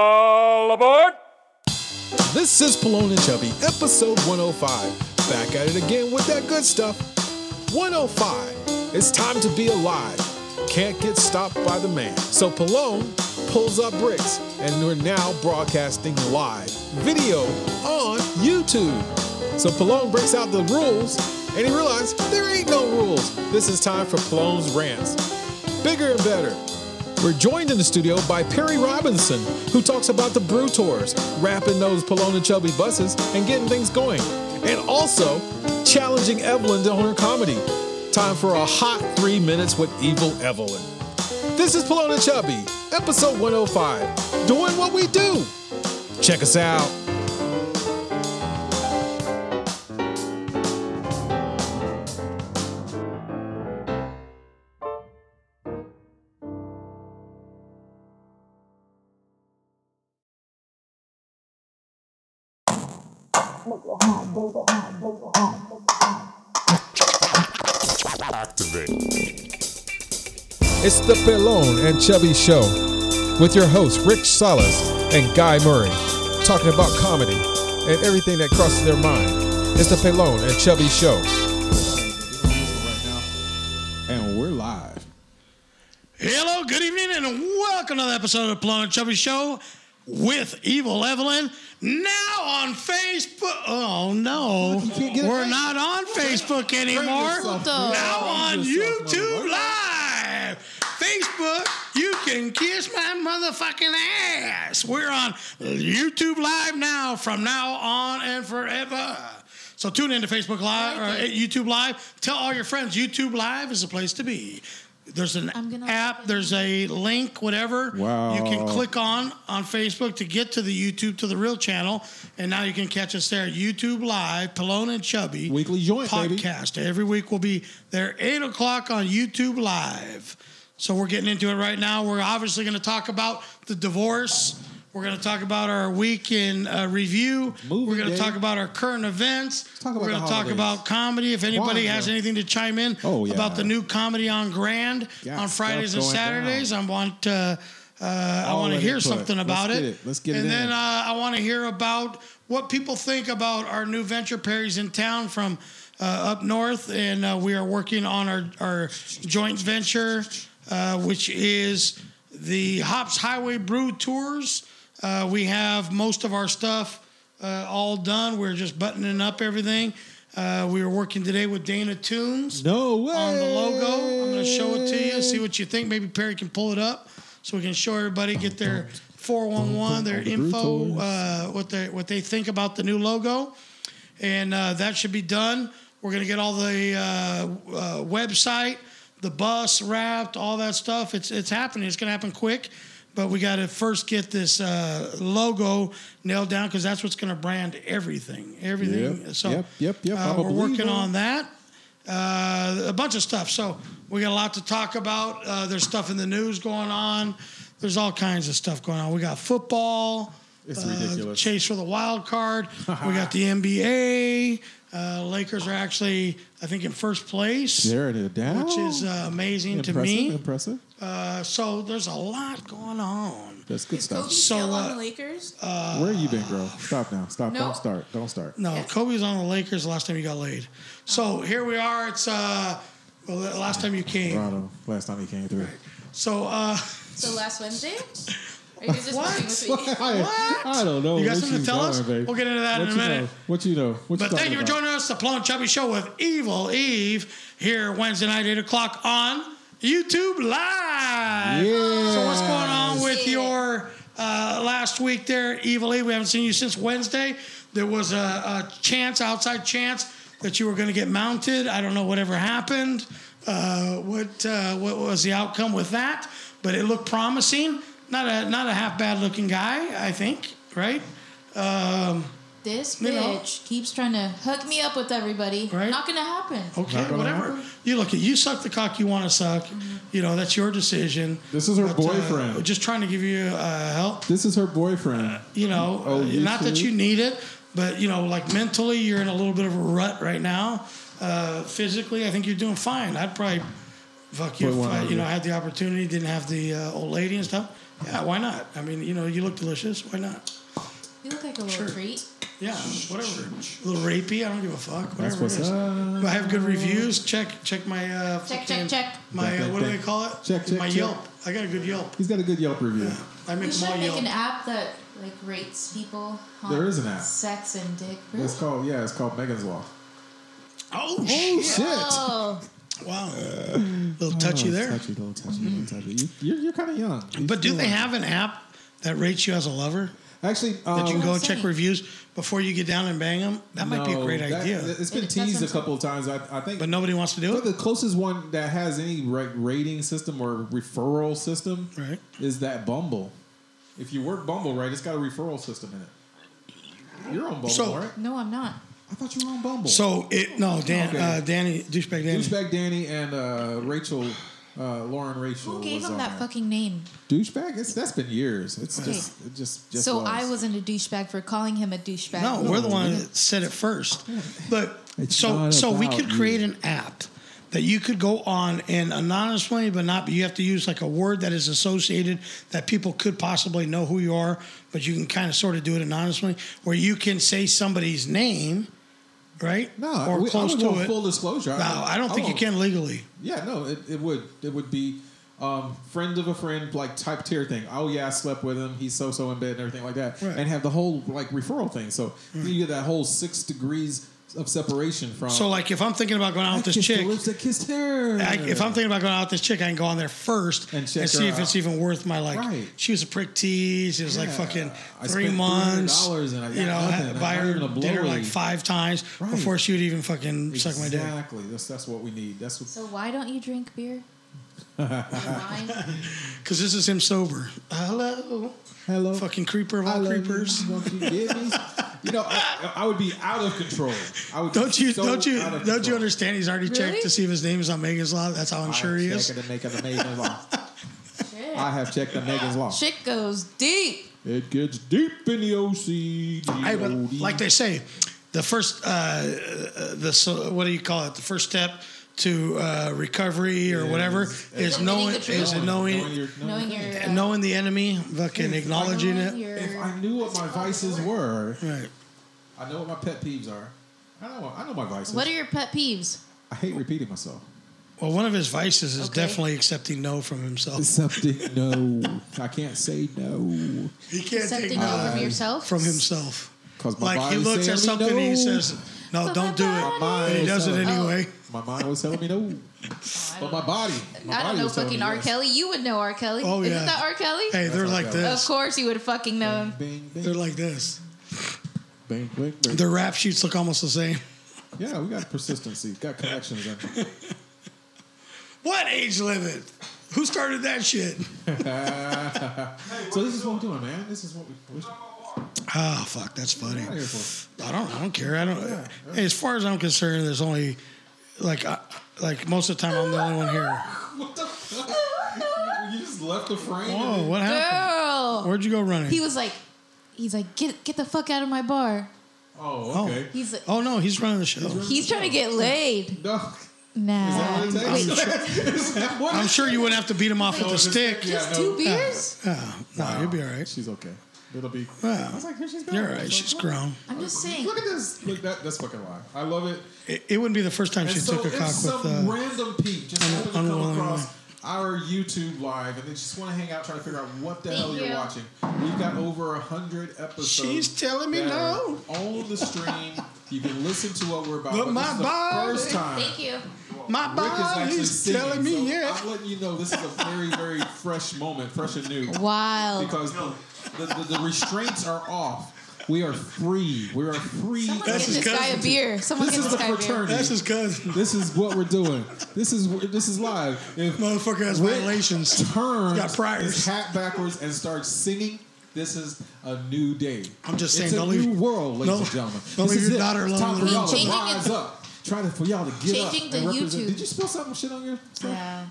All aboard! This is Pallone and Chubby, episode 105. Back at it again with that good stuff. 105. It's time to be alive. Can't get stopped by the man. So Pallone pulls up bricks, and we're now broadcasting live video on YouTube. So Pallone breaks out the rules, and he realizes there ain't no rules. This is time for Pallone's rants. Bigger and better. We're joined in the studio by Perry Robinson, who talks about the brew tours, wrapping those Polona Chubby buses, and getting things going. And also challenging Evelyn to her comedy. Time for a hot three minutes with Evil Evelyn. This is Polona Chubby, episode 105, doing what we do. Check us out. It's the Pelone and Chubby Show with your hosts Rick Salas and Guy Murray, talking about comedy and everything that crosses their mind. It's the Pelone and Chubby Show. And we're live. Hello, good evening, and welcome to the episode of the Blown and Chubby Show with Evil Evelyn. Now on Facebook. Oh no, You can't get it we're right. not on Facebook anymore. yourself, What the- Now on Hurt yourself, motherfucker. YouTube Live. Facebook, you can kiss my motherfucking ass. We're on YouTube Live now, from now on and forever. So tune in to Facebook Live or uh, YouTube Live. Tell all your friends YouTube Live is the place to be. There's an I'm gonna- app, there's a link, whatever. You can Wow. click on on Facebook to get to the YouTube to the real channel, and now you can catch us there. YouTube Live, Pelone and Chubby Weekly joint, baby. podcast. Every week will be there eight o'clock on YouTube Live. So we're getting into it right now. We're obviously going to talk about the divorce. We're going to talk about our week in uh, review. Movie we're going day. to talk about our current events. talk about we're going the to talk holidays. about comedy. If anybody Kwanzaa. has anything to chime in Oh, yeah. about the new comedy on Grand Got on stuff Fridays and going Saturdays, I want. Uh, uh, I All want to that hear input. something Let's about get it. it. Let's get it And then in. uh, I want to hear about what people think about our new venture Perry's in town from uh, up north, and uh, we are working on our our joint venture, uh, which is the Hops Highway Brew Tours. Uh, we have most of our stuff uh, all done. We're just buttoning up everything. Uh, we are working today with Dana Toombs No way. on the logo. I'm going to show it to you, see what you think. Maybe Perry can pull it up so we can show everybody get their 411, their The brew info, toys. uh, what they what they think about the new logo, and uh, that should be done. We're going to get all the uh, uh, website, the bus wrapped, all that stuff. It's it's happening. It's going to happen quick. But we got to first get this uh, logo nailed down because that's what's going to brand everything. Everything. Yep, so yep, yep, yep. uh, I'm a we're working believer. on that uh, a bunch of stuff. So we got a lot to talk about. Uh, there's stuff in the news going on. There's all kinds of stuff going on. We got football. It's uh, ridiculous. Chase for the wild card. we got the NBA. Uh, Lakers are actually, I think, in first place, There it is. Down. which is uh, amazing impressive, to me. impressive. Uh, so there's a lot going on. That's good stuff. Kobe So, still uh, on the Lakers? Where you been, girl? Stop now. Stop. No. Don't start. Don't start. No, Yes. Kobe's on the Lakers the last time you got laid. So here we are. It's uh, well, the last time you came. Toronto. Last time he came through. So uh, so last Wednesday? Are you just What? fucking with me? I, I don't know. You got what something to tell going, us? babe. We'll get into that what in a you minute. Know? What you know? What you But thank talking you for about? joining us, the Plum Chubby Show with Evil Eve here Wednesday night, 8 o'clock on YouTube Live. Yes. So, what's going on with Yeah. your uh, last week there, Evil Eve? We haven't seen you since Wednesday. There was a, a chance, outside chance, that you were going to get mounted. I don't know whatever happened. Uh, what uh, what was the outcome with that? But it looked promising. Not a not a half bad looking guy, I think. Right? This You know. bitch keeps trying to hook me up with everybody. Right? Oh. Not gonna happen. Okay, Not gonna whatever. happen? You look, you suck the cock you want to suck. You know, that's your decision. This is her uh, boyfriend. just trying to give you uh, help. This is her boyfriend. You know, Oh, uh, you not that too? you need it, but you know, like mentally, you're in a little bit of a rut right now. Uh, physically, I think you're doing fine. I'd probably fuck you, Put one if I- on you know, you. I had the opportunity, didn't have the uh, old lady and stuff. Yeah, why not? I mean, you know, you look delicious. Why not? You look like a little Sure. treat. Yeah, whatever. A little rapey. I don't give a fuck. Whatever That's what's it is. up. If I have good reviews. Check check my uh, Check, fucking- check, check. My Check, uh, check, what do check. they call it? Check, check, my check. Yelp. I got a good Yelp. He's got a good Yelp review. I We make should them all make Yelp. an app that like rates people. On There is an app. Sex and dick. It's called yeah, it's called Megan's Law. Oh, Oh shit! shit! Oh, Wow, little touchy Oh, there. Touchy, little touchy, little touchy. You, you're you're kind of young. You But do still they are. have an app that rates you as a lover actually? that Um, you can That's what go I'm check saying. reviews before you get down and bang them? That might be a no, great that- idea. It's been It- that's teased a what- couple of times. I, I think but nobody wants to do But it. the closest one that has any ra- rating system or referral system Right. is that Bumble. If you work Bumble right, it's got a referral system in it. You're on Bumble, So- right? no, I'm not. I thought you were on Bumble. So it no, Dan, Okay. uh, Danny, douchebag Danny. douchebag Danny and uh, Rachel, uh, Lauren Rachel. Who gave was him on that there. fucking name? douchebag? It's that's been years. It's Okay. just it just, just so was. I wasn't a douchebag for calling him a douchebag. No, we're the one that said it first. But It's so not so we about could you. create an app that you could go on and anonymously, but not. But you have to use like a word that is associated that people could possibly know who you are, but you can kind of sort of do it anonymously, where you can say somebody's name, right? No, or we, close I would to want it. full Oh. disclosure. no, I don't think you want- can legally. Yeah, no, it, it would it would be um, friend of a friend like type tier thing. Oh yeah, I slept with him. He's so so in bed and everything like that, Right. Hmm. and have the whole like referral thing. So you get that whole six degrees of separation from. So like, if I'm thinking about going out I with this kissed the chick. lips that kissed her. I, if I'm thinking about going out with this chick, I can go on there first And and, check see her if it's out. even worth my like. Right. She was a prick tease. It was like Yeah. fucking I three spent months. $300 and I got you know, nothing. had I'm to buy not even a her dinner blowy. like five times Right. before she would even fucking suck my dick. Exactly. That's that's what we need. That's what, So why don't you drink beer? And wine? Because this is him sober. Hello, hello. fucking creeper of I all love you. creepers. Don't you get me? You know, I, I would be out of control. I would. be Don't you? so don't you? out of Don't you control. understand? He's already checked Really? to see if his name is on Megan's Law. That's how I'm sure he I is. checked the Megan's law. Shit. I have checked the Megan's law. Shit goes deep. It gets deep in the OCD. Hey, but like they say, the first, uh, uh, the so, what do you call it? The first step to uh, recovery or whatever Is- is Admitting knowing the truth. is knowing your, Knowing your your thing. uh, knowing the enemy, fucking acknowledging knowing it. your- If I knew what my vices were, Right. I know what my pet peeves are. I know, I know my vices. What are your pet peeves? I hate repeating myself. Well, one of his vices is Okay. definitely accepting no from himself. Something no, I can't say no He can't take Accepting no no from yourself? from himself. because my Like body he looks at says something no. and he says, "No, But don't my do it." body- Oh. My And he mind was does it telling- anyway. My mind was telling me no, I but don't my know. body. My I body don't know was telling fucking me R. yes. Kelly. You would know R. Kelly. Oh, yeah. Isn't that R. Kelly? Hey, they're That's like not bad. Of this. course you would fucking know him. Bing, bing, They're like this. bing, bing, bing. Their rap sheets look almost the same. Yeah, we got persistency, got connections. In. What age limit? Who started that shit? So this is what we're doing, man. This is what we. we should- Oh fuck, that's funny. What are you here for? I don't. I don't care. I don't. Hey, as far as I'm concerned, there's only like I, like most of the time I'm the only one here. What the fuck? You just left the frame. Whoa, what happened? Girl. Where'd you go running? He was like, he's like, get get the fuck out of my bar. Oh, okay. He's like, oh no, he's running the show. he's trying to get laid. No. Is that Nah. what it Wait, takes? Is that what I'm it- sure you wouldn't have to beat him off with a just- stick. yeah, just no. two beers? Oh, no, you'll be all right. Oh, She's okay. It'll be. Wow. I was like, here she's You're all right. She's grown. I'm just saying. Look at this. Look, that, that's fucking live. I love it. It, it wouldn't be the first time And she so took a if cock some with. Uh, random peep just happened to come unwillingly. across our YouTube live and they just want to hang out trying to figure out what the Thank hell you're you. watching. We've got over a hundred episodes. She's telling me that are no. On the stream, you can listen to what we're about. But this my is the body- first time. Thank you. my Rick is actually body's singing, Oh, telling so me yeah. I'm letting you know this is a very, very fresh moment, fresh and new. Wow. Because the, the, the restraints are off. We are free. We are free. Someone That's get his this guy a cousin. beer. Someone This get is this the guy a beer. fraternity. That's his cousin. This is what we're doing. This is this is live. If Motherfucker has Rick violations. turns Got priors. his hat backwards and starts singing, this is a new day. I'm just saying, it's a don't new leave- world, ladies no, and gentlemen. don't this leave is your it. daughter It's alone Time for in the y'all to room. rise up. Trying to, for y'all to get Changing up and to represent. YouTube. Did you spill some shit on your? stuff? Yeah.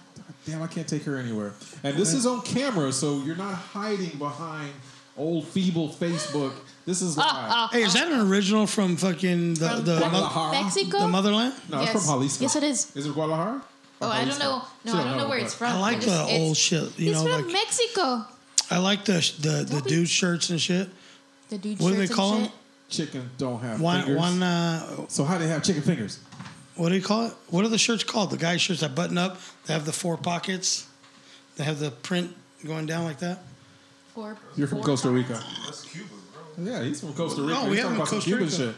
Damn, I can't take her anywhere. And this is on camera, so you're not hiding behind old feeble Facebook. This is Ah. live. Uh, Hey, is that an original from fucking the the, Guadalajara. Mexico? the motherland? No, it's Yes. from Jalisco. Yes, it is. Is it Guadalajara? Oh, I don't know. No, So, I don't know where but- it's from. I like just- the it's- old shit. You he's know, from like Mexico. I like the the the Don't be- dude shirts and shit. The dude What do shirts they call and 'em? shit. Chicken don't have One fingers. one uh, so how do they have chicken fingers? what do you call it? What are the shirts called? The guy shirts that button up. They have the four pockets. They have the print going down like that. Four, You're from four Costa times. Rica. That's Cuba, bro. Yeah, he's from Costa Rica. No, we He's have him talking about some Costa Cuban Rica. shit.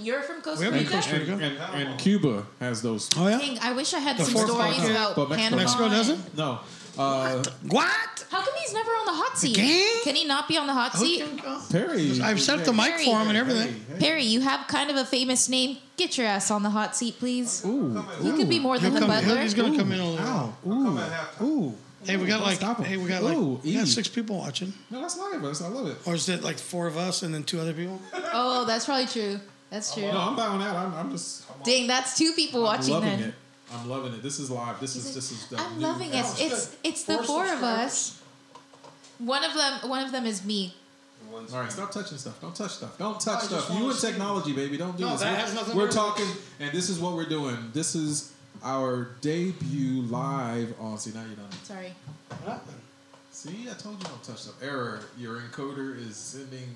You're from Costa have Rica. a Costa And, Rica. and, and Cuba has those. Oh yeah. Dang, I wish I had some four stories pocket. about But Mexico- Panama. Mexico doesn't? and- No, uh, What? How come he's never on the hot seat? Gang? Can he not be on the hot seat? Perry. I've set up the mic for him and everything. Perry, you have kind of a famous name. Get your ass on the hot seat, please. Ooh, He could be more than He'll the come, he'll- butler. he's gonna come in a little. ow, come ooh, at halftime. ooh. Hey, we got Don't like stop him. hey, we got like Ooh, we got eat. six people watching, No, that's live. That's, I love it. or is it like four of us and then two other people? Oh, that's probably true. That's true. No, I'm bowing out. I'm, I'm just Dang, that's two people watching loving then. it. I'm loving it. This is live. This is this is. The I'm new loving it. episode. It's it's the Four four of us. One of them one of them is me. One's- All right, stop touching stuff. Don't touch stuff. Don't touch I just stuff. wanna You and see- technology, baby. Don't do No, this. that we're has nothing to we're do with- talking, and this is what we're doing. This is our debut live. Oh, see now you don't. Sorry. See, I told you don't touch stuff. Error. Your encoder is sending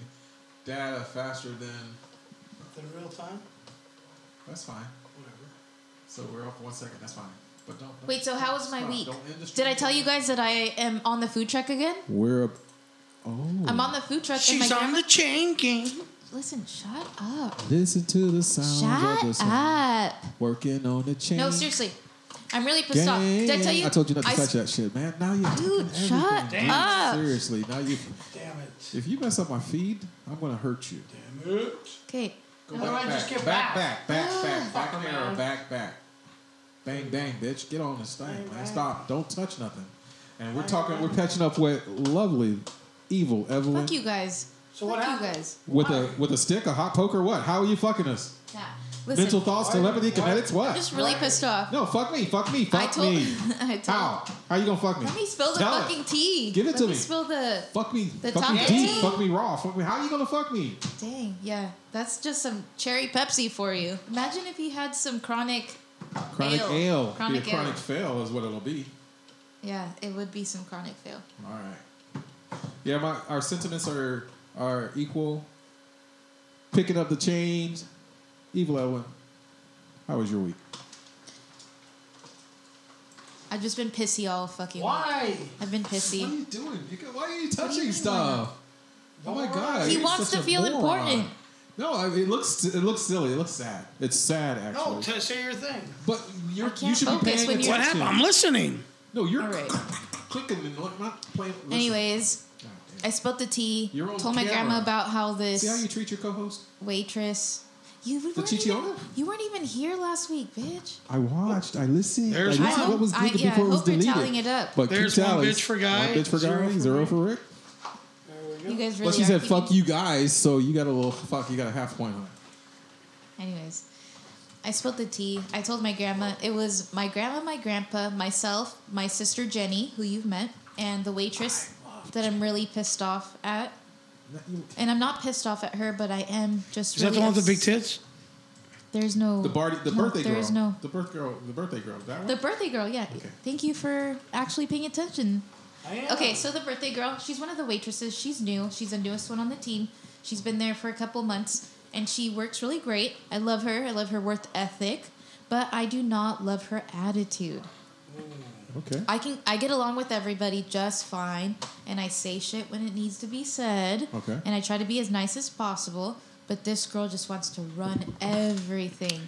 data faster than. The real time. That's fine. Whatever. So we're off one second. That's fine. But don't. don't Wait, so how was my stop. week? Don't end the Did I stream. tell you guys that I am on the food truck again? We're up. Oh. I'm on the food truck and my She's on grandma the chain gang. Listen, shut up. Listen to the sound of the Shut sun up. working on the chain. No, seriously. I'm really pissed Gang. off. Did I tell you? I told you not to I- touch that shit, man. Now you're Dude, talking shut everything, dude. up. Seriously, now you. Damn it. If you mess up my feed, I'm gonna hurt you. Damn it. Okay. Go Why don't I just get back, back? back, back, Ah, back, back, Fuck, on there, man. back, back. Bang, bang, bitch. Get on this thing, man. Stop. Don't touch nothing. And we're talking. We're catching up with lovely, evil Evelyn Fuck you guys. So Fuck what you happened? guys. with a with a stick, a hot poker. What? How are you fucking us? Yeah. Listen, Mental thoughts, telepathy, kinetics. What? I'm just really pissed off. No, fuck me, fuck me, fuck I told. me. I told. How? How you gonna fuck me? Let me spill the Tell it. fucking tea. Give it Let to me. Let me spill the. Fuck me. The fuck me top deep. tea. Fuck me raw. Fuck me. How you gonna fuck me? Dang, yeah. That's just some cherry Pepsi for you. Imagine if you had some chronic. Chronic Ale. ale. Chronic Be a chronic ale. fail is what it'll be. Yeah, it would be some chronic fail. All right. Yeah, my our sentiments are are equal. Picking up the chains. Evil Edwin. How was your week? I've just been pissy all fucking week. Why? I've been What are pissy. you doing? You can, why are you do you touching mean, stuff? Oh my god! He you're wants such to a feel important. No, I it looks it looks silly. It looks sad. It's sad actually. No, to say your thing. but you're, can't you should be focus paying when attention. you're- What happened? I'm listening. No, you're All right. clicking and not- not playing. listen. Anyways, God damn. I spilled the tea. You're on told my camera. grandma about how this See how you treat your co-host? waitress. You we The weren't even, Chichiona? you weren't even here last week, bitch. I watched. I listened. There's I one. listened to what was I- deleted yeah, I before it was hope you're deleted. tallying it up. But There's keep one tallies. bitch for guy, One bitch for zero guy. for zero Rick. for Rick. You guys really Well, she are said keeping- "fuck you guys," so you got a little fuck. You got a half point on it. Anyways, I spilled the tea. I told my grandma it was my grandma, my grandpa, myself, my sister Jenny, who you've met, and the waitress that I'm really pissed off at. And I'm not pissed off at her, but I am just. Is that really the one with the big ups- tits? There's no The party, the Oh. no, birthday girl. There is no The birth girl. The birthday girl. That one. the birthday girl. Yeah. Okay. Thank you for actually paying attention. Okay, so the birthday girl, she's one of the waitresses. She's new. She's the newest one on the team. She's been there for a couple months and she works really great. I love her. I love her worth ethic, but I do not love her attitude. okay. I can I get along with everybody just fine and I say shit when it needs to be said. Okay. And I try to be as nice as possible, but this girl just wants to run everything.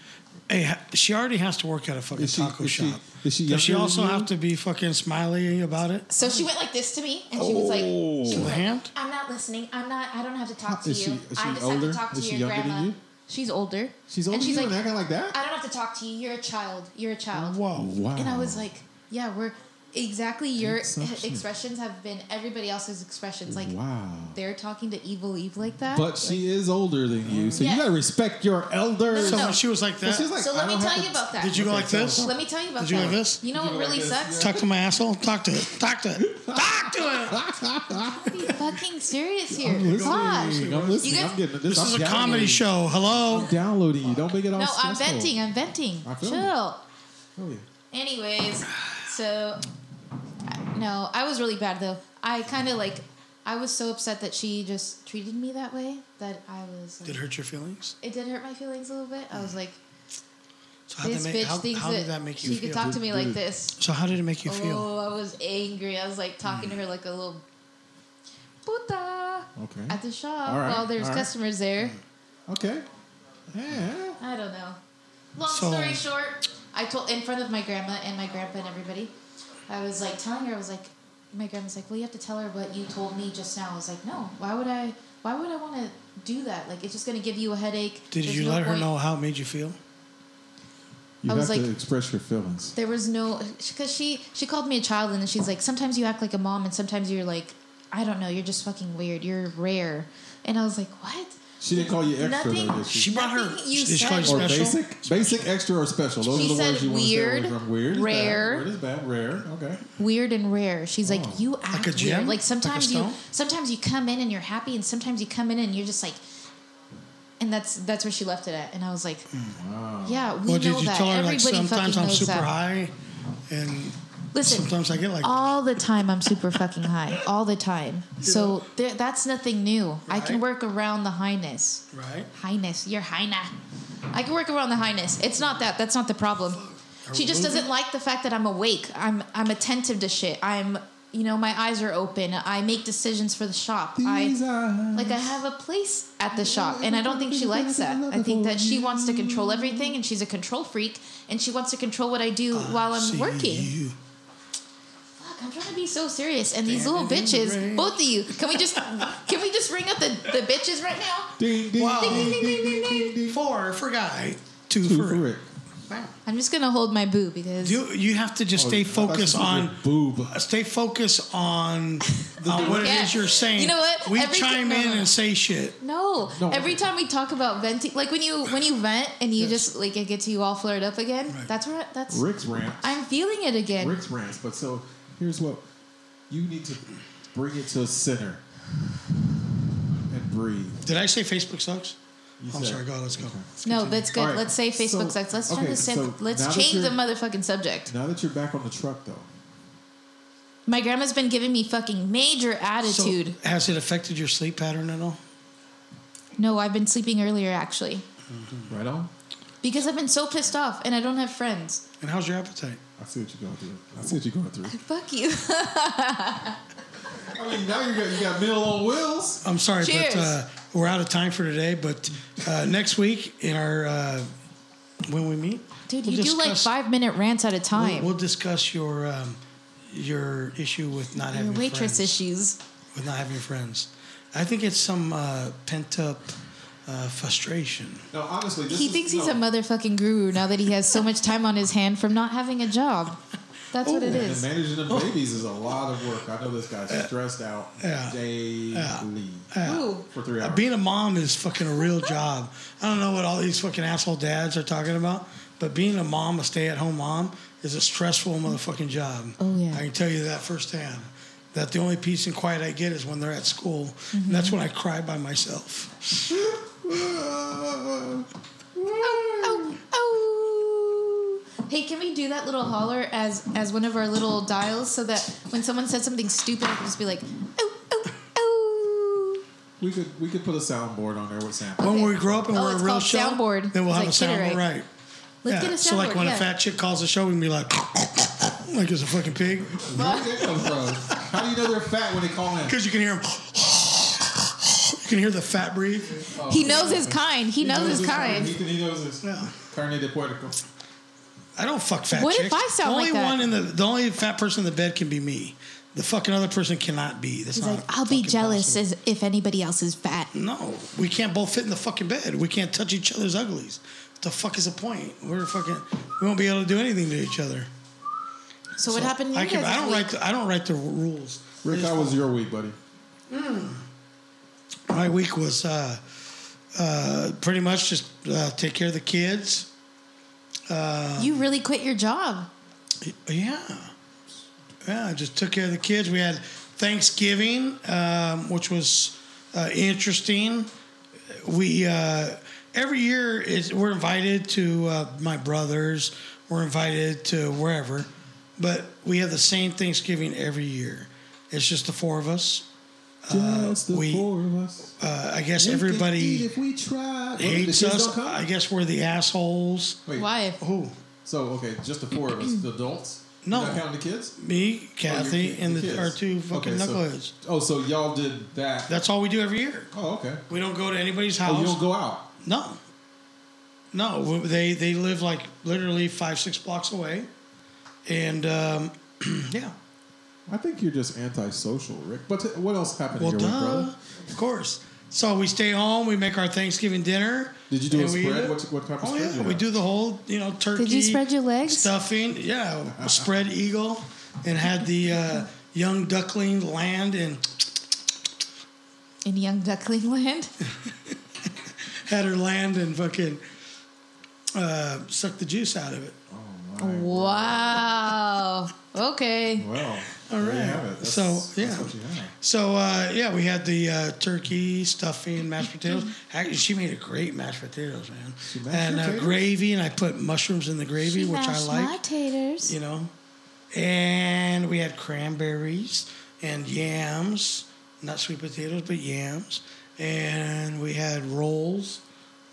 Hey, ha- she already has to work at a fucking Is she- taco is she- shop. is she Does she younger also than you? have to be fucking smiley about it? So she went like this to me and she was like she With was the like, hand? I'm not listening. I'm not. I don't have to talk to Is she- you. is I she just older? have to talk to Is she your younger than grandma. you? She's older. She's older And than she's you like, and acting like that. I don't have to talk to you. You're a child. You're a child. Whoa. wow. And I was like, yeah, we're exactly your Exception. expressions have been everybody else's expressions. Like wow. they're talking to Evil Eve like that. But she is older than you, so Yeah. you gotta respect your elders. So No. when she was like that, She's like, so I let me don't tell have you to- about that. did you go like this? Let me tell you about Did you that. like this? You know what really sucks? Talk to my asshole? Talk to it. Talk to it. Talk to it. Be fucking serious here. I'm Gosh. listening. I'm listening. You guys- I'm getting This I'm is a downloading comedy you. show. Hello. I'm downloading you. Don't make it all No, I'm stressful. venting. I'm venting. I feel you. Chill. Oh, yeah. Anyways, so I- no, I was really bad though. I kind of like I was so upset that she just treated me that way that I was. Like, Did it hurt your feelings? it did hurt my feelings a little bit. I was like, So how, this that bitch make, how, thinks how that, did that make you she feel? could talk to me like this. so how did it make you feel? Oh, I was angry. I was like talking to her like a little puta Okay. at the shop All right, while there's all right. customers there. Okay. Yeah. I don't know. Long So- story short, I told in front of my grandma and my grandpa and everybody. I was like telling her, I was like, my grandma's like, well, you have to tell her what you told me just now. I was like, no, why would I? Why would I want to do that? Like, it's just gonna give you a headache. Did There's you no let her point." know how it made you feel? You I have was to like- express your feelings. There was no, because she she called me a child, and then she's like, sometimes you act like a mom, and sometimes you're like, I don't know, you're just fucking weird. You're rare, and I was like, what? She didn't call you extra Nothing- though, did she? She brought her. Nothing you did she call you said. Or special? basic, basic, extra, or special. Those She are the said words you weird, want to stay away from. Weird, is bad. rare. Weird is bad. Rare. Okay. weird and rare. She's Oh. like, you act a gem? weird. Like Like a sometimes you stone? sometimes you come in and you're happy, and sometimes you come in and you're just like, and that's that's where she left it at. And I was like, yeah, we Hmm, Well, know did you that. tell her Everybody like sometimes fucking I'm knows super that. high, and Listen, sometimes I get like all the time I'm super fucking high, all the time. So there, that's nothing new. I can Right. work around the highness. right. Highness, your highness. I can work around the highness. It's not that. That's not the problem. She just doesn't like the fact that I'm awake. I'm I'm attentive to shit. I'm you know my eyes are open. I make decisions for the shop. These I eyes. like I have a place at the shop, and I don't think she likes that. I think that she wants to control everything, and she's a control freak, and she wants to control what I do while See I'm working. you. Fuck, I'm trying to be so serious, and these little Standing in the rain. bitches, both of you, can we just can we just ring up the the bitches right now? Ding, ding, Wow. ding, ding, ding, ding, ding, ding. Four for guy, two, Two for. for Rick. I'm just gonna hold my boo because You you have to just Oh, stay I thought you focused said on boob. stay focused on on what it Yeah. is you're saying. You know what? We Every- chime no, in no, no. and say shit. No. No. Every time we talk about venting, like when you when you vent and you just like it gets you all flared up again. Right. That's where that's Rick's rant. I'm feeling it again. Rick's rants. But so here's what you need to bring it to a center and breathe. Did I say Facebook sucks? You I'm said- sorry. Go. on, Let's go. no, that's good. All right. Let's say Facebook So- sucks. Let's try okay, to say, so now let's that change the you're- motherfucking subject. Now that you're back on the truck, though, My grandma's been giving me fucking major attitude. So, has it affected your sleep pattern at all? no, I've been sleeping earlier actually right on. because I've been so pissed off and I don't have friends. And how's your appetite? I see what you're going through. I see what you're going through. Fuck you. I mean, now you got you got meal on wheels. I'm sorry, Cheers. but uh, we're out of time for today. But uh, next week in our uh, when we meet, Dude, we'll you do like discuss- five minute rants at a We'll, time. we'll discuss your um, your issue with not having Your waitress friends. issues. with not having friends. I think it's some uh, pent up uh, frustration. No, honestly, this He is, thinks no, he's a motherfucking guru now that he has so much time on his hand from not having a job. That's what it Oh, And is. managing the babies is a lot of work. I know this guy's stressed out Yeah. daily Ooh. for three Uh, hours. being a mom is fucking a real job. I don't know what all these fucking asshole dads are talking about, but being a mom, a stay at home mom, is a stressful motherfucking job. Oh, yeah. I can tell you that firsthand. That the only peace and quiet I get is when they're at school. And that's Mm-hmm. when I cry by myself. Oh, oh. Hey, can we do that little holler as as one of our little dials so that when someone says something stupid, I can just be like, oh, oh, oh. we could we could put a soundboard on there with samples. When Okay. we grow up and Oh, we're a it's real called show, soundboard. then we'll have It's a like soundboard, Gatorade. right? Yeah. Let's get a soundboard. so like when yeah. a fat chick calls the show, we can be like, like it's a fucking pig, Where did that come from? How do you know they're fat when they call in? because you can hear him. you can hear the fat breathe. he knows his kind. He, knows, his He, kind. he knows his Yeah. carne de puerco. I don't fuck fat What if chicks. I sound the only like that? one in the the only fat person in the bed can be me. The fucking other person cannot be. That's He's not like, I'll be fucking jealous possible. as if anybody else is fat. No, we can't both fit in the fucking bed. We can't touch each other's uglies. What the fuck is the point? We're fucking. We won't be able to do anything to each other. So, what happened to I you can. guys? I this don't week? write. The, I don't write the rules. Rick, how was your week, buddy? My week was uh, uh, pretty much just uh, take care of the kids. uh, you really quit your job. Yeah. Yeah, I just took care of the kids. We had Thanksgiving, um, which was uh, interesting. We uh, every year is, we're invited to uh, my brother's, We're invited to wherever, but we have the same Thanksgiving every year. It's just the four of us. Uh, Just the we- four of us. Uh, I guess We could eat everybody if we tried. What, the hates kids don't us. come? I guess we're the assholes. Wait, Why? Who? So okay, just the four of us, the adults. No. You're not counting the kids. Me, Kathy, kid- and the the, Oh, kids. our two fucking Okay, so- knuckleheads. Oh, so y'all did that. That's all we do every year. oh, okay. We don't go to anybody's house. Oh, you don't go out. No. No, w- they they live like literally five six blocks away, and um, yeah. I think you're just antisocial, Rick. But t- what else happened Well, in your week, duh, brother? of course. So we stay home. We make our Thanksgiving dinner. Did you do a and we spread? eat it. What- what kind of oh, spread yeah, you we have? do the whole you know turkey. Did you spread your legs? Stuffing, yeah, spread eagle, and had the uh, young duckling land and In Young Duckling Land? had her land and fucking uh, sucked the juice out of it. wow. Okay. Well, All there you right. have it. That's- So, that's yeah. what you have. So uh, yeah, we had the uh, turkey stuffing, mashed potatoes. Actually, she made a great mashed potatoes, man. mashed and uh, potatoes? gravy, and I put mushrooms in the gravy, which I like. taters. You know, and we had cranberries and yams, not sweet potatoes, but yams, and we had rolls.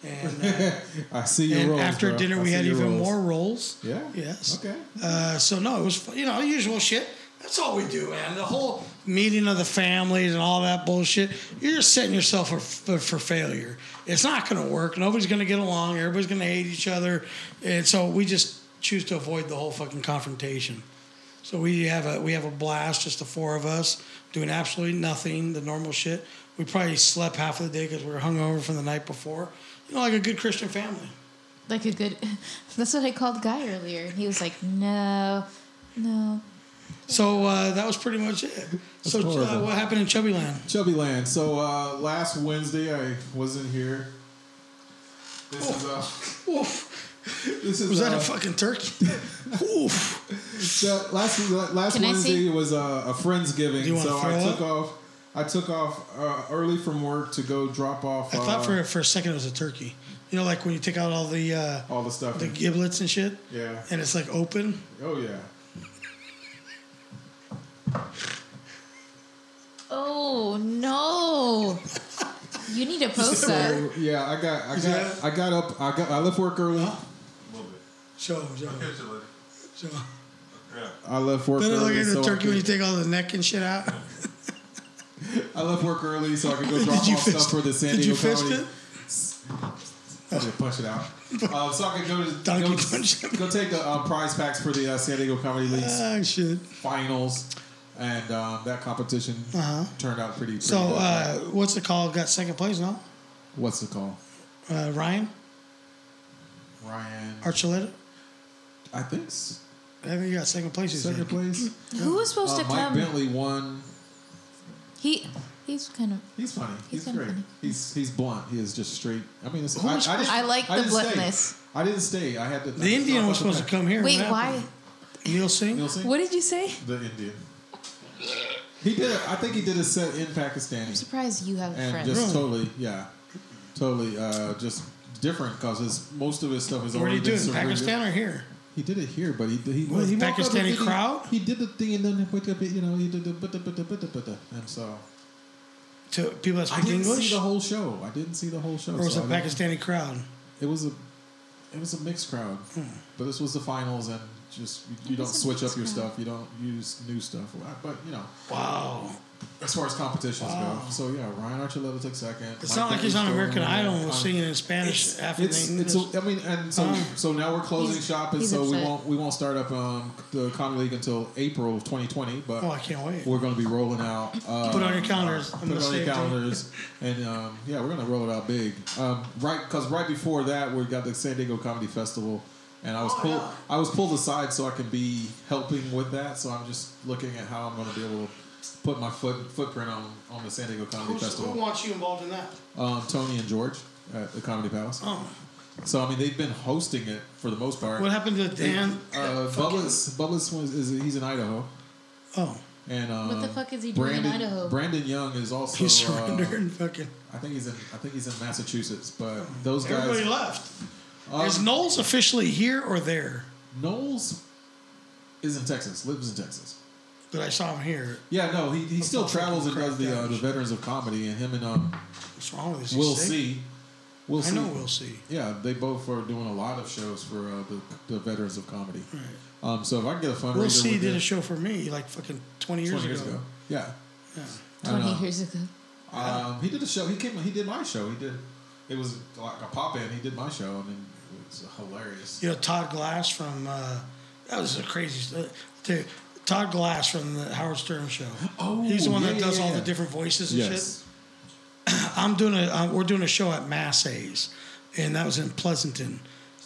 And, uh, I see your and rolls, after bro. dinner, I we see had your even rolls. more rolls. Yeah? Yes. Okay. Uh, so no, it was fu- you know usual shit. That's all we do, man. The whole meeting of the families and all that bullshit. You're just setting yourself for for, for failure. It's not going to work. Nobody's going to get along. Everybody's going to hate each other, and so we just choose to avoid the whole fucking confrontation. So we have a we have a blast, just the four of us doing absolutely nothing, the normal shit. We probably slept half of the day because we were hungover from the night before. You know, like a good Christian family. Like a good. That's what I called Guy earlier. He was like, no, no. So uh, that was pretty much it. so uh, horrible. what happened in Chubby Land? Chubby Land. So uh, last Wednesday, I wasn't here. This Oof. is uh, this is Oh. Was that uh, a fucking turkey? Oof. So last last Can I Wednesday see? was a, a friendsgiving, Do you wanna so I throw took up? off. I took off uh, early from work to go drop off I thought uh, for for a second it was a turkey. You know, like when you take out all the uh, all the stuff. the giblets and shit, yeah. and it's like open. Oh yeah. Oh, no. You need to post that. So, yeah, I got I got that- I got up. I got I left work A early. little bit. Show 'em, show 'em, Here's a little. show 'em. Yeah. I left work Doesn't it look early. like so the I turkey when you could- take all the neck and shit out? I left work early so I could go drop Did you off fist- stuff for the San did you Diego fist Comedy. it? I had to punch it out. Uh, so I could go to Donkey go, punch it. go take the uh, prize packs for the uh, San Diego Comedy League's Ah, shit. finals, and um, that competition Uh-huh. turned out pretty. pretty So good. uh, what's it called? Got second place, no? what's the call? Uh, Ryan Ryan, Archuleta. I think s- I think he got second place. He's second place. Who was supposed Uh, to Mike come? Bentley won. He He's kind of. He's funny. He's, He's kinda great. funny. He's he's blunt. He is just straight. I mean, it's, Who was- didn't- I like the didn't stay. bluntness. I didn't stay. I had to. The Indian was supposed to come here. Wait, What why? happened? Neil You'll Singh. see What did you say? the Indian. He did. A, I think he did a set in Pakistani. I'm surprised you have and friends. just Really? totally, yeah, totally, uh, just different because his most of his stuff is Where already did he do been it? In surrendered. Pakistan or here? He did it here, but he he, With he walked up and Pakistani did the- crowd? He did the thing and then he put up, you know, he did the but but but but and so To people that I speak didn't English, see the whole show. I didn't see the whole show. or was so it I didn't- Pakistani crowd? It was a it was a mixed crowd, Hmm. but this was the finals and just you, you don't was a switch up mixed your crowd. stuff. You don't use new stuff, but you know. Wow. As far as competitions go, so yeah, Ryan Archuleta took second. It's not like he's on American Idol and was singing in Spanish after It's, they it's I mean, and so Oh. so now we're closing He's- shop, and he's so we upset. won't we won't start up um, the Comedy League until April of 2020. But Oh, I can't wait. we're going to be rolling out. Uh, Put it on your calendars. I'm put gonna it on save your it. calendars, and um, yeah, we're going to roll it out big. Um, right, because right before that, we got the San Diego Comedy Festival, and I was Oh, pulled. I was pulled aside so I can be helping with that. So I'm just looking at how I'm going to be able to put my foot footprint on on the San Diego Comedy Who's- Festival. Who wants you involved in that? um, Tony and George at the Comedy Palace. Oh. So I mean, they've been hosting it for the most part. What happened to Dan? Uh, Bubba's Bubba's one is, is he's in Idaho, Oh, and um, What the fuck is he doing in Brandon, Idaho? Brandon Young is also. he uh, surrendered and fucking. I think he's in. I think he's in Massachusetts, but those guys. Um, Everybody left. Is Knowles officially here or there? Knowles is in Texas, lives in Texas. But I saw him here. Yeah, no, he, he still fucking travels and does the uh, crackdown. the Veterans of Comedy, and him and um, What's wrong with this? He's Will sick? C. Will I C. know we'll see. Yeah, they both are doing a lot of shows for uh, the, the Veterans of Comedy. Um, so if I can get a fundraiser, Will C with did him a show for me like fucking 20 years, 20 ago. Yeah. Yeah. I don't Twenty know. years ago. Um, he did a show. He came. He did my show. He did. It was like a pop in. He did my show, and then it was hilarious. You know, Todd Glass from, uh, that was a crazy, st- dude, Todd Glass from the Howard Stern show. Oh, He's the one yeah, that yeah, does yeah, all yeah. the different voices and shit. I'm doing a uh, we're doing a show at Massey's, and that was in Pleasanton.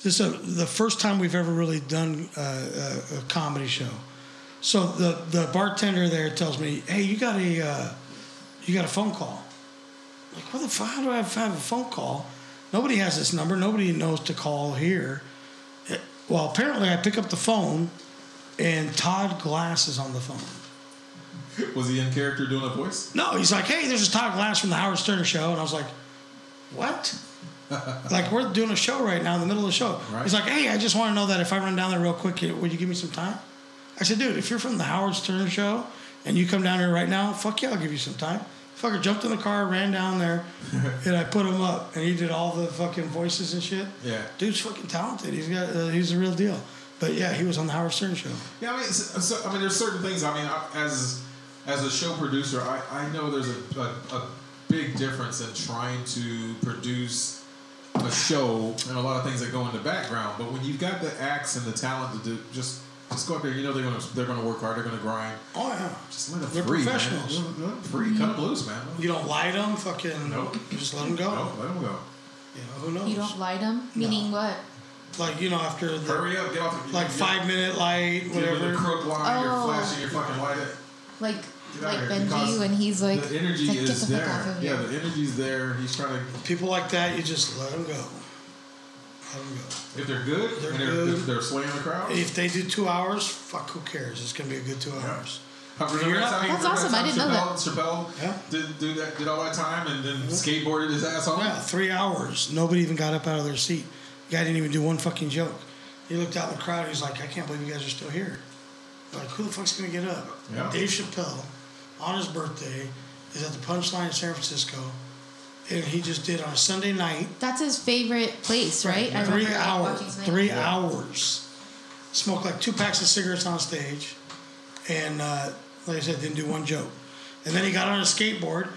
This is uh, the first time we've ever really done uh, a, a comedy show. So the the bartender there tells me, "Hey, you got a uh, you got a phone call." like, what the fuck? How do I have, have a phone call? Nobody has this number. Nobody knows to call here. Eh, Well, apparently, I pick up the phone, and Todd Glass is on the phone. Was he in character doing a voice? No, he's like, hey, there's a Todd Glass from the Howard Stern show. And I was like, what? like, we're doing a show right now in the middle of the show. Right. He's like, hey, I just want to know that if I run down there real quick, you- would you give me some time? I said, dude, if you're from the Howard Stern show and you come down here right now, fuck yeah, I'll give you some time. Fucker jumped in the car, ran down there, and I put him up, and he did all the fucking voices and shit. Yeah. dude's fucking talented. He's got, uh, he's the real deal. But yeah, he was on the Howard Stern show. Yeah, I mean, so, so, I mean, there's certain things. I mean, I, as as a show producer, I, I know there's a, a, a big difference in trying to produce a show and a lot of things that go in the background. But when you've got the acts and the talent to do, just just go out there, you know they're gonna they're gonna work hard, they're gonna grind. Oh yeah, Just let them They're free, professionals. Mm-hmm. man. Let 'em- let 'em free, cut them loose, man. you don't lie to him. Fucking Nope. just let him go. No, let them go. You know, who knows? You Oh, don't light them, meaning what? like you know after the Hurry up, get off. The, like get- five minute light Get rid of the whatever. crook line. You're Oh. flashing your fucking light. At, Like Get out like of here, Benji because when he's like, the energy like, get is the fuck there. off of yeah, here. the energy's there. He's trying to. People like that, you just let them go. Let them go. If they're good, They're and they're, good. If they're swaying the crowd. If they do two hours, fuck, who cares? It's gonna be a good two hours. I remember You're that not- time- That's remember awesome, I didn't know time that. Chappelle, Chappelle Yeah. did do that, did all that time, and then skateboarded his ass off. Yeah, three hours. Nobody even got up out of their seat. The guy didn't even do one fucking joke. He looked out in the crowd. He's like, I can't believe you guys are still here. Like, who the fuck's gonna get up? Yeah. Dave Chappelle, on his birthday, is at the Punchline in San Francisco, and he just did on a Sunday night. That's his favorite place, right? I three remember hours. watching something. Three hours. Smoked like two packs of cigarettes on stage, and uh, like I said, didn't do one joke. And then he got on a skateboard.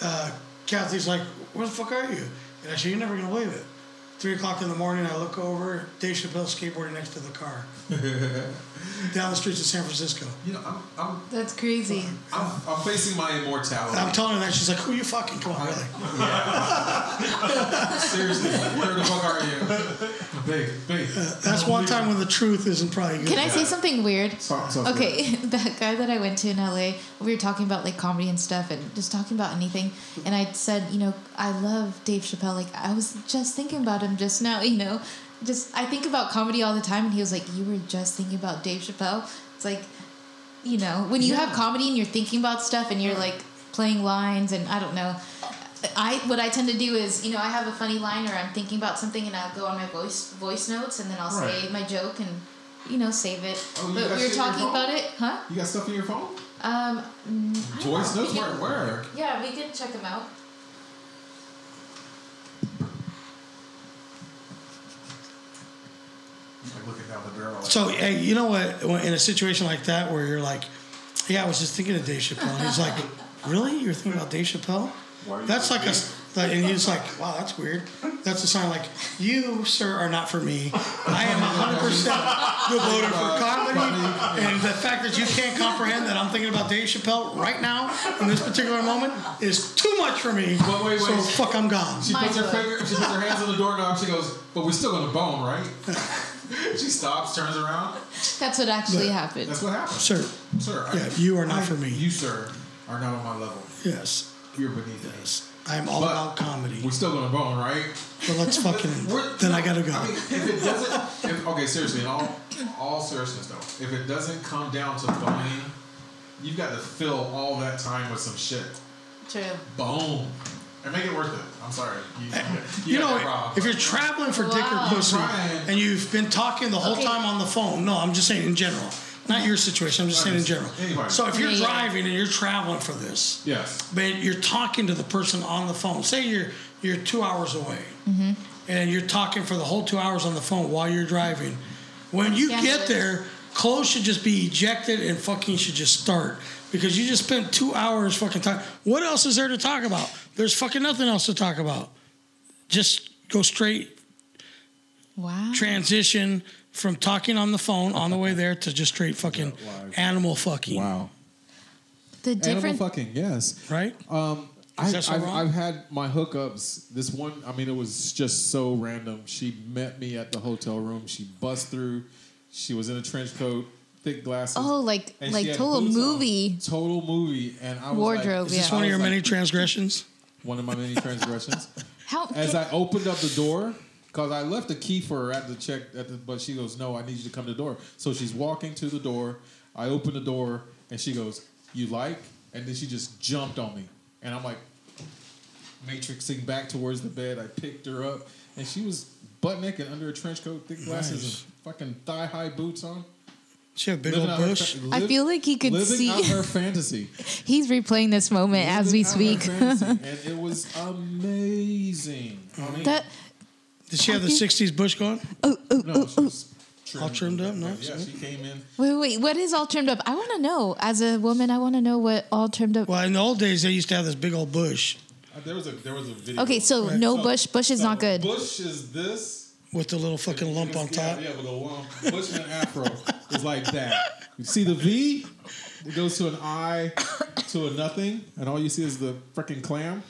Uh, Kathy's like, "Where the fuck are you?" And I said, "You're never gonna believe it." Three o'clock in the morning, I look over. Dave Chappelle skateboarding next to the car, down the streets of San Francisco. You know, I'm, I'm, That's crazy. I'm, I'm facing my immortality. And I'm telling her that she's like, "Who you fucking? Come on, really?" Seriously, where the fuck are you? Big, big. That's one time when the truth isn't probably good. Can I say something weird? uh, Talk- talk Okay, that guy that I went to in LA, we were talking about like comedy and stuff and just talking about anything. And I said, you know, I love Dave Chappelle. Like, I was just thinking about him just now, you know. Just, I think about comedy all the time. And he was like, You were just thinking about Dave Chappelle. It's like, you know, when you have comedy and you're thinking about stuff and you're like playing lines and I don't know. I what I tend to do is, you know, I have a funny line or I'm thinking about something and I'll go on my voice voice notes and then I'll Right. say my joke and you know, save it. Oh, you but got we were shit in your talking phone? about it, huh? You got stuff in your phone? Um, mm, I don't Voice know. notes? We Where? can- Where? Yeah, we can check them out. Like looking down the barrel. So hey, you know what? When- In a situation like that, where you're like, "Yeah, I was just thinking of Dave Chappelle," and he's like, "Really? You're thinking about Dave Chappelle?" Why are you That's like thinking a, like, and he's like, "Wow, that's weird." That's a sign like, "You, sir, are not for me. I am 100 percent devoted for comedy, and the fact that you can't comprehend that I'm thinking about Dave Chappelle right now in this particular moment is too much for me. But wait, So wait. fuck, I'm gone." She puts her Mind finger, she puts her hands on the doorknob. She goes, "But we're still gonna bone, right?" she stops, turns around. That's what actually happened. That's what happened, Sir, sir. I- yeah, you are not for me. You, sir, are not on my level. yes, You're beneath me. I am all But- about comedy. We're still gonna bone, right? But let's fucking. We're- then I gotta go. I mean, if it doesn't, if, okay, seriously, in all, all seriousness though, if it doesn't come down to boning, you've got to fill all that time with some shit. True. Bone. And make it worth it. I'm sorry. You, You, got know, that problem. if you're traveling for dick or Wow. pussy Right. and you've been talking the whole Okay. time on the phone, no, I'm just saying in general. Not your situation, I'm just saying in general. Anybody. So if you're Yeah, yeah. driving and you're traveling for this, yes. but you're talking to the person on the phone, say you're you're two hours away and you're talking for the whole two hours on the phone while you're driving, when you get Scandalous. there, clothes should just be ejected and fucking should just start. Because you just spent two hours fucking talking. What else is there to talk about? There's fucking nothing else to talk about. Just go straight Wow. transition from talking on the phone on the way there to just straight fucking animal fucking. Wow. the different. Animal fucking, yes. Right? Um, I, that so I've, wrong? I've had my hookups. This one, I mean, it was just so random. She met me at the hotel room. She bust through. She was in a trench coat, thick glasses. oh, like and she like had total boots on. movie. Total movie. And I was Wardrobe, Like, Is this It's yeah. one I of your was many like- transgressions. one of my many transgressions. How? As I opened up the door, because I left the key for her at the check, at the, but she goes, "No, I need you to come to the door." So she's walking to the door. I open the door, and she goes, "You like?" And then she just jumped on me, and I'm like, matrixing back towards the bed. I picked her up, and she was butt naked under a trench coat, thick glasses, Nice. and fucking thigh high boots on. She had a big Living old out her bush. fa- I liv- feel like he could living see. out her fantasy He's replaying this moment as we Living out her speak. fantasy, and it was amazing. I mean, that Did she have the think- '60s bush going? No, she was All trimmed up, Yeah, nice, Yeah, yeah. she came in. wait, wait. What is all trimmed up? I want to know. As a woman, I want to know what all trimmed up. Well, in the old days, they used to have this big old bush Uh, There was a there was a video. Okay, so no So- bush. Bush is so not good. Bush is this with the little fucking lump on Yeah, top. Yeah, with a lump. Bush and afro is like that. You see the V? It goes to an I, to a nothing, and all you see is the freaking clam.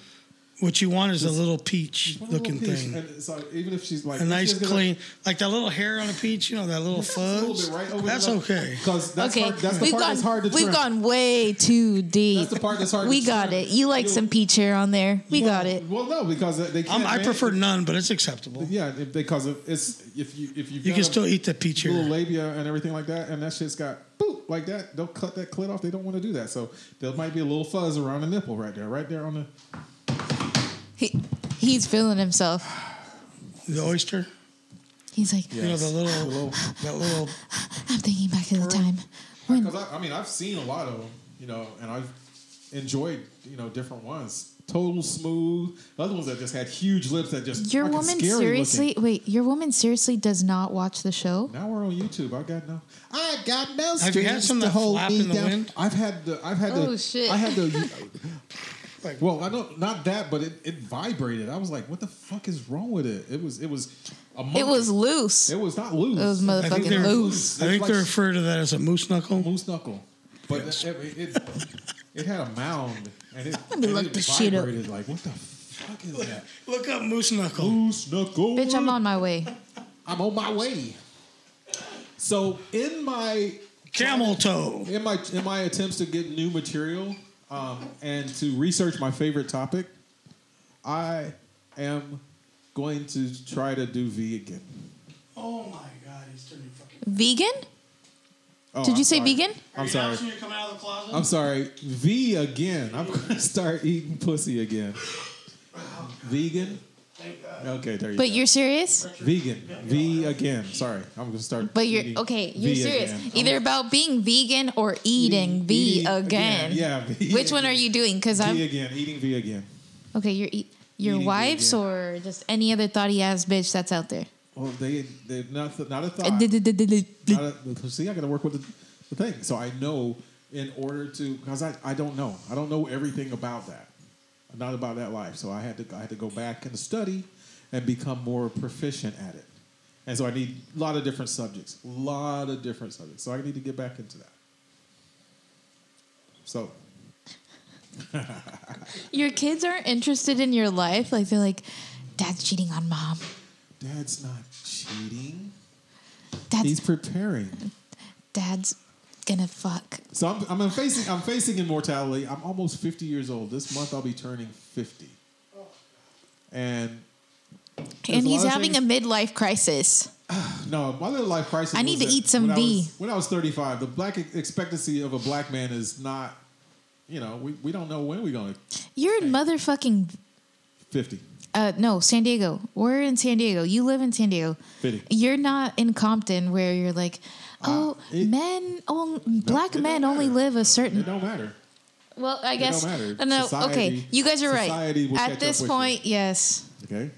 What you want is a little peach What a looking little piece. thing, And it's like, even if she's like a nice she's gonna- clean, like that little hair on a peach. You know that little Just a little fuzz. bit right over That's the okay. Because that's okay, hard, that's the we've part gone. that's hard to we've trim. gone way too deep. That's the part that's hard to We got trim. it. You like You'll- some peach hair on there. We got it. Well, no, because they can't. I'm, I man- prefer none, but it's acceptable. Yeah, if- because if it's if you if you've You got can a- still eat the peach little here. labia and everything like that, and that shit's got boop like that. They'll cut that clit off. They don't want to do that, so there might be a little fuzz around the nipple right there, right there on the. He, he's feeling himself. The oyster. He's like, You know the the little little. that little I'm thinking back to the time when. Because I, I mean, I've seen a lot of them, you know, and I've enjoyed you know different ones. Total smooth. Other ones that just had huge lips that just Your fucking woman scary seriously, looking. wait, your woman seriously does not watch the show? Now we're on YouTube. I got no. I got no. Have you had strings some to that hold flap me in the down. wind? I've had the. I've had the. Oh, shit. I had the. like Well, I don't not that, but it, it vibrated. I was like, "What the fuck is wrong with it?" It was it was a monkey. It was loose. it was not loose. It was I think they motherfucking were- loose. I It's think like they refer to that as a moose knuckle. moose knuckle, but it, it, it it had a mound and it, Let me and look it this shit up. vibrated. Like what the fuck is that? Look up moose knuckle. Moose knuckle. Bitch, I'm on my way. I'm on my way. So in my Camel toe. in my in my attempts to get new material um, and to research my favorite topic, I am going to try to do V again. Oh my god, he's turning fucking. Vegan? Oh, Did I'm you say sorry. vegan? I'm sorry. You're coming out of the closet. I'm sorry. V again. I'm gonna start eating pussy again. Vegan. Okay, there you But go. you're serious? vegan. V again. Sorry, I'm gonna start. But you're eating okay, you're V serious. again. Either about being vegan or eating V eating again. Yeah. V Which one are you doing? Because again. V I'm again. Eating V again. okay. You're eat, your Eating V wives again. or just any other thoughty ass bitch that's out there. Well, they they not not a thought. That's Not a- see, I got to work with the, the thing. So I know in order to because I, I don't know I don't know everything about that, not about that life. So I had to I had to go back and study and become more proficient at it. And so I need a lot of different subjects, a lot of different subjects. So I need to get back into that. So Your kids aren't interested in your life. Like they're like, Dad's cheating on mom. dad's not cheating; Dad's he's preparing. Dad's gonna fuck. So I'm, I'm facing I'm facing immortality. I'm almost 50 years old. This month I'll be turning 50. And There's and a he's lot of having a midlife crisis. no, my little life crisis. I need was to that eat some when I bee. was- When I was 35, the black ex- expectancy of a black man is not. You know, we, we don't know when we're gonna. You're in motherfucking 50. Uh, no, San Diego. We're in San Diego. You live in San Diego. 50. You're not in Compton where you're like, oh, Uh, it- men, on, black it men don't only matter. live a It certain. don't matter. Well, I guess. uh, don't matter. No, Society- okay. You guys are society will right. catch At this up with point, yes. Okay.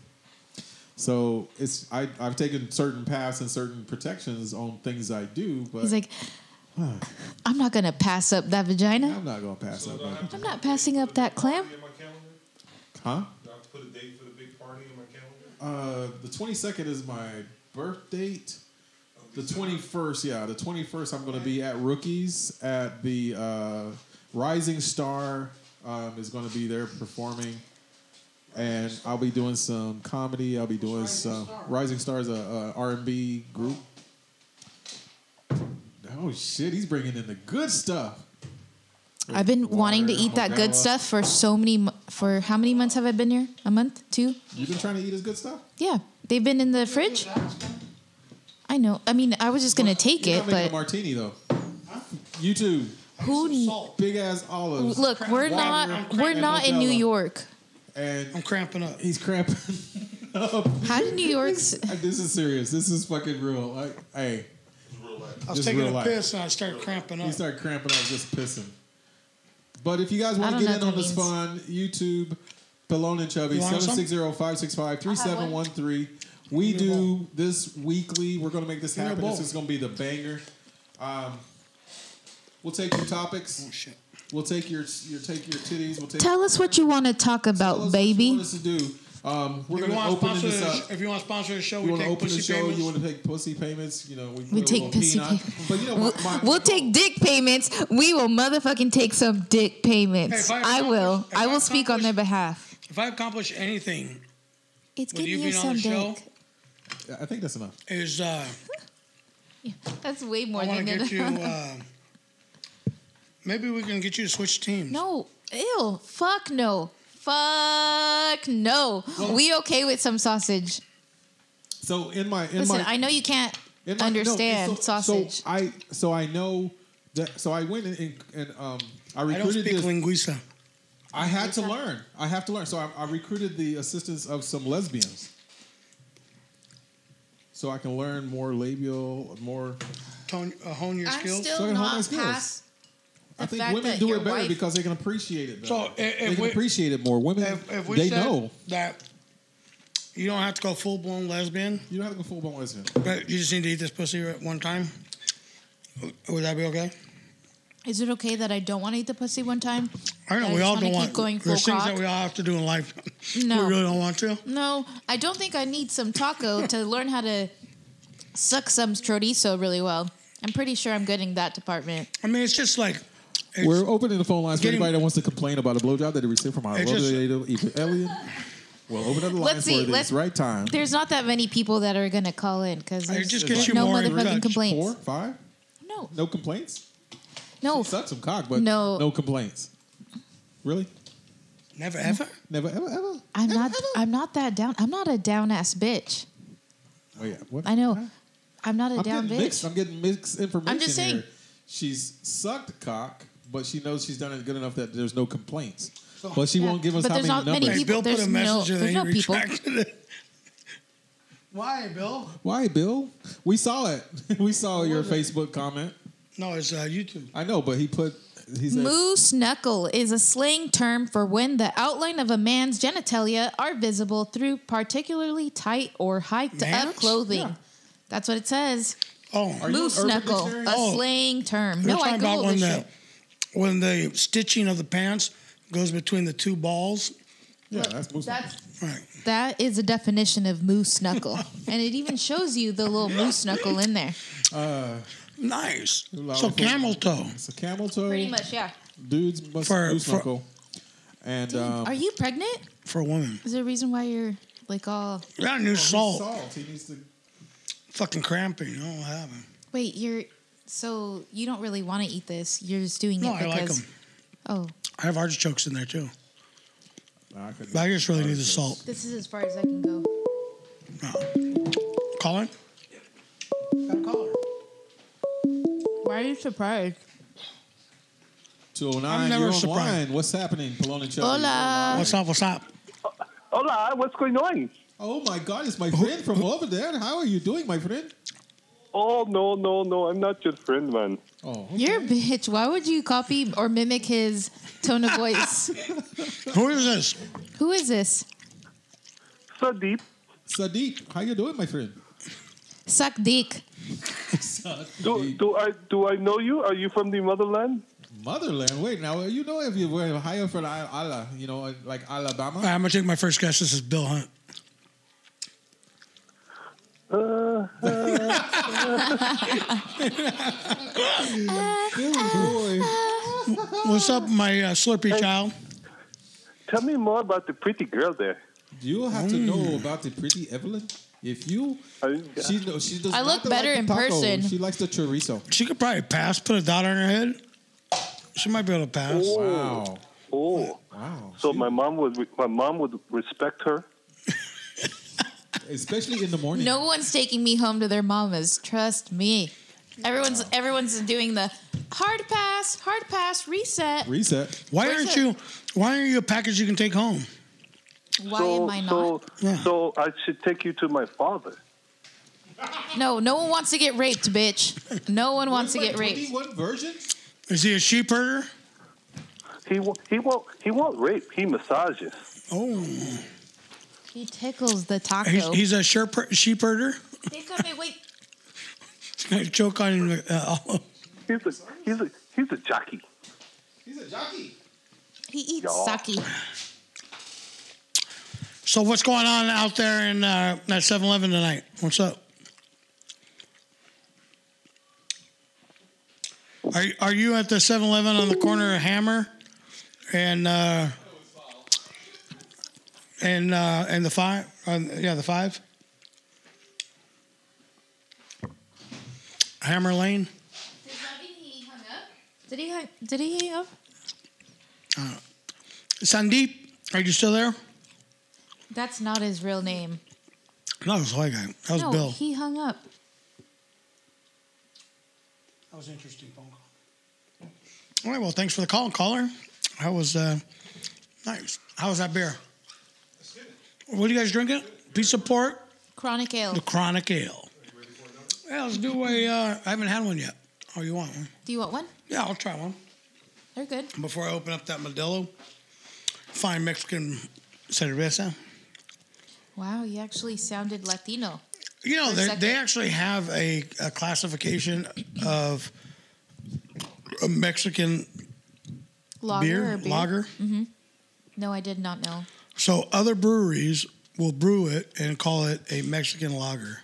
So it's I, I've taken certain paths and certain protections on things I do, but He's like, I'm not going to pass up that vagina. I'm not gonna pass up. do I have on- to I'm put a not date passing for up the that big party clam. in my calendar? Huh? Do I have to put a date for the big party in my calendar? Uh, the 22nd is my birth date. The 21st, yeah, the 21st, I'm going to be at Rookies at the uh, Rising Star um, is going to be there performing, and I'll be doing some comedy. I'll be doing some Rising Star is a, a R&B group. Oh shit, he's bringing in the good stuff. I've been wanting to Water, eat that good Modelo. stuff for so many. mo- For how many months have I been here? A month? Two? You've been trying to eat his good stuff. Yeah. They've been in the fridge. I know. I mean, I was just going to take You're not it, making a but martini though. You too. who. Some kn- salt. Big ass olives. Look, we're not we're not in New York. and I'm cramping up. He's cramping up. How did New York's This is serious. This is fucking real. Like, hey, Real life. I was Just taking real a life. piss and I started cramping up. you start cramping up just pissing. But if you guys I want don't to know get in what on this that fun, YouTube, Pallone and Chubby, You want some? 760-565-3713. We Give me a do this weekly. We're going to make this Give me a happen. This bowl. is going to be the banger. Um, we'll take your Oh, topics. shit. We'll take your, your take your titties. We'll take Tell us what you want to talk tell us about, what you baby. want us to do. Um, we're If you, going to want to open sponsor this the, up. sh- if you want to sponsor the show, You we want to take open the pussy show? payments. You want to take pussy payments? You know, we, We put a take little pussy peanut. payments. But you know, We'll, my, my, we'll take dick payments. We will motherfucking take some dick payments. Hey, if I I will. accomplish- if I I will speak on their behalf. if I accomplish anything, It's Would getting you you, be on some the show? dick. I think that's enough. is uh, That's way more I want to than get you. the Uh, maybe we can get you to switch teams. No. Ew. Fuck no. Fuck no. we okay with some sausage. So in my in Listen, my, I know you can't in my- no, understand so- sausage. So I so I know that. So I went and, and um I I don't recruited speak this. linguiça. I had to learn. I have to learn. So I, I recruited the assistance of some lesbians. So I can learn more labial, more. Tone, uh, hone your skills. So I can hone my skills. I The think fact women that do your it better wife- because they can appreciate it. Better. So, i- if they can we- appreciate it more. Women, if, if we they said know. that you don't have to go full blown lesbian, You don't have to go full blown lesbian. but you just need to eat this pussy at one time, w- would that be okay? Is it okay that I don't want to eat the pussy one time? I don't know. That I we just all wanna don't keep want. going there's full things cock? that we all have to do in life. No. we really don't want to. No, I don't think I need some taco to learn how to suck some chorizo really well. I'm pretty sure I'm good in that department. I mean, it's just like it's, We're opening the phone lines for Getting- anybody that wants to complain about a blowjob that they received from our It's just- lovely just, alien. Well, open up the lines Let's see, for let's- this right time. There's not that many people that are gonna call in because It just gets there's you no more in motherfucking touch. complaints. Four, five, No, no complaints. no, Suck some cock, but No. no complaints. Really? never ever. Never, ever, ever. Oh, I'm ever, not. ever? I'm not that down. I'm not a down ass bitch. Oh yeah. What? I know. I'm not a I'm down getting bitch. mixed. I'm getting mixed information. I'm just saying- Here. She's sucked cock, but she knows she's done it good enough that there's no complaints. But she Yeah. won't give us But how there's many not many numbers. people- Bill put there's a no- message in there's and no he people. retracted it. Why, Bill? Why, Bill? We saw it. we saw your Facebook comment. No, it's uh, YouTube. I know, but he put. He said, Moose knuckle is a slang term for when the outline of a man's genitalia are visible through particularly tight or hiked Man's? up clothing. Yeah. That's what it says. Oh, you Moose an Urban knuckle, a Dictionary? Oh. slang term. They're No, I talking about googled when this the shit. when the stitching of the pants goes between the two balls. Yeah, that's moose. That's Right. that is a definition of moose knuckle, and it even shows you the little moose knuckle in there. Nice. Uh, Loud So food. camel toe. It's a camel toe. Pretty much, yeah. Dudes must For- moose for- knuckle. And um, Are you pregnant? for a woman. Is there a reason why you're like all? That new salt. Oh, salt. He needs to. Fucking cramping. I don't have it. Wait, you're so you don't really want to eat this. You're just doing No, it I because. like 'em. Oh, I have artichokes in there too. Nah, I couldn't. But I just really need the salt. this is as far as I can go. No. Colin? Got a caller. Why are you surprised? 209, I'm never you're oh surprised. online. What's happening, Polona Chubby? Hola. What's up? What's up? Hola, what's going on? Oh my God, it's my friend from over there. How are you doing, my friend? Oh, no, no, no. I'm not your friend, man. Oh, You're a bitch. Why would you copy or mimic his tone of voice? Who is this? Who is this? Sadeep. Sadiq, how you doing, my friend? Suck dick. Do, Sadiq. do I do I know you? Are you from the motherland? Motherland. Wait, now you know if you were hired for Al- Ala, you know, like All right, Alabama. I'm gonna take my first guess. This is Bill Hunt. Uh, Billy boy. What's up, my uh, Slurpee child? tell me more about the pretty girl there. You have to Mm. know about the pretty Evelyn. If you, I, she knows she does. I not look like better the in taco. person. She likes the chorizo. She could probably pass. Put a dot on her head. She might be able to pass. Wow, oh, wow. so She- my mom would my mom would respect her. especially in the morning. No one's taking me home to their mamas. Trust me. Everyone's everyone's doing the hard pass, hard pass, reset. reset. Why Where's aren't it? you? Why aren't you a package you can take home? Why so, am I So, not? Yeah. so I should take you to my father. No, no one wants to get raped, bitch. No one wants to Like get raped. 21 version. Is he a sheep herder? He won't. He won't. He won't rape. He massages. Oh, He tickles the taco. he's, he's a sherp- sheep herder. Think of it, wait. He's gonna choke on you. Uh, all- He's a. He's a. He's a jockey. He's a jockey. He eats Y'all. sake. so what's going on out there in uh, at 7-Eleven tonight? What's up? Are you- are you at the 7-Eleven on the corner of Hammer and uh, and uh, and the five? Uh, yeah, the five. Hammer Lane. Did he hang- did he hang up? Sandeep, are you still there? That's not his real name. No, that was white guy. That was no, Bill. he hung up. That was an interesting phone call. All right, well, thanks for the call, caller. That was uh, nice. How was that beer? What are you guys drinking? Piece of pork, Chronic ale. the chronic ale. Yeah, let's do a. Uh, I haven't had one yet. Oh, you want one? Do you want one? Yeah, I'll try one They're good. before I open up that Modelo. Fine Mexican cerveza. Wow, you actually sounded Latino. You know, For a they, second. they actually have a, a classification of a Mexican Lager beer, or beer? lager. No, I did not know. So other breweries will brew it and call it a Mexican lager.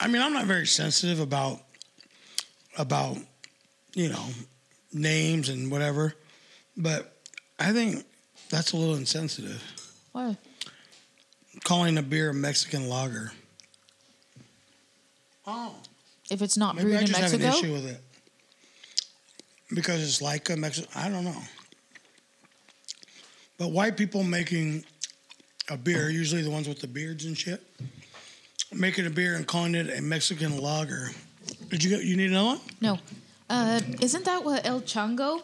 I mean, I'm not very sensitive about about you know names and whatever, but I think that's a little insensitive What? calling a beer a Mexican lager. Oh, If it's not maybe brewed I in just have an issue Mexico, with it because it's like a Mexican. I don't know. But white people making a beer, usually the ones with the beards and shit, making a beer and calling it a Mexican lager. Did you get? You need another one? no. Uh, isn't that what El Chango?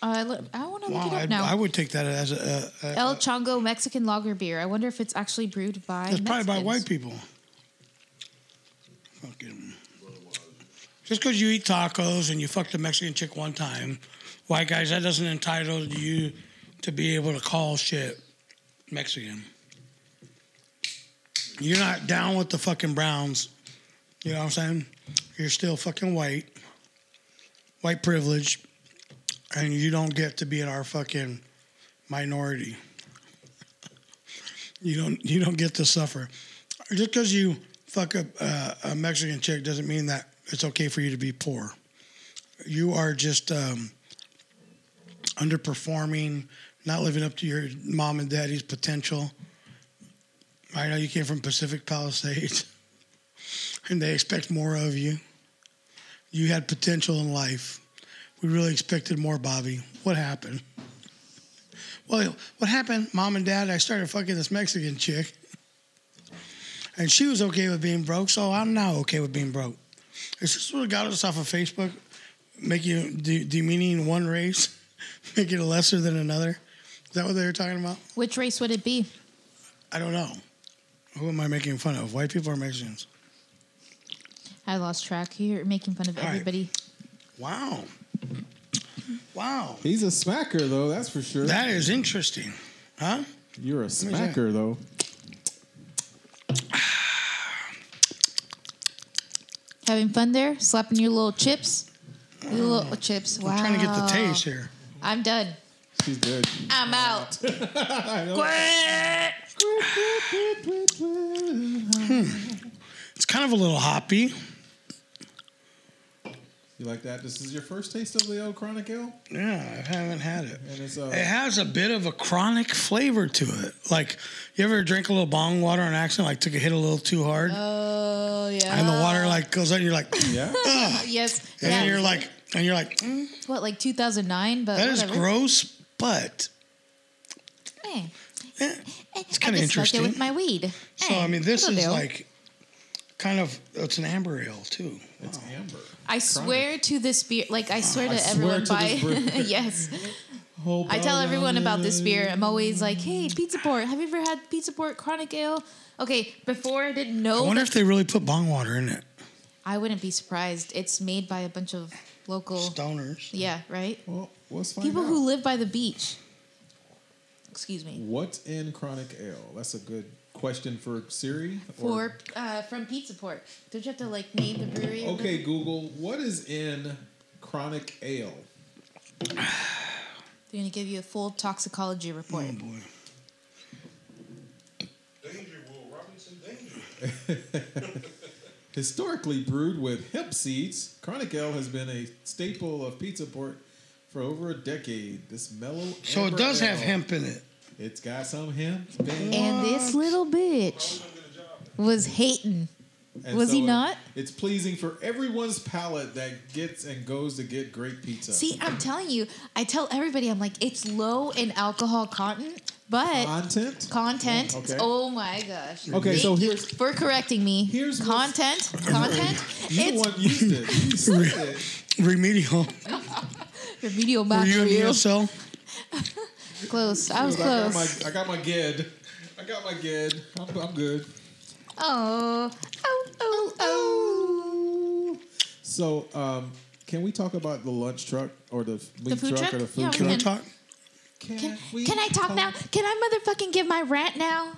Uh, look- I want to look it up I'd- now. I would take that as a. a, a El Chango Mexican lager beer. I wonder if it's actually brewed by. it's probably by Mexicans. white people. Fucking. Just because you eat tacos and you fucked a Mexican chick one time, white guys, that doesn't entitle you to be able to call shit Mexican. You're not down with the fucking Browns. You know what I'm saying? You're still fucking white, white privilege, and you don't get to be in our fucking minority. You don't you don't get to suffer. Just because you fuck up uh, a Mexican chick doesn't mean that it's okay for you to be poor. You are just um, underperforming, not living up to your mom and daddy's potential. I know you came from Pacific Palisades, and they expect more of you. You had potential in life. We really expected more, Bobby. What happened? Well, what happened, mom and dad? I started fucking this Mexican chick, and she was okay with being broke, so I'm now okay with being broke. Is this what got us off of Facebook? Making de- demeaning one race, making it lesser than another. Is that what they were talking about? Which race would it be? I don't know. Who am I making fun of? White people or Mexicans? I lost track. You're making fun of All right. everybody. Wow. Wow. He's a smacker though, that's for sure. That is interesting. Huh? You're a me see. smacker though. Having fun there? Slapping your little chips? Your little chips. Wow. I'm Mm. trying to get the taste here. I'm done. She's good. I'm out. It's kind of a little hoppy. You like that? This is your first taste of the old chronic ale, Yeah, I haven't had it. and it's uh, It has a bit of a chronic flavor to it. Like, you ever drink a little bong water on accident, like took a hit a little too hard, Oh yeah. and the water like goes out, and you're like, and yeah. Yes. then yeah. you're like, and you're like, mm, what, like 2009? But that is whatever. gross, but Eh. eh. It's kinda interesting. With my weed. so Eh, I mean, this it'll is do. like kind of it's an amber ale too. It's amber. I swear to this beer. Like Ah, I swear to I swear everyone to by. this beer. yes. I tell everyone about this beer. I'm always like, hey, Pizza Port. Have you ever had Pizza Port Chronic Ale? Okay, before I didn't know. I wonder that- if they really put bong water in it. I wouldn't be surprised. It's made by a bunch of local. Stoners. Yeah, right? Well, let's find People out. who live by the beach. Excuse me. What in chronic ale? That's a good question for Siri. or- For uh, from Pizza Port. Don't you have to like name the brewery? or okay, Google. What is in chronic ale? They're gonna give you a full toxicology report. Hmm. Oh boy. Danger, Will Robinson, danger. Historically brewed with hemp seeds, chronic ale has been a staple of pizza port for over a decade. This mellow. So it amber does have ale- hemp in it. It's got some hemp. man. And this little bitch was hating. And Was he it- not? it's pleasing for everyone's palate that gets and goes to get great pizza. See, I'm telling you, I tell everybody, I'm like, it's low in alcohol content, but content. content. Okay. Oh my gosh. Okay, so Thank you here's- for correcting me. Here's what's- content. Content. You it's want used it. You said it. Remedial. your video Were back you E in real ESL? close. I was I got close. my I got my gid. I got my gid. I'm, I'm good. Oh, oh, oh, oh. So, um, can we talk about the lunch truck or the meat food truck, truck? or the food Yeah, we truck? Can we can. talk? Can, Can, we can I talk now? Can I motherfucking give my rant now?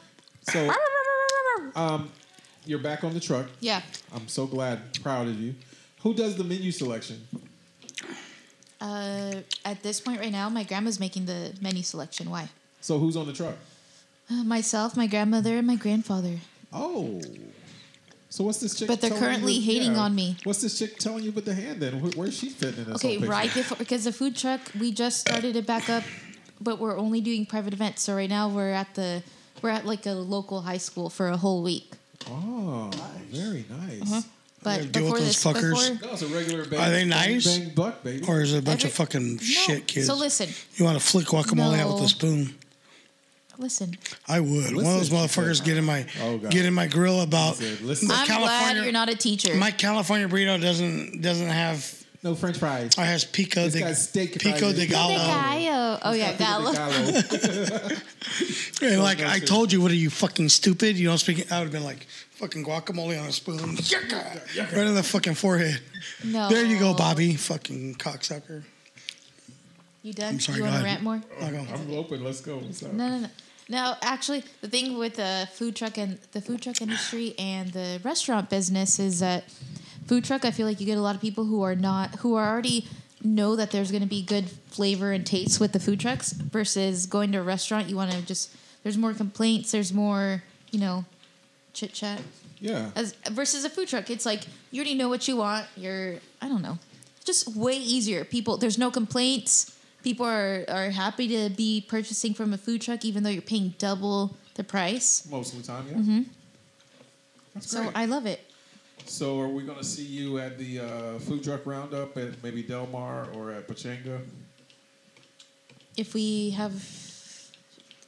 So, um, you're back on the truck. Yeah. I'm so glad, proud of you. Who does the menu selection? Uh, at this point right now, my grandma's making the menu selection. Why? So, who's on the truck? Uh, myself, my grandmother, and my grandfather. Oh. So what's this chick? But they're telling currently you- hating on me. What's this chick telling you with the hand? Then Where, where's she fitting in this? Okay, whole picture? right before because the food truck we just started it back up, but we're only doing private events. So right now we're at the we're at like a local high school for a whole week. Oh, very nice. Mm-hmm. But deal before with this, those fuckers. before No, it's a regular. Bang, Are they bang, nice? Bang buck, baby. Or is it a bunch Every- of fucking shit kids? So listen, You want to flick guacamole out with No. a spoon? listen. I would. One of those Listen, she motherfuckers said. get in my Oh, God. get in my grill about She said, listen. the I'm glad California- you're not a teacher. My California burrito doesn't doesn't have no French fries. I has pico It's de got steak pico fries in de it. The gallo. guy, oh, oh yeah, Gallo. Gallo. And like I shit. told you, what are you fucking stupid? You don't speak. I would have been like fucking guacamole on a spoon, Yucca! right in the fucking forehead. No. There you go, Bobby, fucking cocksucker. You done? I'm sorry, you go want to ahead. rant more? I go, I'm open. Let's go. What's up? No, no, no. No, actually, the thing with the food truck and the food truck industry and the restaurant business is that food truck. I feel like you get a lot of people who are not who are already know that there's going to be good flavor and taste with the food trucks versus going to a restaurant. You want to just there's more complaints. There's more you know chit chat Yeah. as versus a food truck. It's like you already know what you want. You're I don't know, just way easier. People, there's no complaints. People are are happy to be purchasing from a food truck, even though you're paying double the price. Most of the time, yeah. That's Mm-hmm. So great. I love it. so are we going to see you at the uh, food truck roundup at maybe Del Mar or at Pachanga? If we have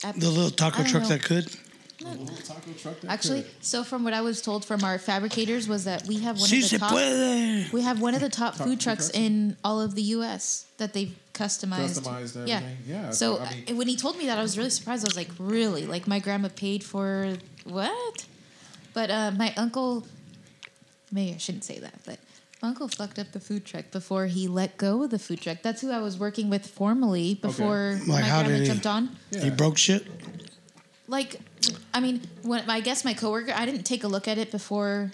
the little taco I don't truck know. that could. little taco truck that Actually, could. so from what I was told from our fabricators was that we have one Si of the se top puede. we have one of the top food food trucks trucks? in all of the U.S. that they've customized. Customized yeah. everything, yeah, So I mean- uh, when he told me that, I was really surprised. I was like, really? Like my grandma paid for what? But uh, my uncle, maybe I shouldn't say that, but my uncle fucked up the food truck before he let go of the food truck. That's who I was working with formally before Like, my how did grandma he- jumped on He broke shit. like I mean, when I guess my coworker, I didn't take a look at it before,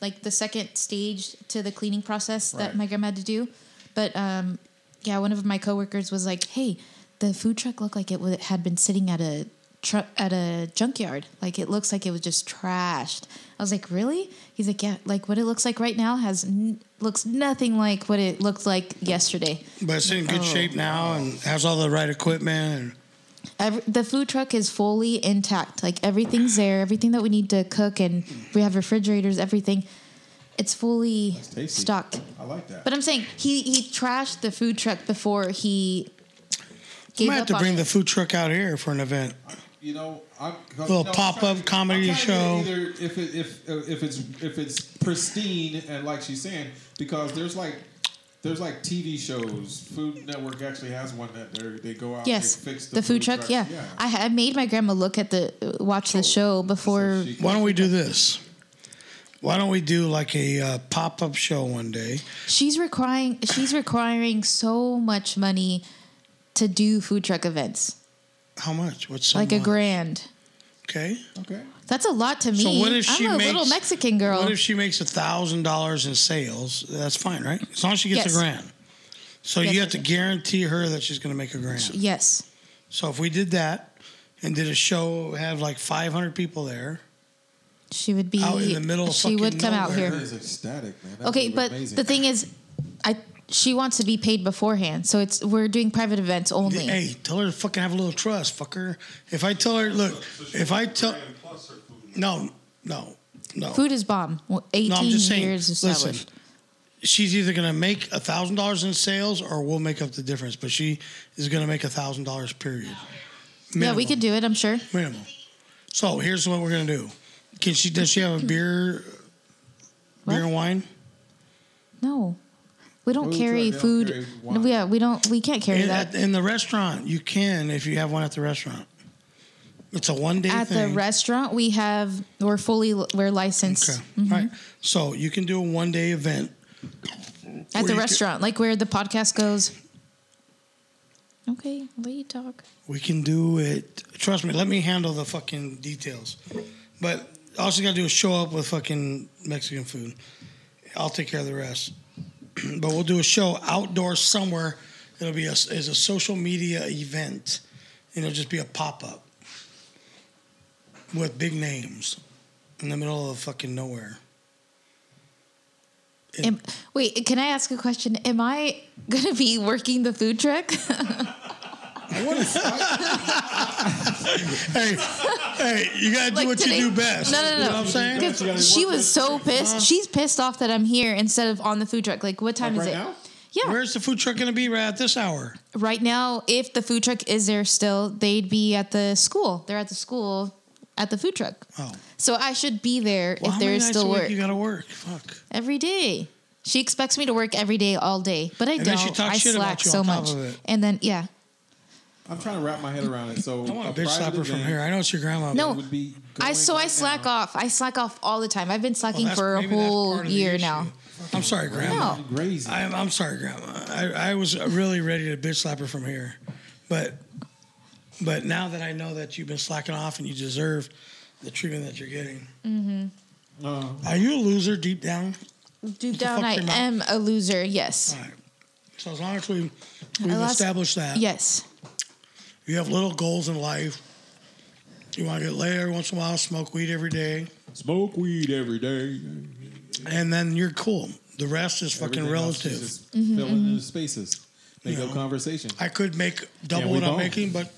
like the second stage to the cleaning process that Right. my grandma had to do. But um, yeah, one of my coworkers was like, "Hey, the food truck looked like it wa- had been sitting at a truck at a junkyard. Like it looks like it was just trashed." I was like, "Really?" He's like, "Yeah, like what it looks like right now has n- looks nothing like what it looked like yesterday." But it's in good Oh. shape now and has all the right equipment. And Every, the food truck is fully intact. Like everything's there, everything that we need to cook, and we have refrigerators, everything. It's fully tasty. stocked. I like that. But I'm saying he he trashed the food truck before he we gave might up have to on bring it. the food truck out here for an event. you know, I'm, Little pop-up comedy show. Either if it, if if it's if it's pristine and like she's saying, because there's like there's like TV shows. Food Network actually has one that they they go out. yes, they fix the, food, truck. Yeah, I, ha- I made my grandma look at the watch the show before. she- Why don't we do this? Why don't we do like a uh, pop up show one day? She's requiring she's requiring so much money to do food truck events, How much? What's so like a much? grand. Okay. okay. That's a lot to me. So what if she I'm a makes little Mexican girl. What if she makes a thousand dollars in sales? That's fine, right? As long as she gets Yes. a grand. So Yes, you have I to do. guarantee her that she's going to make a grand. yes. So if we did that and did a show, have like five hundred people there. She would be Out in the middle of She would fucking come out nowhere. That here. is ecstatic, man. That Okay, would be but amazing. the thing is, I she wants to be paid beforehand, so it's we're doing private events only. Hey, tell her to fucking have a little trust, fucker. If I tell her, look, if I tell, plus her food. no, no, no. Food is bomb. Well, Eighteen No, I'm just saying. years Listen, established. she's either going to make a thousand dollars in sales, or we'll make up the difference. But she is going to make a thousand dollars. Period. Yeah, we Minimum. could do it. I'm sure. minimum. So here's what we're going to do. Can she? Does she have a beer? Mm-hmm. What? Beer and wine. No, we don't Food carry truck, they don't food. carry No, wine. yeah, we don't. We can't carry In, that in the restaurant, you can if you have one at the restaurant. It's a one day at the thing. restaurant. We have. We're fully. We're licensed Okay. Mm-hmm. Right. So you can do a one day event at Where the you ca- restaurant, like where the podcast goes. Okay, let you talk. We can do it. Trust me. Let me handle the fucking details. But all she got to do is show up with fucking Mexican food. I'll take care of the rest. but we'll do a show outdoors somewhere. It'll be a, is a social media event. And it'll just be a pop up with big names in the middle of fucking nowhere. Yeah. Am, wait, can I ask a question? Am I gonna be working the food truck? Hey, hey, you gotta do what today- you do best. No, no, no. You know what I'm saying? Uh-huh. 'Cause she was so pissed. She's pissed off that I'm here instead of on the food truck. Like, what time Like is right it? now? Yeah, Where's the food truck gonna be right at this hour? right now. If the food truck is there still, they'd be at the school. They're at the school at the food truck. Oh. So I should be there Well, if how there many is nights still a week work You gotta work. Fuck. every day. She expects me to work every day, all day, but I And don't. then she talks I shit slack about you so on top much, of it. and then yeah, I'm trying to wrap my head around it. So I want a bitch private slapper from event here. I know it's your grandma. No. would be I going so right I slack now. off. I slack off all the time. I've been but- slacking Well, that's- for a maybe that's whole part of the year issue. now. I'm sorry, grandma. No. Crazy. I'm, I'm sorry, grandma. I, I was really ready to bitch slap her from here, but but now that I know that you've been slacking off and you deserve the treatment that you're getting, Uh, are you a loser deep down? Deep down, fuck I your mouth. am a loser. Yes. All right. So as long as we we've I lost- established that, Yes. you have little goals in life. You want to get laid every once in a while, smoke weed every day, smoke weed every day. and then you're cool. The rest is fucking Everything else is relative. Just Mm-hmm, filling in the spaces, make You up know. conversation. I could make double we what I'm bone. making, but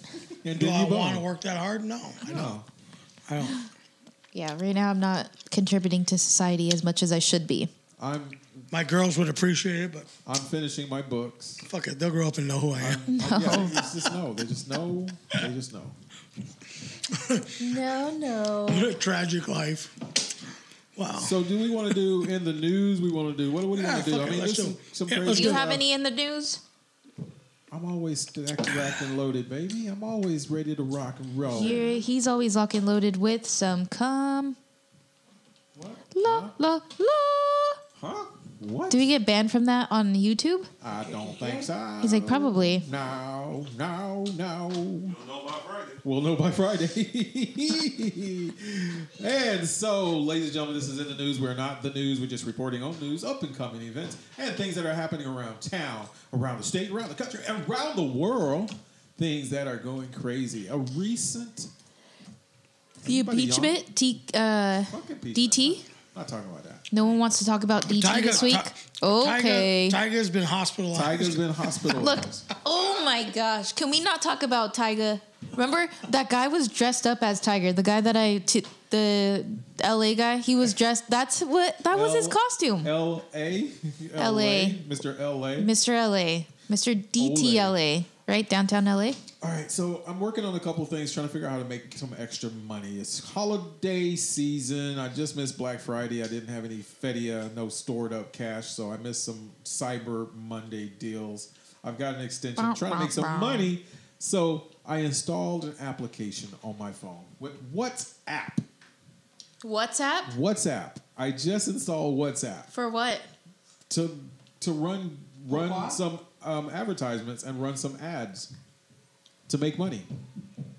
And do then I you want to bone. work that hard? No, I don't. No. I don't. Yeah. Right now, I'm not contributing to society as much as I should be. I'm My girls would appreciate it, but I'm finishing my books. Oh, fuck it, they'll grow up and know who I am. I'm, no. yeah, they just know. They just know. They just know. No, no. What a tragic life. Wow. So do we want to do in the news? We want to do what do we Yeah, want to do? fuck I it, mean, let's this is do- some yeah, let's crazy. Do you do stuff. have any in the news? I'm always active, acting loaded, baby. I'm always ready to rock and roll. You're, he's always locking loaded with some cum. La la la. Huh? What? Do we get banned from that on YouTube? I don't think so. He's Uh, like, probably. No, no, no. You'll know by Friday. We'll know by Friday. and so, ladies and gentlemen, this is in the news. We're not the news. We're just reporting on news, up and coming events, and things that are happening around town, around the state, around the country, around the world. Things that are going crazy. A recent The Anybody impeachment, T, uh, fucking piece. DT. Not talking about that. No one wants to talk about DT Tyga- this week. Ty- okay. Tyga, Tyga's been hospitalized. Tiger's been hospitalized. Look, oh my gosh, can we not talk about Tyga? Remember that guy was dressed up as Tiger. The guy that I t- the LA guy, he was dressed. That's what that was his L- costume. L A L A Mr. L A. Mr. LA, Mr. DTLA, right downtown LA. All right, so I'm working on a couple things, trying to figure out how to make some extra money. It's holiday season. I just missed Black Friday. I didn't have any fedia, no stored up cash, so I missed some Cyber Monday deals. I've got an extension. I'm trying to make some money, so I installed an application on my phone with WhatsApp. WhatsApp WhatsApp. I just installed WhatsApp for what? to to run run some um, advertisements and run some ads to make money.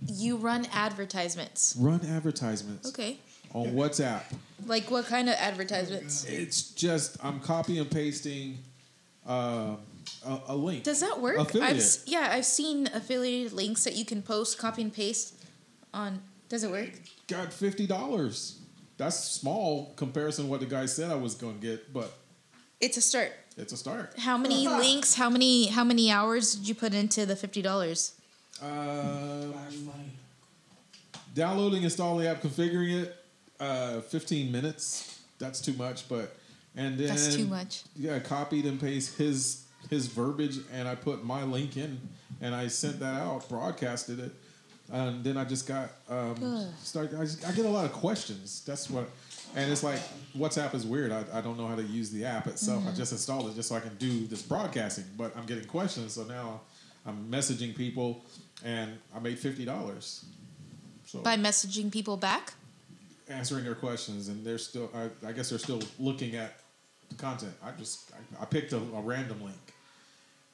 You run advertisements. Run advertisements. Okay. on WhatsApp. Like what kind of advertisements? It's just I'm copy and pasting uh, a, a link. Does that work? Affiliate. I've s- yeah, I've seen affiliated links that you can post, copy and paste on. Does it work? Got fifty dollars. That's small comparison to what the guy said I was gonna get, but It's a start. it's a start. How many links? How many? How many hours did you put into the fifty dollars? Um, downloading, installing the app, configuring it, uh, fifteen minutes. That's too much, but and then That's too much. Yeah, I copied and pasted his his verbiage, and I put my link in, and I sent that out, broadcasted it, and then I just got um, Ugh. start. I, just, I get a lot of questions. That's what, and it's like WhatsApp is weird. I, I don't know how to use the app itself. Mm-hmm. I just installed it just so I can do this broadcasting, but I'm getting questions. So now I'm messaging people, and I made fifty dollars. So By messaging people back. answering their questions, and they're still. I, I guess they're still looking at the content. I just I, I picked a, a random link,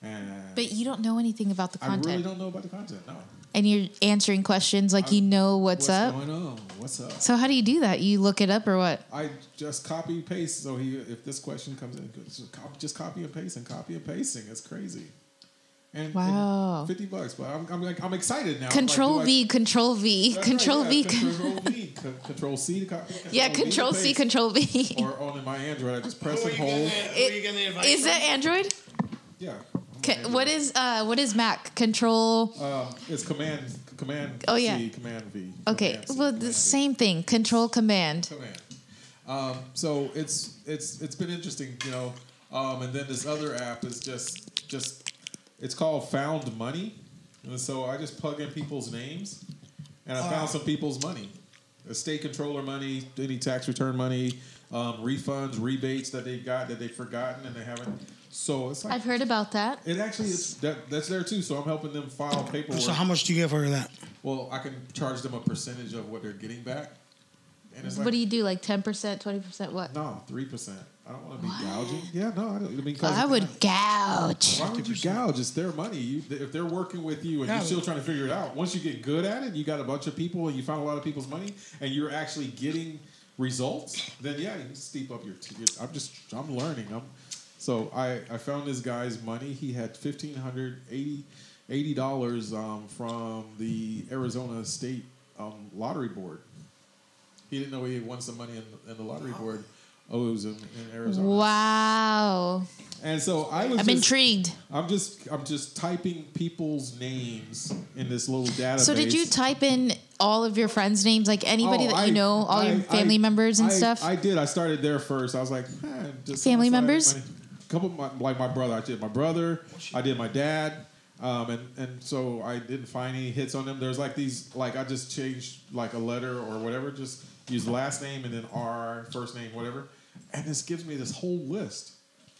and But you don't know anything about the I content, really don't know about the content. No, and you're answering questions like you know what's, up. going on? What's up? So how do you do that? You look it up or what? I just copy paste. So he, if this question comes in, just copy, just copy and paste and copy and pasting. It's crazy. And, and Wow. fifty bucks. But I'm, I'm like I'm excited now. I'm like, Control do I- V, Control V, That's right, Control yeah, V. Control V. co- Control C to copy. Yeah, V to Control C, paste. Control V. Or on my Android, I just press Who are and Oh, you getting hold. the- who are you getting the advice Is that Android? Yeah. Ca what is uh what is Mac? Control. Um, it's command, command. Oh, yeah. C, command V. Okay, command C, well command V, the same thing. Control Command. Command. Um, so it's it's it's been interesting, you know. Um, and then this other app is just just it's called Found Money, and so I just plug in people's names, and I Ah. found some people's money, estate controller money, any tax return money, um, refunds, rebates that they've got that they've forgotten and they haven't. So it's like I've heard about that. it actually is that, that's there too. So I'm helping them file paperwork. So how much do you get for that? Well, I can charge them a percentage of what they're getting back. And it's like, What do you do? Like ten percent, twenty percent? What? no, 3%. I don't want to be gouging. Yeah, no, I, don't, I mean, 'cause- I would gouge. Why would you gouge? It's their money. You, if they're working with you and Yeah, you're still but- trying to figure it out, once you get good at it, you got a bunch of people and you found a lot of people's money and you're actually getting results, then yeah, you steep up your, t- your I'm just, I'm learning. I'm, so I, I found this guy's money. He had fifteen hundred eighty eighty dollars um, from the Arizona State um, Lottery Board. He didn't know he had won some money in, the- in the lottery board. Oh, it was in, in Arizona. Wow. And so I was. I'm just- intrigued. I'm just I'm just typing people's names in this little database. So did you type in all of your friends' names, like anybody Oh, that I- you know, all I- your family I- members and I- stuff? I did. I started there first. I was like, eh, just someone Family said I had members? money. couple of my, like my brother. I did my brother. I did my dad. Um, and, and so I didn't find any hits on them. There's like these, like I just changed like a letter or whatever, just use last name and then R, first name, whatever. And this gives me this whole list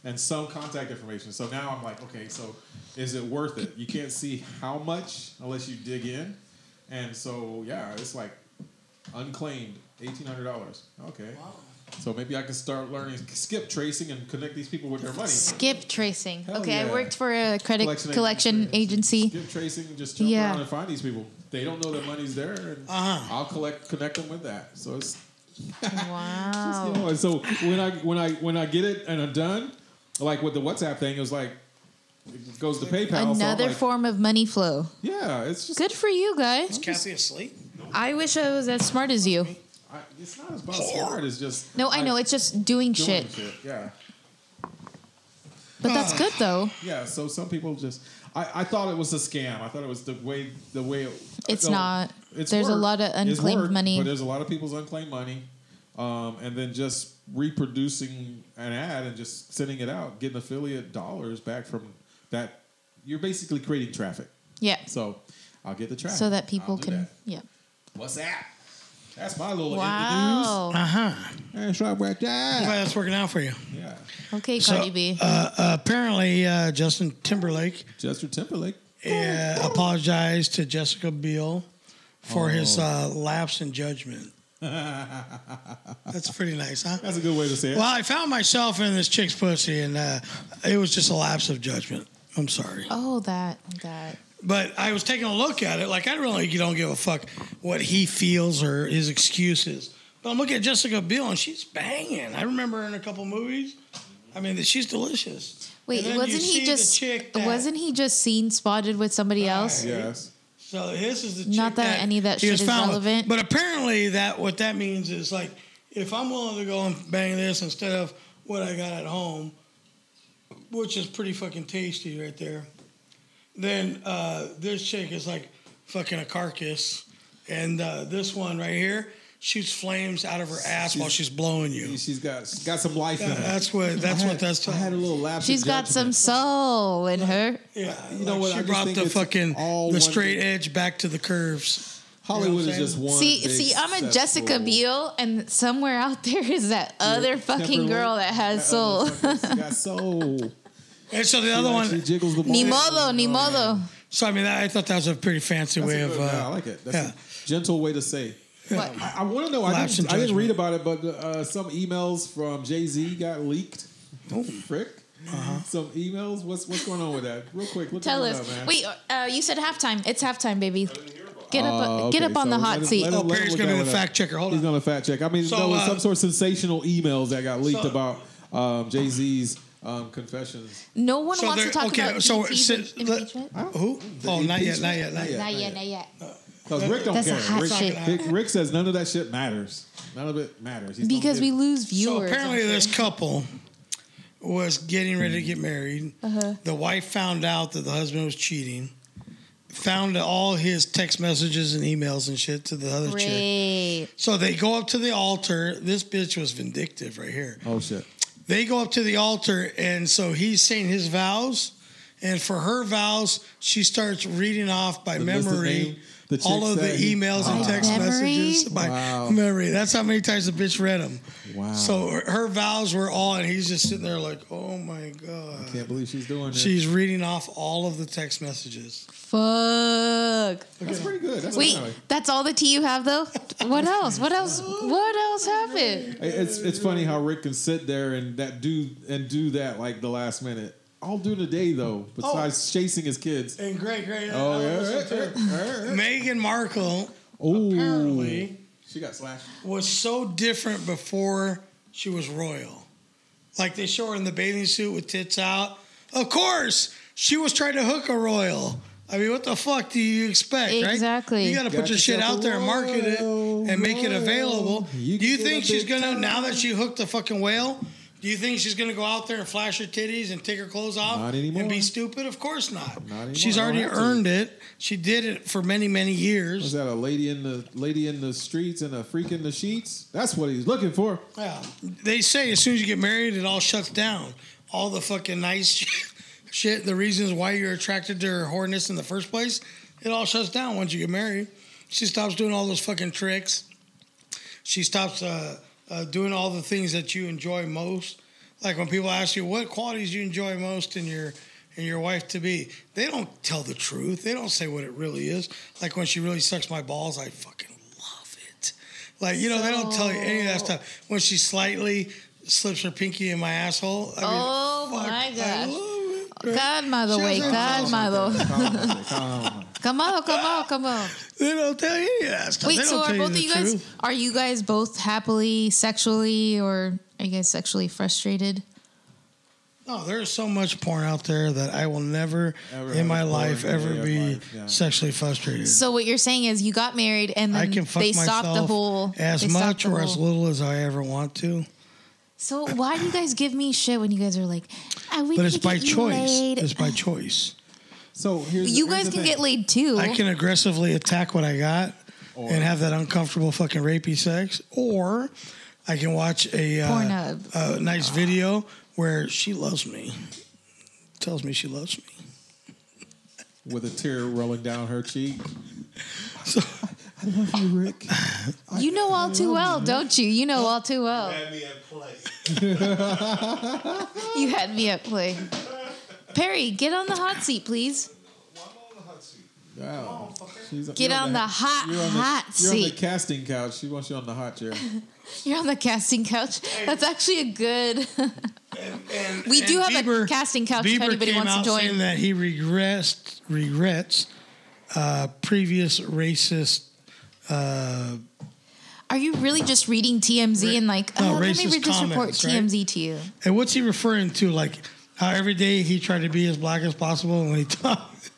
and some contact information. So now I'm like, okay, so is it worth it? You can't see how much unless you dig in. And so, yeah, it's like unclaimed $1,800. Okay. So maybe I can start learning, skip tracing and connect these people with their money. Skip tracing. Hell okay, yeah. I worked for a credit Collection collection, agency. agency. Skip tracing and just jump Yeah. around and find these people. They don't know their money's there. And Uh-huh. I'll collect, connect them with that. So it's Wow. Oh, and so when I when I when I get it and I'm done, like with the WhatsApp thing, it was like it goes to PayPal. so I'm Another like, form of money flow. Yeah, it's just Good for you guys. Kathy asleep? Oh. I wish I was as smart as you. I, it's not as about smart. It's just No, I know like, it's just doing doing shit, Yeah, but Ah. that's good though. yeah. So some people just I, I thought it was a scam. I thought it was the way the way it, It's no, not. There's a lot of It's unclaimed work, money. but there's a lot of people's unclaimed money. Um, and then just reproducing an ad and just sending it out, getting affiliate dollars back from that. You're basically creating traffic. Yeah. So I'll get the track. So that people I'll do can. that. Yeah. What's that? That's my little wow. Wow. Uh huh. in the news. That's right, right Glad there. that's working out for you. Yeah. Okay, So, Cardi B. Uh, apparently, uh, Justin Timberlake Justin Timberlake. uh, apologized to Jessica Biel for his uh, lapse in judgment. That's pretty nice, huh? That's a good way to say it. Well, I found myself in this chick's pussy, and uh, it was just a lapse of judgment. I'm sorry, oh, that that. but I was taking a look at it. Like I really don't give a fuck what he feels or his excuses. But I'm looking at Jessica Biel, and she's banging. I remember her in a couple movies. I mean, she's delicious. Wait, And then you wasn't see he the just chick that- Ah, wasn't he just seen spotted with somebody else? yes. So this is the Not chick that any of that he shit was is found with. relevant. But apparently, that what that means is like if I'm willing to go and bang this instead of what I got at home, which is pretty fucking tasty right there, then uh, this chick is like fucking a carcass, and uh, this one right here shoots flames out of her ass while she's blowing you. She's got she's got some life in That- her. that's what that's I had, what that's I talking. had a little lapse. She's of got some judgment. soul in her. yeah, you know like what, She I just brought think the it's fucking all the one straight big- edge back to the curves. Hollywood You know is what I'm just one. See, big see, I'm a Jessica cesspool. Biel, and somewhere out there is that Yeah, other fucking Timberlake. girl that has That soul. other fucker, She got soul. And so the other She one, jiggles the ball. Ni modo, ni modo. So I mean, I thought that was a pretty fancy That's a way of. good- Uh, no, I like it. That's yeah. a gentle way to say. What? I, I want to know. I Lapse didn't, in I didn't read judgment. about it, but uh, some emails from Jay Z got leaked. Oh. Frick. Uh-huh. Some emails. What's what's going on with that? Real quick, look Tell that us. up, man. Wait, uh, you said halftime. It's halftime, baby. Get up, Uh, get okay, up on so the let hot him- seat. let him- oh, let him Perry's look gonna that be the one up. fact checker. Hold He's on. gonna fact check. I mean, So, there was uh, some sort of sensational emails that got leaked so- about um, Jay Z's um, confessions. No one So wants to there- talk okay, about so GT's since- let- impeachment. Who? Oh, not E yet, not yet, not yet. Not yet, not yet. Because Rick don't That's a care. hot Rick, shit. Rick, Rick says none of that shit matters. None of it matters. He's gonna Because get- we lose So viewers. apparently, I'm this sure. couple was getting ready to get married. The wife found out that the husband was cheating. Found all his text messages and emails and shit to the other chick. Great. So they go up to the altar. This bitch was vindictive right here. Oh shit. they go up to the altar and so he's saying his vows and for her vows she starts reading off by The list of name- memory the chicks all of the that he- emails and By text memory? messages by Wow. memory that's how many times the bitch read them Wow. so her her vows were all and he's just sitting there like oh my god Can't believe she's doing this. she's reading off all of the text messages Fuck. That's pretty good. That's Wait, good. that's all the tea you have though? What else? What else? What else happened? It's it's funny how Rick can sit there and that do and do that like the last minute. All during the day though, Oh. besides chasing his kids. and great great Oh yeah. Meghan Markle Oh, apparently she got slashed. was so different before she was royal. Like they show her in the bathing suit with tits out. Of course, she was trying to hook a royal. I mean, what the fuck do you expect, right? Exactly. You got to put Got your shit yourself a out there and market it royal, and make it royal. available. You do you get a think she's big going to, now that she hooked the fucking whale, do you think she's going to go out there and flash her titties and take her clothes off Not anymore. and be stupid? Of course not. Not anymore. She's I don't already have to. earned it. She did it for many, many years. Was that a lady in the lady in the streets and a freak in the sheets? That's what he's looking for. Yeah. They say as soon as you get married, it all shuts down. All the fucking nice shit. shit, the reasons why you're attracted to her horniness in the first place, it all shuts down once you get married. She stops doing all those fucking tricks. She stops uh, uh, doing all the things that you enjoy most. Like when people ask you what qualities you enjoy most in your in your wife to be, they don't tell the truth. They don't say what it really is. Like when she really sucks my balls, I fucking love it. Like you know, they don't tell you any of that So- stuff. When she slightly slips her pinky in my asshole, I mean, Oh, fuck, my I gosh. love it, bro. Godmother, She wait, has her balls Godmother. Calm, calm. Come on, come on, come on. They don't tell you any of that stuff. Wait, they so don't are tell both of the you guys truth. are you guys both happily sexually or are you guys sexually frustrated? No, there's so much porn out there that I will never Ever have in my a porn life day ever of be life, yeah. sexually frustrated. So what you're saying is you got married and then I can fuck they myself stopped the whole as they stopped much the or as whole- little as I ever want to. So why do you guys give me shit when you guys are like, I we But can it's by get you choice. laid." It's by choice. So here's You here's guys the can thing. get laid too. I can aggressively attack what I got Or- and have that uncomfortable fucking rapey sex, or I can watch a uh, Pornhub. a nice video where she loves me, tells me she loves me. with a tear rolling down her cheek. So- I love you, Rick. you know all too well, don't you? You know all too well. Had me at play. You had me at play. Perry, get on the hot seat, please. Well, I'm on the hot seat. Wow. She's- Get you're on the hot, you're on the- hot You're on the seat. casting couch. She wants you on the hot chair. You're on the casting couch. That's actually a good. And, We do have a casting couch if Bieber anybody came wants to out join. saying that he regrets regrets uh, previous racist. Uh, Are you really just reading TMZ and like, No, oh, let me racist read this report comments, right? TMZ to you? and what's he referring to? Like how every day he tried to be as black as possible, and when he talked,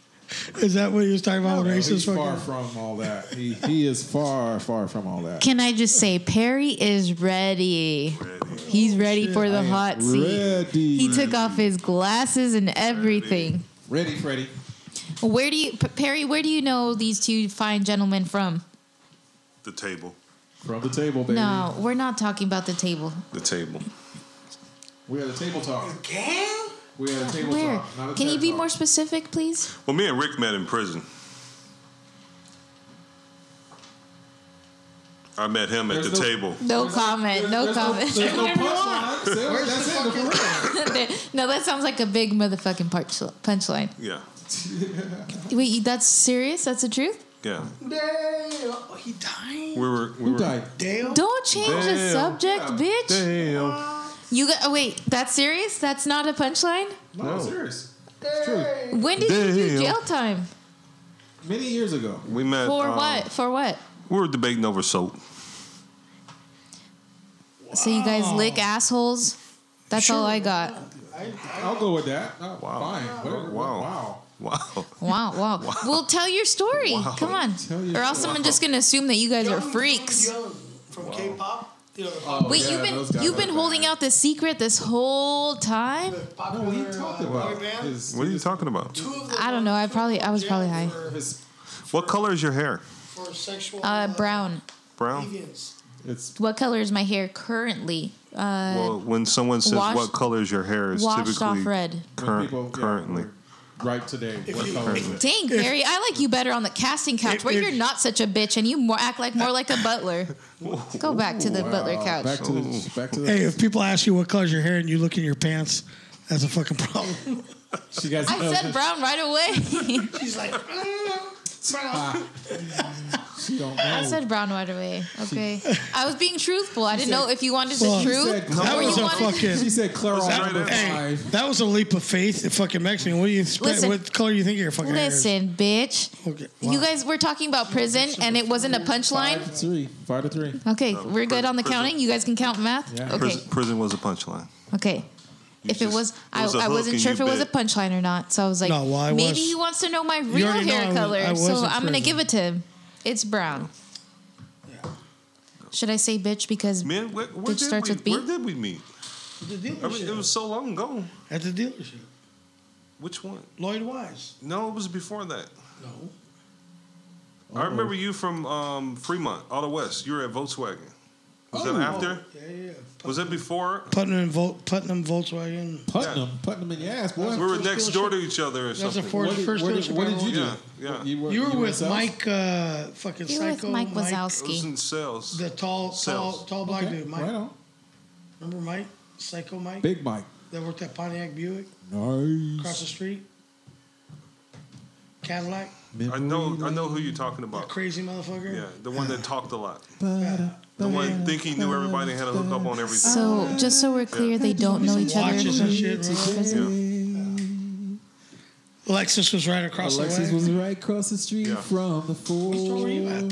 is that what he was talking about? with He's racist far fucking. from all that. He, he is far, far from all that. Can I just say, Perry is ready. He's ready for the I am hot seat. Ready. He took off his glasses and everything. ready, Freddy. Where do you, P- Perry? Where do you know these two fine gentlemen from? The table. From the table, baby. No, we're not talking about the table. The table. We had a table talk. We had a table Where? talk. Not a Can you TED be talk. more specific, please? Well, me and Rick met in prison. I met him at There's the no- table. No comment. There's- no there's comment. there's no punchline. Say what- That's it. the for real. no, that sounds like a big motherfucking punch- punchline. Yeah, Wait, you- that's serious? That's the truth? yeah. Dale, he dying. We were. We Who were died? Dale, Don't change the Damn. subject, Yeah. bitch. Damn. You got. Oh, wait, that's serious? That's not a punchline. No, I'm serious. It's true. When did you do Damn. jail time? Many years ago. We met. For um, what? For what? We were debating over soap. So you guys lick assholes? That's all I got. I'll go with that. Oh, Wow. Fine. Whatever. Wow. Wow. Wow. Wow, wow. Well, tell your story. Come on. Tell your Or else story. I'm just gonna assume that you guys are freaks. from K-pop. Oh, Wait, yeah, those you've been guys you've are been bad. holding out this secret this whole time. No, we uh, talked about his, What are you talking about? I don't know. I probably I was probably high. his. What color is your hair? For sexual Uh, brown. Brown. deviance. It's What color is my hair currently? Uh, Well, when someone says washed- what color is your hair, is washed off typically red. when current. people yeah, currently, right today. What color is it? Dang, Barry, I like you better on the casting couch If- where if- you're not such a bitch and you more act like more like a butler. Go back to the butler Wow, couch. Back to the back to the. Hey, if people ask you what color's your hair and you look in your pants, that's a fucking problem. She guys. I said brown right away. She's like, She don't know. I said brown right away. Okay. I was being truthful. I didn't know if you wanted Well, the she truth. said that or Clara- was you a wanted- She fucking. said Clara that number right? Hey, five. that was a leap of faith. The fucking Mexican. What do you expect? Listen. what color you think your fucking hair Listen, bitch. is? Okay, You Oh, wow. guys were talking about prison and it wasn't a punchline. Five to three. Five to three. Okay, we're good on the prison- counting. You guys can count math. Yeah. Okay, prison, prison was a punchline. okay. If just- it was, it I, was a I hook wasn't and sure you if it was a bit. punchline or not. So I was like, No, well, I maybe was- he wants to know my real already know I hair was- color. I was so in I'm gonna prison. give it to him. It's brown. Should I say bitch because Man, where, where Bitch did starts we? with B? Where did we meet? The I mean, it dealership. was so long ago. At the dealership. Which one? Lloyd Wise. No, it was before that. No. I remember you from um, Fremont, out of West. You were at Volkswagen. Was that after? Yeah, yeah. Was that before? Putnam, Vol- Putnam Volkswagen. Putnam, Putnam in your ass, boy. We were next door to each other or That's a something. Ford What did, first what did- dealership what I did you owned. do? Yeah, yeah. You were, You were in with sales? Mike, uh, fucking You were with psycho. Mike It was Wazowski. in sales. the tall, tall, Sales. tall black Okay, dude. Mike, Right on. remember Mike? Psycho Mike Big Mike. that worked at Pontiac Buick across the Nice. street. Cadillac, I know. I know who you're talking about. crazy motherfucker. Yeah, the one that talked a lot. Uh, Ba-da, The one ba-da, think he knew everybody and had a hook up on everything. So, just so we're clear, they don't know each other. Watches and shit. remember? Because- Lexus was right across Alexis the way. was right across the street Yeah. from the Ford. What store were you at?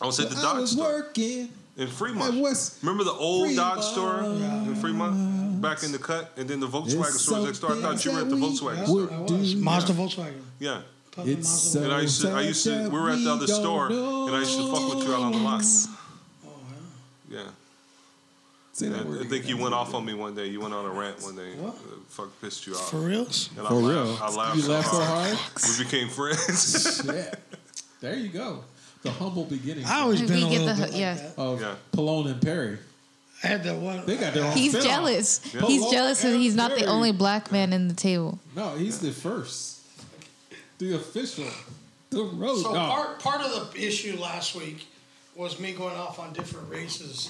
I was at the I Dodge was store working. in At Fremont. West. Remember the old Fremont. Dodge store in Fremont, back in the cut, and then the Volkswagen It's store was next door. I thought you were at the something Volkswagen that store. we- I was. Dude. Mazda Volkswagen. Yeah, Putnam It's Mazda so and I used to. I sad used to. that We were at we the other don't store, know and I used to fuck with you out on the lot. Yeah, Say and that I- word I think again. you went off on me one day. You went on a rant one day. What? Uh, Fuck, pissed you off. For reals? And I For laughed- real? I laughed You so laughed so hard. hard? We became friends. Shit. There you go. The humble beginning I always We been a get little the- bit like yeah. that. of Yeah. Pallone and Perry. I had that one. They got their own He's film. jealous. Yeah. He's jealous that he's not the Very. only black man in the table. No, he's the first. The official. The road So dog. part part of the issue last week was me going off on different races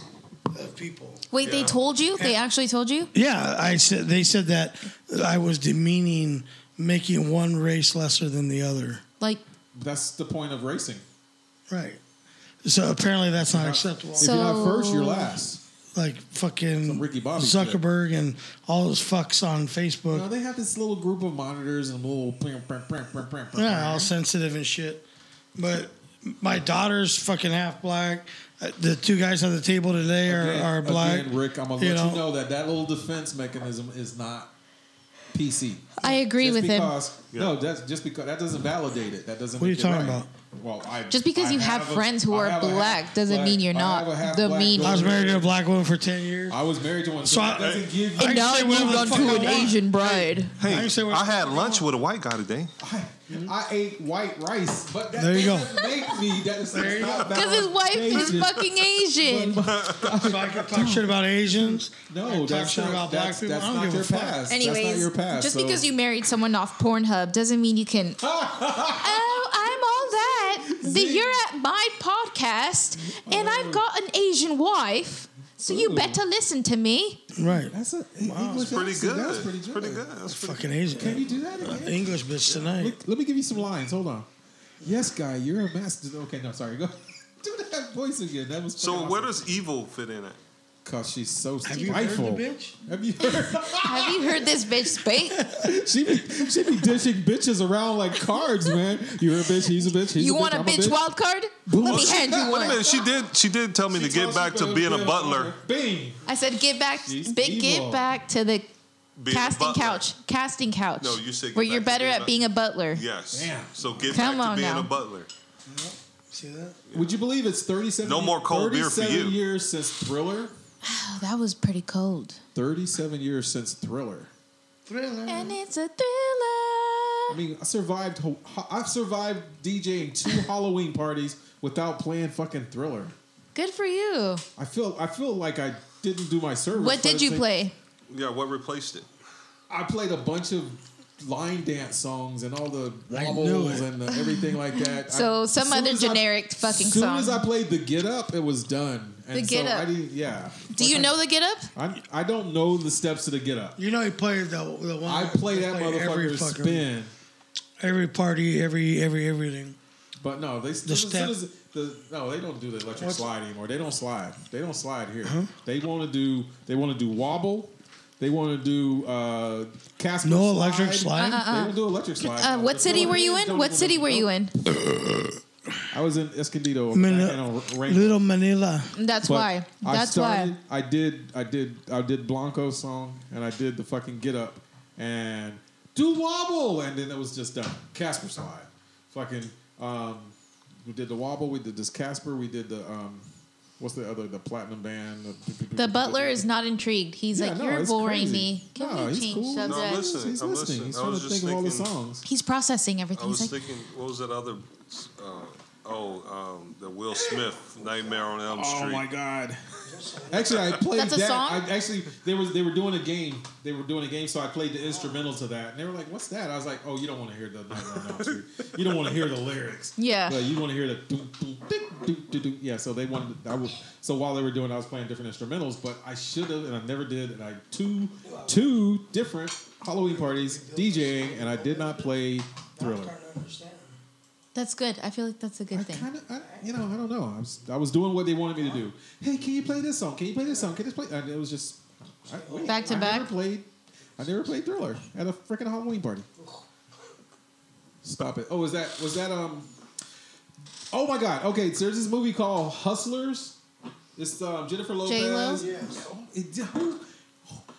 of people. Wait, they told you? They actually told you? Yeah, I said they said that I was demeaning making one race lesser than the other. Like, That's the point of racing. Right. So apparently that's not acceptable. if you're not So- first, you're last. Like fucking Some Ricky Bobby shit. Zuckerberg and all those fucks on Facebook. No, they have this little group of monitors and little. prim, prim, prim, prim, prim, prim. Yeah, all sensitive and shit. But my daughter's fucking half black. Uh, The two guys at the table today are, Again- are black. Again, Rick, I'm gonna You let know. you know that that little defense mechanism is not PC. I agree Just with him. because, No, that's just because that doesn't validate it. That doesn't. What are make you it talking right. about? Well, I, Just because I you have a- friends who I are have a half black doesn't mean you're I not have a half the black mean- girl. I was married to a black woman for 10 years. I was married to one, so, So I- that doesn't give I- you. And now I moved on to an Asian bride. Hey, I I, say we're- had lunch with a white guy today. I, I ate white rice, but that There you go. doesn't make me. That is There it's you not Because his wife is validation. fucking Asian. So I can talk shit about Asians. I No, can talk that's shit not, about black that's, people. that's I don't not give your a fuck. past. that's Anyways, not your past. just so- because you married someone off Pornhub doesn't mean you can. oh, I'm all that. That you're at my podcast, and I've got an Asian wife, so you Ooh. better listen to me. Right. That's a English Pretty accent, good. That's pretty good. Pretty good. That's pretty Fucking Can you Asian. do that again? English bitch tonight. Let, let me give you some lines. Hold on. Yes, guy, you're a master. Okay, no, sorry. Go. Do that voice again. That was So fucking where awesome. does evil fit in it? Cause she's so Have you heard the spiteful. bitch? Have you heard? Have you heard this bitch speak? she be she be dishing bitches around like cards, man. You're a bitch. He's a bitch. He's You a bitch, want a I'm bitch wild card? Let me she- hand you Wait a one. minute, she did. She did tell me to get back to being a butler. Bing. I said, get back, She's bi- evil. get back to the Being a casting butler. couch. Casting couch. No, you said get where back you're to better being at a- being a butler. Yes. Damn. So get Come back on to being now. a butler. See that? Would you believe it's 37? No more cold beer for 37 you. years since Thriller. Oh, that was pretty cold. 37 years since Thriller. And it's a thriller. I mean, I survived. ho- ho- I've survived DJing two Halloween parties without playing fucking Thriller. Good for you. I feel. I feel like I didn't do my service. What but did it's you like- play? Yeah. What replaced it? I played a bunch of line dance songs and all the I wobbles knew it. and the, everything like that. So I- some soon other as generic fucking soon as song. I played the Get Up, it was done. And The Get so I Up. didn't, yeah. Do you know the get up? I, I don't know the steps to the Get Up. You know he played the, the one. I play that played every motherfucker fucking- spin. Every party, every every everything. But no, they as soon step. as the no, they don't do the electric What's- slide anymore. They don't slide. They don't slide here. They want to do. They want to do wobble. They want to do uh, Casper. No electric slide? They don't do electric slide. Uh, No, what the city Philly were you Heads in? don't What even- city were you in? I was in Escondido. Manila- back in uh, a rain- Little Manila. That's but why. I That's started, why. I did. I did. I did Blanco's song, and I did the fucking get up and do wobble, and then it was just done. Casper slide, fucking. Um, we did the wobble. We did this Casper. We did the um, what's the other? The platinum band. The butler is not intrigued. He's Yeah, like, no, you're it's boring crazy. me. Can No, we he's change cool. No, No, subject? I'm listening. He's I'm listening. listening. He's I trying to was think just of all the thinking. songs. He's processing I everything. was He's like, thinking. What was that other? Uh, Oh, um, the Will Smith Nightmare on Elm Street. Oh my god! Actually, I played That's a that. song? I actually they was they were doing a game. They were doing a game, so I played the instrumental to that, and they were like, "What's that?" I was like, "Oh, you don't want to hear the Nightmare on Elm Street. You don't want to hear the lyrics. Yeah. but you want to hear the doo, doo, doo, doo, doo, doo. yeah." So they wanted. I was, so while they were doing, it, I was playing different instrumentals, but I should have, and I never did. And I two two different Halloween parties DJing, and I did not play Thriller. That's good. I feel like that's a good I thing. kind of, you know, I don't know. I was, I was doing what they wanted me to do. Hey, can you play this song? Can you play this song? Can this play? And it was just I, wait, Back to I back? Never played, I never played Thriller at a freaking Halloween party. Stop it! Oh, is that was that um? Oh my God! Okay, so there's this movie called Hustlers. It's um, Jennifer Lopez. J-Lo? It- who-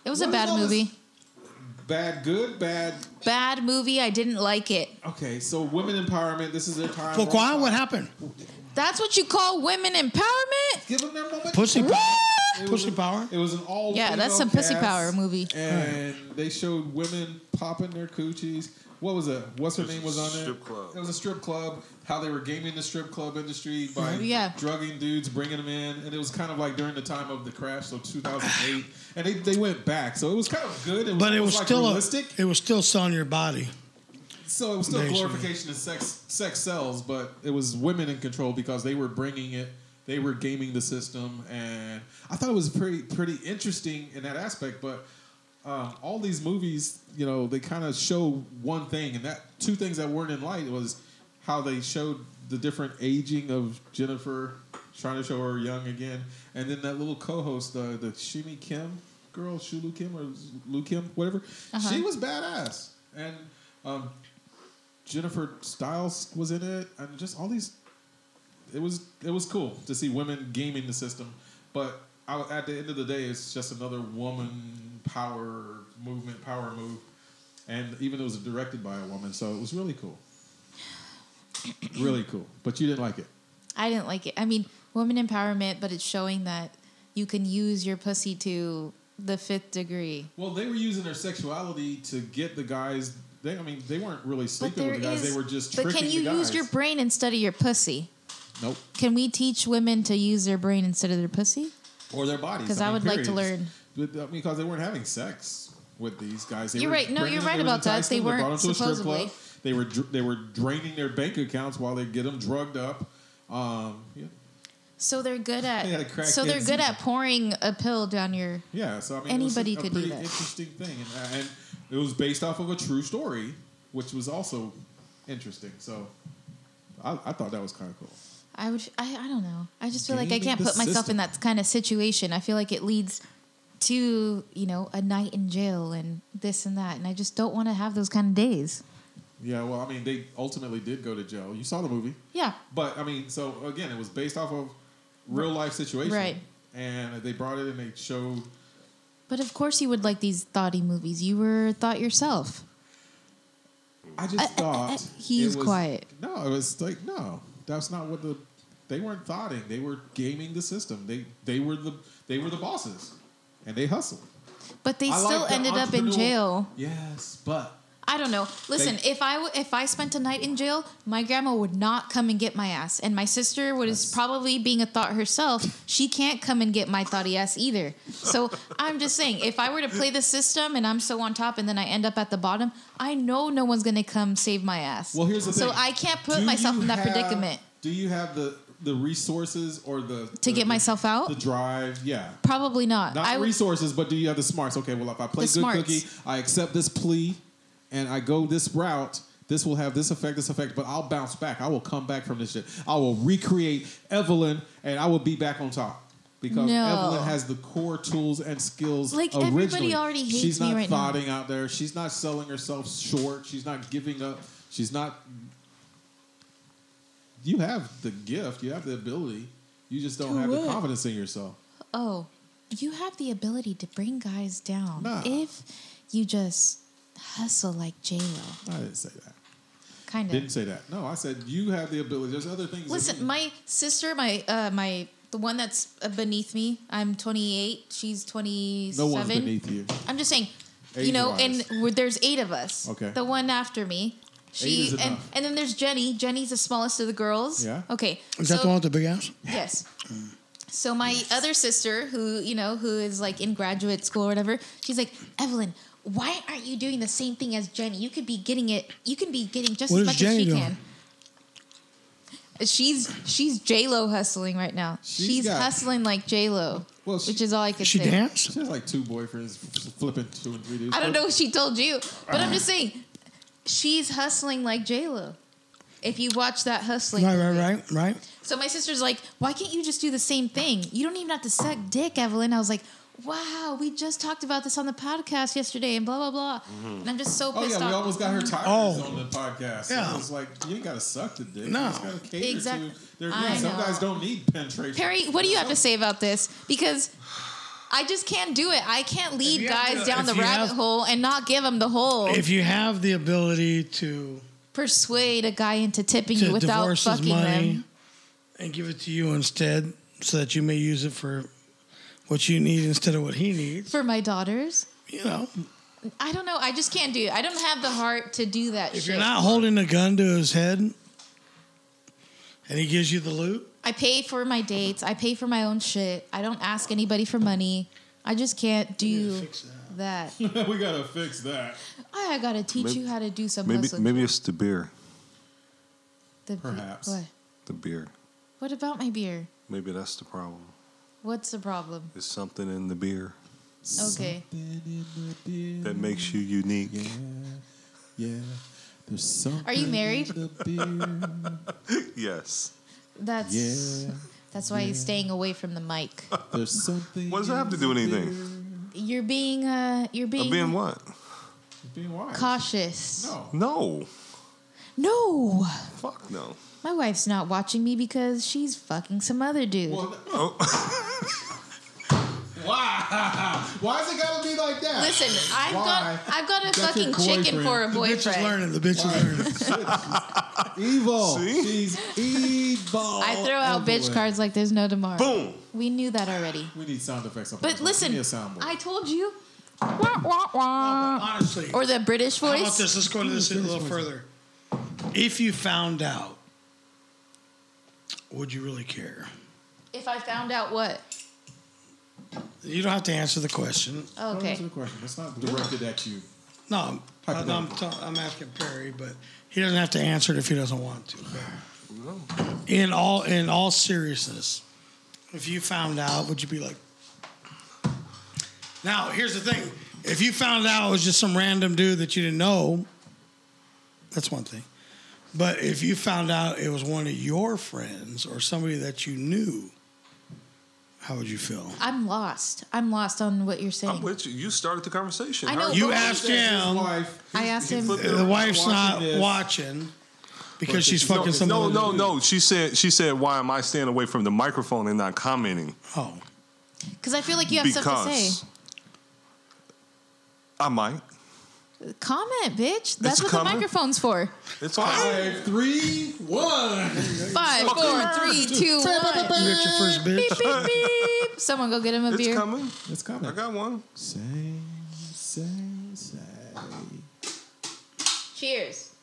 It was What a is bad all this- movie. Bad, good, bad. Bad movie. I didn't like it. Okay, so women empowerment. This is their time. For Kwan, what happened? That's what you call women empowerment? Give them their moment. Pussy power. It was Pussy an- power. It was an all Yeah, that's female some pussy cast, power movie. And they showed women popping their coochies. What was it? What's her It was name a was on there? strip club. It was a strip club. How they were gaming the strip club industry by Yeah. drugging dudes, bringing them in, and it was kind of like during the time of the crash, so 2008, and they, they went back. So it was kind of good, But it was like still a, realistic. it was still selling your body. So it was still Nation. glorification of sex sex sells, but it was women in control because they were bringing it. They were gaming the system, and I thought it was pretty pretty interesting in that aspect. But um, all these movies, you know, they kind of show one thing, and that two things that weren't in light was how they showed the different aging of Jennifer, trying to show her young again, and then that little co-host, uh, the Shimi Kim girl, Shulu Kim or Lu Kim, whatever, Uh-huh. she was badass, and um, Jennifer Styles was in it, and just all these. It was it was cool to see women gaming the system, but I, at the end of the day, it's just another woman power movement, power move, and even it was directed by a woman, so it was really cool. really cool, but you didn't like it. I didn't like it. I mean, women empowerment, but it's showing that you can use your pussy to the fifth degree. Well, they were using their sexuality to get the guys. They, I mean, they weren't really But sleeping there with is. the guys. they were just. but can tricking you the use guys. your brain instead of your pussy? Nope. Can we teach women to use their brain instead of their pussy? or their bodies. 'Cause I would like to learn. But, I mean, because they weren't having sex with these guys. They You're were right. No, bringing you're them- right there was about that. They enticement. brought them weren't, to a strip supposedly. club. They were dr- they were draining their bank accounts while they get them drugged up. Um, yeah, So they're good Yeah, the at crack so they're kids. good at pouring a pill down your. yeah. So I mean, Anybody it was a- could a do pretty that. interesting thing, and, uh, and it was based off of a true story, which was also interesting. So I, I thought that was kind of cool. I would. I, I don't know. I just feel like I Gaming can't the put myself system. in that kind of situation. I feel like it leads to you know a night in jail and this and that, and I just don't want to have those kind of days. Yeah. Well, I mean, they ultimately did go to jail. You saw the movie. Yeah. But I mean, so again, it was based off of real life situation, Right. And they brought it and they showed. But of course you would like these thoughty movies. You were a thought yourself. I Uh, uh, just uh, thought he's it was- quiet. No, it was like no, that's not what the they weren't thoughting. They were gaming the system. They they were the they were the bosses, and they hustled. But they I like still the ended up in entrepreneurial- jail. Yes, but I don't know. Listen, if I w- if I spent a night in jail, my grandma would not come and get my ass, and my sister was probably being a thought herself. She can't come and get my thoughty ass either. So I'm just saying, if I were to play the system and I'm so on top, and then I end up at the bottom, I know no one's gonna come save my ass. well, here's the so thing. I can't put Do myself you in that have- predicament. Do you have the the resources or the To the- get myself out? The drive, yeah. Probably not. Not I would. resources, but do you have the smarts? Okay, well, if I play The good smarts. cookie, I accept this plea, and I go this route. This will have this effect, this effect, but I'll bounce back. I will come back from this shit. I will recreate Evelyn, and I will be back on top because No. Evelyn has the core tools and skills. Like, originally. everybody already hates She's me not right now. thotting out there. She's not selling herself short. She's not giving up. She's not. You have the gift. You have the ability. You just don't To have the what? confidence in yourself. Oh, you have the ability to bring guys down Nah. if you just hustle like J Lo. I didn't say that. Kind of. Didn't say that. No, I said you have the ability. There's other things. that we- Listen, my sister, my uh, my the one that's uh, beneath me. I'm 28. She's 27. no one's beneath you. I'm just saying, you Age know, wise. and we're, there's eight of us. Okay. The one after Eight me, is She and, enough. and then there's Jenny. Jenny's the smallest of the girls. Yeah. Okay. Is that so- the one with the big ass? Yes. Mm. So my other sister, who you know, who is like in graduate school or whatever, she's like, Evelyn, why aren't you doing the same thing as Jenny? You could be getting it. You can be getting just What is as much Jenny as she doing? can. She's she's J Lo hustling right now. She's She's, got- hustling like J Lo, Well, she- which is all I could She say. dance? She has like two boyfriends, f- flipping two and three dudes. I don't know what she told you, but Uh-huh. I'm just saying, she's hustling like J Lo. If you watch that hustling, Right, right, movie. right, right. So my sister's like, "Why can't you just do the same thing? You don't even have to suck dick, Evelyn." I was like, "Wow, we just talked about this on the podcast yesterday, and blah blah blah." And I'm just so Oh pissed yeah, we off. almost got her tires Oh. on the podcast. Yeah, Yeah. it was like you ain't gotta suck the dick. No. you just gotta cater Exactly. to. There, I yeah, some know. guys don't need penetration. Perry, what do you have to say about this? Because I just can't do it. I can't lead you have guys to- down if the you rabbit have- hole and not give them the whole If you have the ability to, persuade a guy into tipping you to without divorce his fucking money them. and give it to you instead, so that you may use it for what you need instead of what he needs, For my daughters, you know. I don't know. I just can't do it. I don't have the heart to do that If shit. you're not holding a gun to his head and he gives you the loot, I pay for my dates. I pay for my own shit. I don't ask anybody for money. I just can't you do fix that. we gotta fix that. I gotta teach Maybe- you how to do some Maybe hustling. maybe it's the beer. The- Perhaps. What? The beer. What about my beer? Maybe that's the problem. What's the problem? It's something in the beer Okay. that makes you unique. Yeah, there's something. Are you married? in the beer. Yes. That's Yeah, that's why he's staying away from the mic. there's something. What does that have to in do the anything? You're being uh you're Of being, being what? beer. Being wise. cautious. No. No. No. Fuck no. My wife's not watching me because she's fucking some other dude. Well, th- Oh. wow. Why is it gotta be like that? Listen, I've Why? got I've got a That's your fucking chicken boyfriend. for a The bitch is boyfriend. learning. The bitch is Why? learning. Evil. See? She's evil. I throw out bitch Evelyn. cards like there's no tomorrow. Boom. We knew that already. We need sound effects. Up But on this one. listen, Give me a soundboard. I told you. Wah, wah, wah. Honestly, Or the British How about voice. this? Let's go into this a little further. If you found out, would you really care? If I found out what. You don't have to answer the question. Don't Okay. answer the question. It's not directed at you. No, I'm, I'm, I'm, ta- I'm asking Perry, but he doesn't have to answer it if he doesn't want to. In all in all seriousness, if you found out, would you be like? Now, here's the thing: if you found out it was just some random dude that you didn't know, that's one thing. But if you found out it was one of your friends or somebody that you knew, how would you feel? I'm lost. I'm lost on what you're I'm saying. with you. You started the conversation. I know, How- You Well, asked His him. wife. I asked him. flipped it The wife's not watching this. watching because she's she's- no, fucking somebody. No, else. no, no. She said. She said, "Why am I staying away from the microphone and not commenting?" Oh, Because I feel like you have stuff to because say. I might. Comment, bitch. That's a what comment. the microphone's for. It's fine. Five, three, one. Five, four, three, two, one. you got your first Beep, bitch. beep, beep. Someone go get him a It's beer. coming. It's I coming. got one. Say, say, say. Cheers.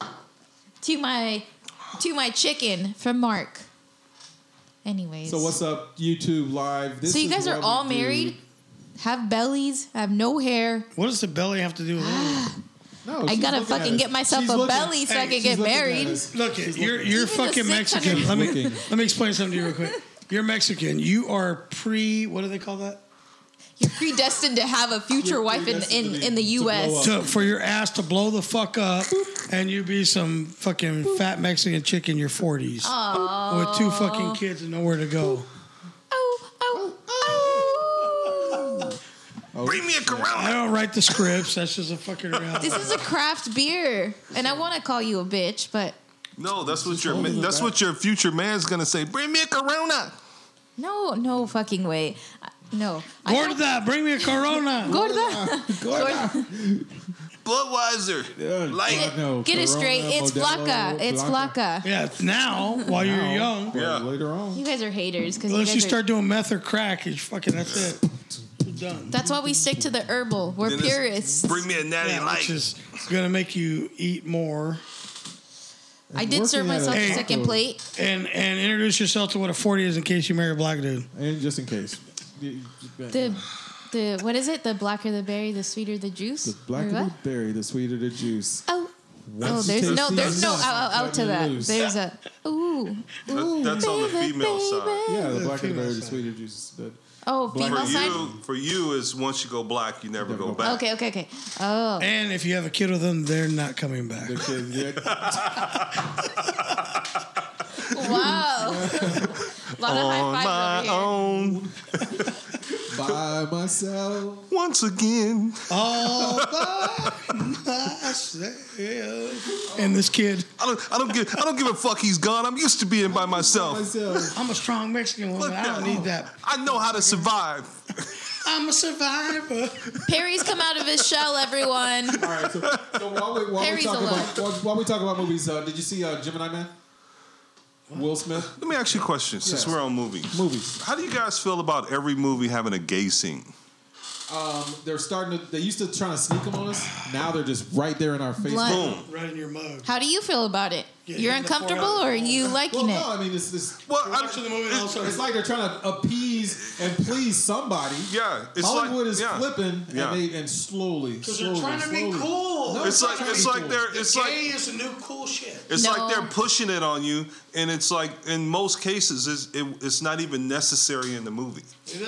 To my to my chicken from Mark. Anyways. So what's up, YouTube Live? This So you is guys are what all we do. married, have bellies, have no hair. What does the belly have to do with anything? No, I she's gotta looking at fucking us. get myself She's a looking. belly so I Hey, can She's get looking at married. us. Look, She's you're looking. you're Even the fucking 600 Mexican. Let me Looking. let me explain something to you real quick. You're Mexican. You are pre. What do they call that? You're predestined to have a future You're wife in predestined in, to be- in the to blow U.S. To, for your ass to blow the fuck up, and you be some fucking fat Mexican chick in your forties with two fucking kids and nowhere to go. Oh, oh, oh! Bring me a Corona. I don't write the scripts. That's just a fucking reality. This is a craft beer, and I want to call you a bitch, but No, that's what your holding it that's back. what your future man's gonna say. Bring me a Corona. no, no fucking way, I- no. I don't- Gorda, bring me a Corona. Gorda, Gorda. Budweiser. Light. Get, No, get Corona, it straight. It's Modelo, Flaca. It's Blanca. Flaca. Yeah, now while you're Now, young, but Yeah. Later on. You guys are haters because unless you guys are start doing meth or crack, it's fucking that's it. You're done. That's why we stick to the herbal. We're Then it's- purists. Bring me a Natty Yeah, Light. which is gonna make you eat more I did serve working at a myself a taco- second plate. And and introduce yourself to what a forty is in case you marry a black dude. And just in case, the, The the what is it? The blacker the berry, the sweeter the juice. the blacker Or what? the berry, the sweeter the juice. Oh. Once Oh, you there's taste no, these there's no nuts, out, out, let to me that. loose. There's a ooh, ooh. that's on the female side. Yeah, the The blacker the female berry, the side. sweeter the juice. The- Oh, But For female side. you, for you is once you go black, you never go back. Okay, okay, okay. Oh, And if you have a kid with them, they're not coming back. the kid, yeah, wow. lot of On high my fives over here. own, by myself. once again. All by myself. And this kid, I don't, I don't give, I don't give a fuck. He's gone. I'm used to being by myself. myself. I'm a strong Mexican woman. I don't need that. I know how to survive. I'm a survivor. Perry's come out of his shell, everyone. All right, so, so while we while we Harry's talk alone. about while, while we talk about movies, uh, did you see uh, Gemini Man? Will Smith Let me ask you a question. Since Yes. we're on movies, movies. how do you guys feel about every movie having a gay scene? They're starting to. They used to trying to sneak them on us. Now they're just right there in our face. Blunt. Boom. Right in your mug. How do you feel about it? Yeah, You're in the uncomfortable, forehead. or are you Well, liking no, it? I mean it's this. Well, You're I'm- watching the movie and all of a sudden- It's like they're trying to appease and please somebody. Yeah, it's Hollywood like, is yeah. flipping, Yeah. and they and slowly, Because they're slowly, trying to be slowly. cool. No, It's they're like trying to it's be like cool. they're it's gay like is the new cool shit. it's No. like they're pushing it on you, and it's like in most cases it's, it, it's not even necessary in the movie.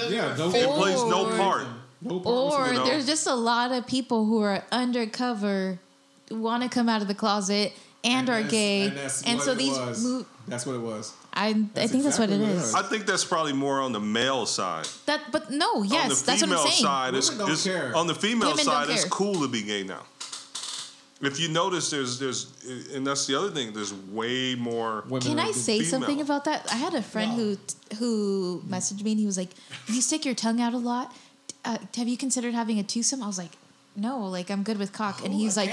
Yeah, no It plays no Or- part. No part Or whatsoever. know. there's just a lot of people who are undercover, want to come out of the closet and, are that's- gay, and, and, that's what so it these was. move. That's what it was. I, I think That's that's what it exactly what it is. is. I think that's probably more on the male side. That, but no, yes, on the that's what female I'm saying. side, it's, Women don't it's- care. on the female Women don't side, it's care. cool to be gay now. If you notice, there's there's, and that's the other thing. There's way more. Women Can are I just- say female. something about that? I had a friend who who messaged me and he was like, "You stick your tongue out a lot. Uh, have you considered having a twosome?" I was like, "No, like I'm good with cock." and he's like,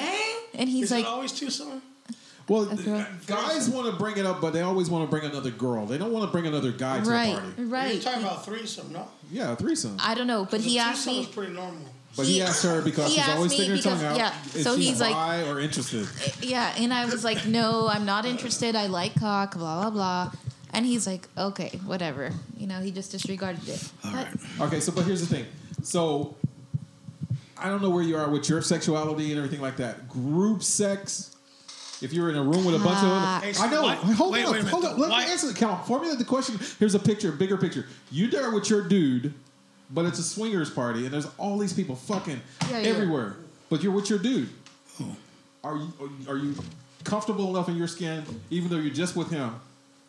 and he's Is like, it always two something? Well, girl. guys want to bring it up, but they always want to bring another girl. They don't want to bring another guy to "Right, the party. You're right." talking about threesome, no? Yeah, a threesome. I don't know, but The he asked threesome me. is pretty normal. But he, He- asked her because he she's asked always me sticking her tongue out. because- yeah, Is so she he's like- bi or interested. Yeah, and I was like, "No, I'm not interested. I like cock." Blah blah blah. And he's like, "Okay, whatever." You know, he just disregarded it. But Okay, so but here's the thing. So I don't know where you are with your sexuality and everything like that. Group sex. If you're in a room with a bunch of Ah. other, I know. Why- hold wait, on, wait a minute. hold on. Let Why- me answer the count. Formulate the question. Here's a picture, bigger picture. You there with your dude, but it's a swingers party, and there's all these people fucking Yeah, yeah. everywhere. But you're with your dude. Are you are you comfortable enough in your skin, even though you're just with him,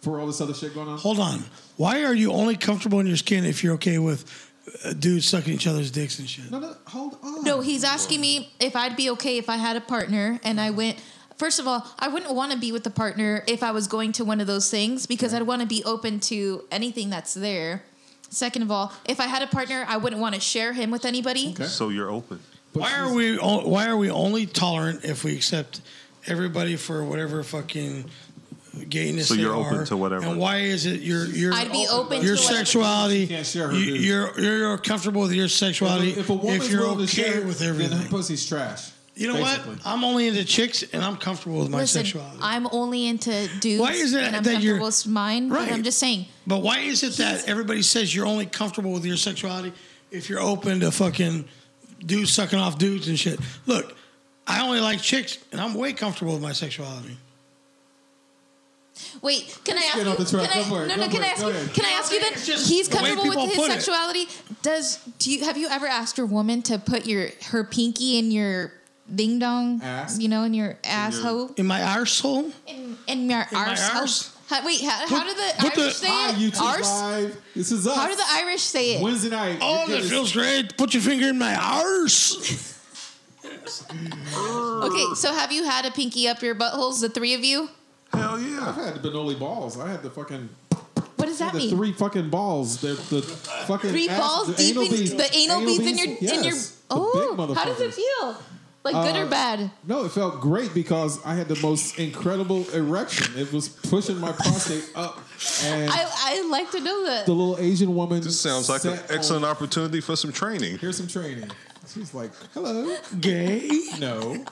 for all this other shit going on? Hold on. Why are you only comfortable in your skin if you're okay with uh, dudes sucking each other's dicks and shit? No, no, hold on. No, he's asking me if I'd be okay if I had a partner and I went. First of all, I wouldn't want to be with a partner if I was going to one of those things because I'd want to be open to anything that's there. Second of all, if I had a partner, I wouldn't want to share him with anybody. Okay. So you're open. Why are we o- Why are we only tolerant if we accept everybody for whatever fucking gayness So they you're open are? to whatever. And why is it your your I'd be open to your whatever. sexuality? You can't share her dude. you're you're comfortable with your sexuality If a- if a woman's you're willing to share, okay with Then her everything. pussy's trash. You know basically. what? I'm only into chicks and I'm comfortable with my Listen, sexuality. I'm only into dudes. Why is it and I'm that you're- comfortable with mine? But Right. I'm just saying. But why is it that everybody says you're only comfortable with your sexuality if you're open to fucking dudes sucking off dudes and shit? Look, I only like chicks, and I'm way comfortable with my sexuality. Wait, can I ask Get you? off the track. Can I, Go for it. no, Go no, for can it. I ask Go you? ahead. Can I ask you then? It's just He's the way comfortable people with his put it. sexuality. Does do you have you ever asked your woman to put your her pinky in your ding dong? Ass? You know, in your asshole. In my arsehole, In in your my arse. arse? How, wait, how, how do the put the- Irish say Hi, it? YouTube Arse? Live. This is us. How do the Irish say it? Wednesday night. oh, You're that good. feels great. Put your finger in my arse. Okay, so have you had a pinky up your buttholes, the three of you? Hell I've yeah. had Benoli balls. I had the fucking What does that the mean? three fucking balls. They're the fucking Three ass- balls the deep anal in the anal, beads in your in your. Yes, the Oh, big how does motherfuckers. it feel? Like good Uh, or bad? No, it felt great because I had the most incredible erection. It was pushing my prostate up, and I I like to know that. the little Asian woman. This sounds like an sat on- excellent opportunity for some training. Here's some training. She's like, hello. Gay. No,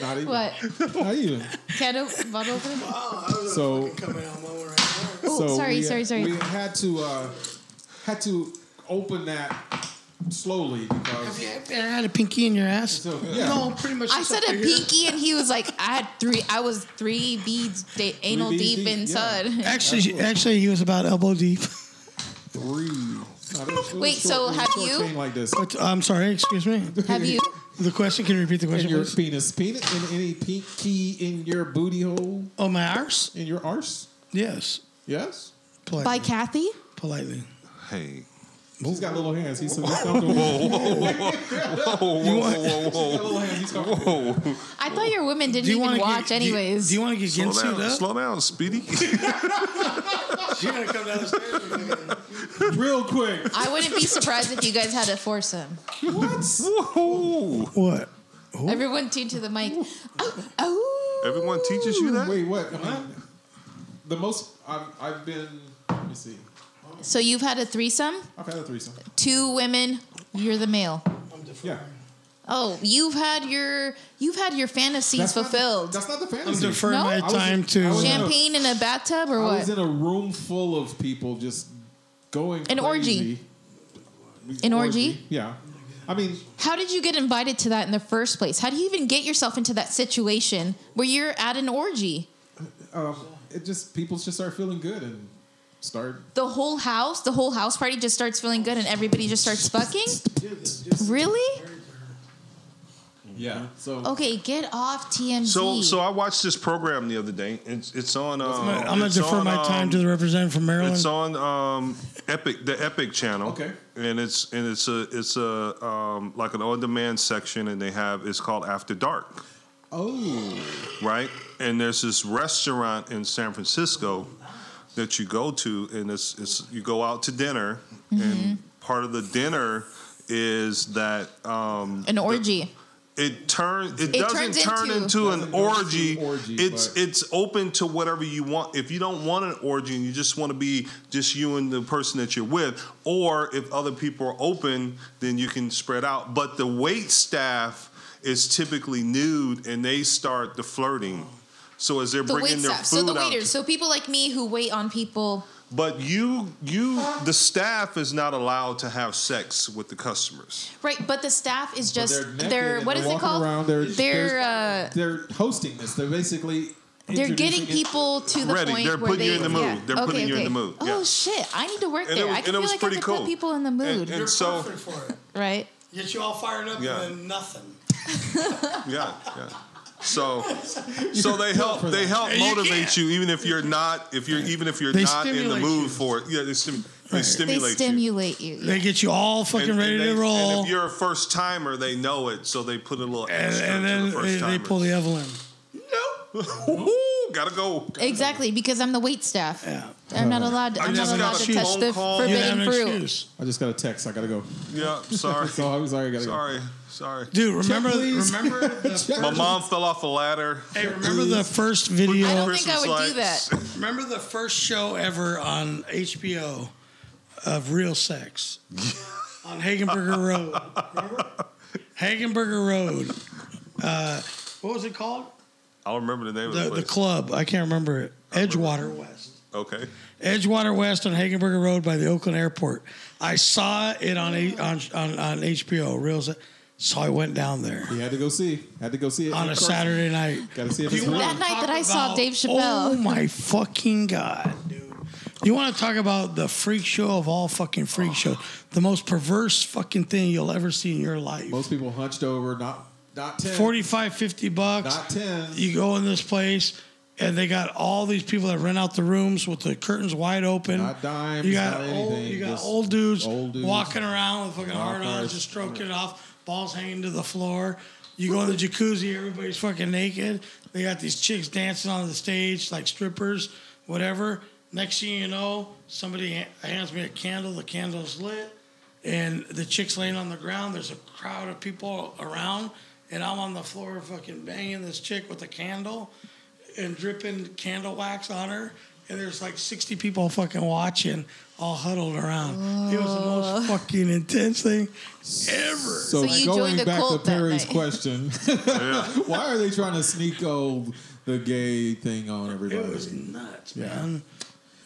not even. What? Not even. Can of bottle opener? So, Coming out one right there. so sorry, we, uh, sorry, sorry. We had to uh, had to open that slowly because Have you ever had a pinky in your ass? So, yeah. No, pretty much. I just said up a here. pinky, and he was like, "I had three. I was three beads da- anal beads deep deep, yeah. inside." Actually, actually, he was about elbow deep. three. Not even- it was Wait, short- so it was a have short you- thing like this? But I'm sorry. Excuse me. Have you? The question. Can you repeat the In question? your please? penis, penis, in any pinky in your booty hole, Oh, my arse. in your arse? Yes. Yes. Politely. By Kathy? politely. Hey. He's got little hands. He's so he's comfortable. Whoa, whoa, whoa, He's got whoa, little hands. He's comfortable. whoa. whoa. I thought your women didn't Do you want even to watch, get, do you- anyways. Do you, want to get Slow Ginsued down, up? slow down, Speedy. You're gonna come down the stairs. Real quick. I wouldn't be surprised if you guys had a foursome. Whoa. What? Everyone tuned to the mic. Oh, oh. Everyone teaches you that? Wait, what? I mean, the most I've, I've been. Let me see. So you've had a threesome? I've had a threesome. Two women. You're the male. Yeah, Oh, you've had your you've had your fantasies That's not- fulfilled. that's not the I'm fantasy. deferring No? I my was- time I was- to. Champ- Champagne in a bathtub or I what? was in a room full of people just going An orgy. crazy. An orgy? Yeah, I mean, How did you get invited to that in the first place? How do you even get yourself into that situation where you're at an orgy? um, it just people just start feeling good and start. The whole house, the whole house party just starts feeling good and everybody just starts fucking? Really? Yeah. So Okay, get off TMZ. So, so I watched this program the other day. It's it's on. Um, I'm gonna it's defer on, my time um, to the representative from Maryland. It's on um, Epic, the Epic channel. Okay. And it's and it's a it's a um, like an on-demand section, and they have it's called After Dark, oh, right? And there's this restaurant in San Francisco that you go to, and it's it's you go out to dinner, and part of the dinner is that um, an orgy. it turns. It, It doesn't turns turn into- into, an Doesn't turn into orgy. an orgy, it's but- it's open to whatever you want. If you don't want an orgy and you just want to be just you and the person that you're with, or if other people are open, then you can spread out. But the wait staff is typically nude, and they start the flirting. So as they're the wait bringing their staff. food So the out, waiters. So people like me who wait on people. but you you the staff is not allowed to have sex with the customers. Right, but the staff is just they're they're, naked and what they're is it walking called? around, they're- they're uh, they're hosting this. They're basically they're introducing getting it- people to the Ready. point They're where putting you they- in the mood. yeah. They're putting you in the mood. Oh Yeah. shit! I need to work And it there. was- I can and it feel was like I pretty could cool. put people in the mood, and so- perfect for it. right? Get you all fired up Yeah. and then nothing. Yeah, yeah. So, so they help. They help And you motivate can't. you, even if you're not. If you're even if you're They not in the stimulate mood you. for it. Yeah, they, stim- they Right. They stimulate you. stimulate you. They get you all And- fucking and ready they- to roll. And if you're a first timer, they know it, so they put a little and, extra and to then the first they, they timer. pull the Evelyn. Ooh, gotta go. Exactly, because I'm the wait staff. Yeah. I'm not allowed. I I'm not just allowed got to a touch phone the call. You forbidden have an fruit. excuse. I just got a text. I gotta go. Yeah, sorry, So I'm sorry. I gotta sorry, sorry. Dude, remember please. remember the, go. My mom fell off a ladder. hey, remember the first video I don't think I would do lights. that. Remember the first show ever on HBO of real sex on Hagenberger Road. Remember? Hagenberger Road. Uh, what was it called? I don't remember the name The of the the place. club. I can't remember it. Edgewater West. okay. Edgewater West on Hagenberger Road by the Oakland Airport. I saw it on A- on on, on HBO. Real sex. So I went down there You had to go see. Had to go see it on a Of course. Saturday night. Gotta see if it's You real. That wanna night talk that I saw about- Dave Chappelle. Oh my fucking god, dude! You want to talk about the freak show of all fucking freak show? The most perverse fucking thing you'll ever see in your life. Most people hunched over. Not not ten. 45, 50 bucks. Not ten. You go in this place. And they got all these people that rent out the rooms with the curtains wide open. Not dimes, You got not old, anything, you got just old dudes, old dudes. walking around with fucking hard ons, Rockers. just stroking it off, balls hanging to the floor. You go in the jacuzzi, everybody's fucking naked. They got these chicks dancing on the stage like strippers, whatever. Next thing you know, somebody ha- hands me a candle. The candle's lit, and the chick's laying on the ground. There's a crowd of people around, and I'm on the floor fucking banging this chick with a candle and dripping candle wax on her. And there's like 60 people fucking watching all huddled around. It was the most fucking intense thing ever. So, So you going joined a back cult to that Perry's night. question, why are they trying to sneak old the gay thing on everybody? It was nuts, man.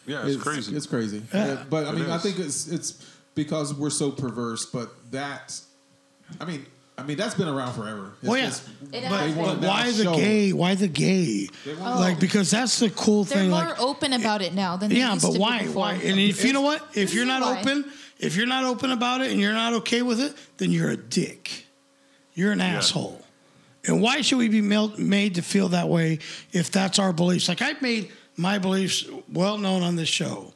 Yeah, it's, crazy. It's crazy. Yeah. Yeah, but I It mean, I is. think it's it's because we're so perverse. But that, I mean, I mean that's been around forever. It's Well, Oh, yeah. just- It they has want been. that Why the show. gay? Why the gay? want- Like because that's the cool They're thing. more Like open about it now than they yeah, used but to why? Be before. Why? And if you know what, if you're is not why. open, if you're not open about it, and you're not okay with it, then you're a dick. You're an asshole. And why should we be mel- made to feel that way if that's our beliefs? Like I've made my beliefs well known on this show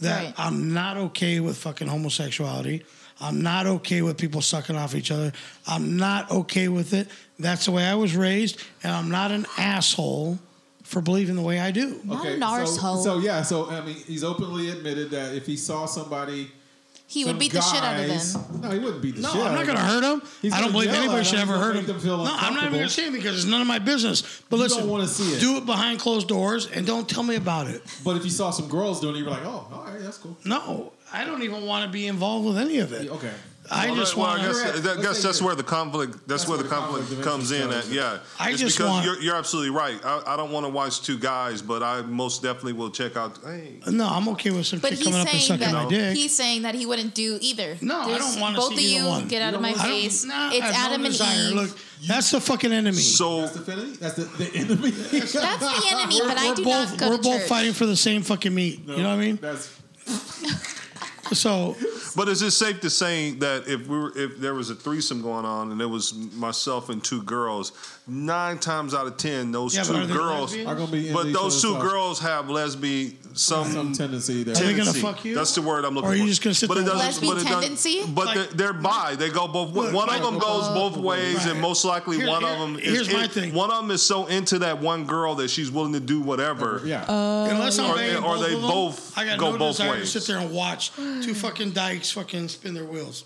that Right. I'm not okay with fucking homosexuality. I'm not okay with people sucking off each other. I'm not okay with it. That's the way I was raised, and I'm not an asshole for believing the way I do. Not Okay, an so, arsehole. so yeah, so I mean, he's openly admitted that if he saw somebody, he would some beat the shit out of guys- them. No, he wouldn't beat the No, shit. I'm out not of going to them. hurt him. He's I don't gonna believe yell at anybody him. should He's ever gonna hurt make him. them feel no, I'm not even uncomfortable. going to say anything because it's none of my business. But You listen, don't wanna see it. do it behind closed doors and don't tell me about it. But if you saw some girls doing it, you were like, oh, all right, that's cool. No, I don't even want to be involved with any of it. Yeah, Okay. I Well, just that- well, want. I guess, Correct. that- Let's guess say that's you're- where the conflict. That's, where the conflict, comes in. At, eventually yeah, I It's just because want- You're, you're absolutely right. I, I don't want to watch two guys, but I most definitely will check out. Hey, no, I'm okay with some But chick he's coming up and saying sucking my that dick. he's saying that he wouldn't do either. No, I There's- don't wanna see Both of either you one. get out of my face. nah, it's I have no Adam and desire. Eve. Look, that's the fucking enemy. so That's the enemy. That's the, the enemy. that's That's the enemy, we're but I we're do both not go we're to both church. fighting for the same fucking meat. you know what I mean? That's So But is it safe to say that if we were, if there was a threesome going on and it was myself and two girls, nine times out of ten, those Yeah, but are two they girls, lesbians? are going to be. but into each those other's two house. girls have lesbian some. some tendency there. Are they gonna tendency. fuck you? That's the word I'm looking Or for. are you just gonna sit but there it doesn't- and- but it doesn't- Lesbian tendency? But Like- they're, they're bi. They go both. Look, one of like- them goes Uh, both ways, and right. most likely Here- one here- of them. Is, here's my it- thing. One of them is so into that one girl that she's willing to do whatever. Yeah. Uh, unless I'm Or- banging or both they of them, both I got go no both desire ways. to sit there and watch two fucking dykes fucking spin their wheels.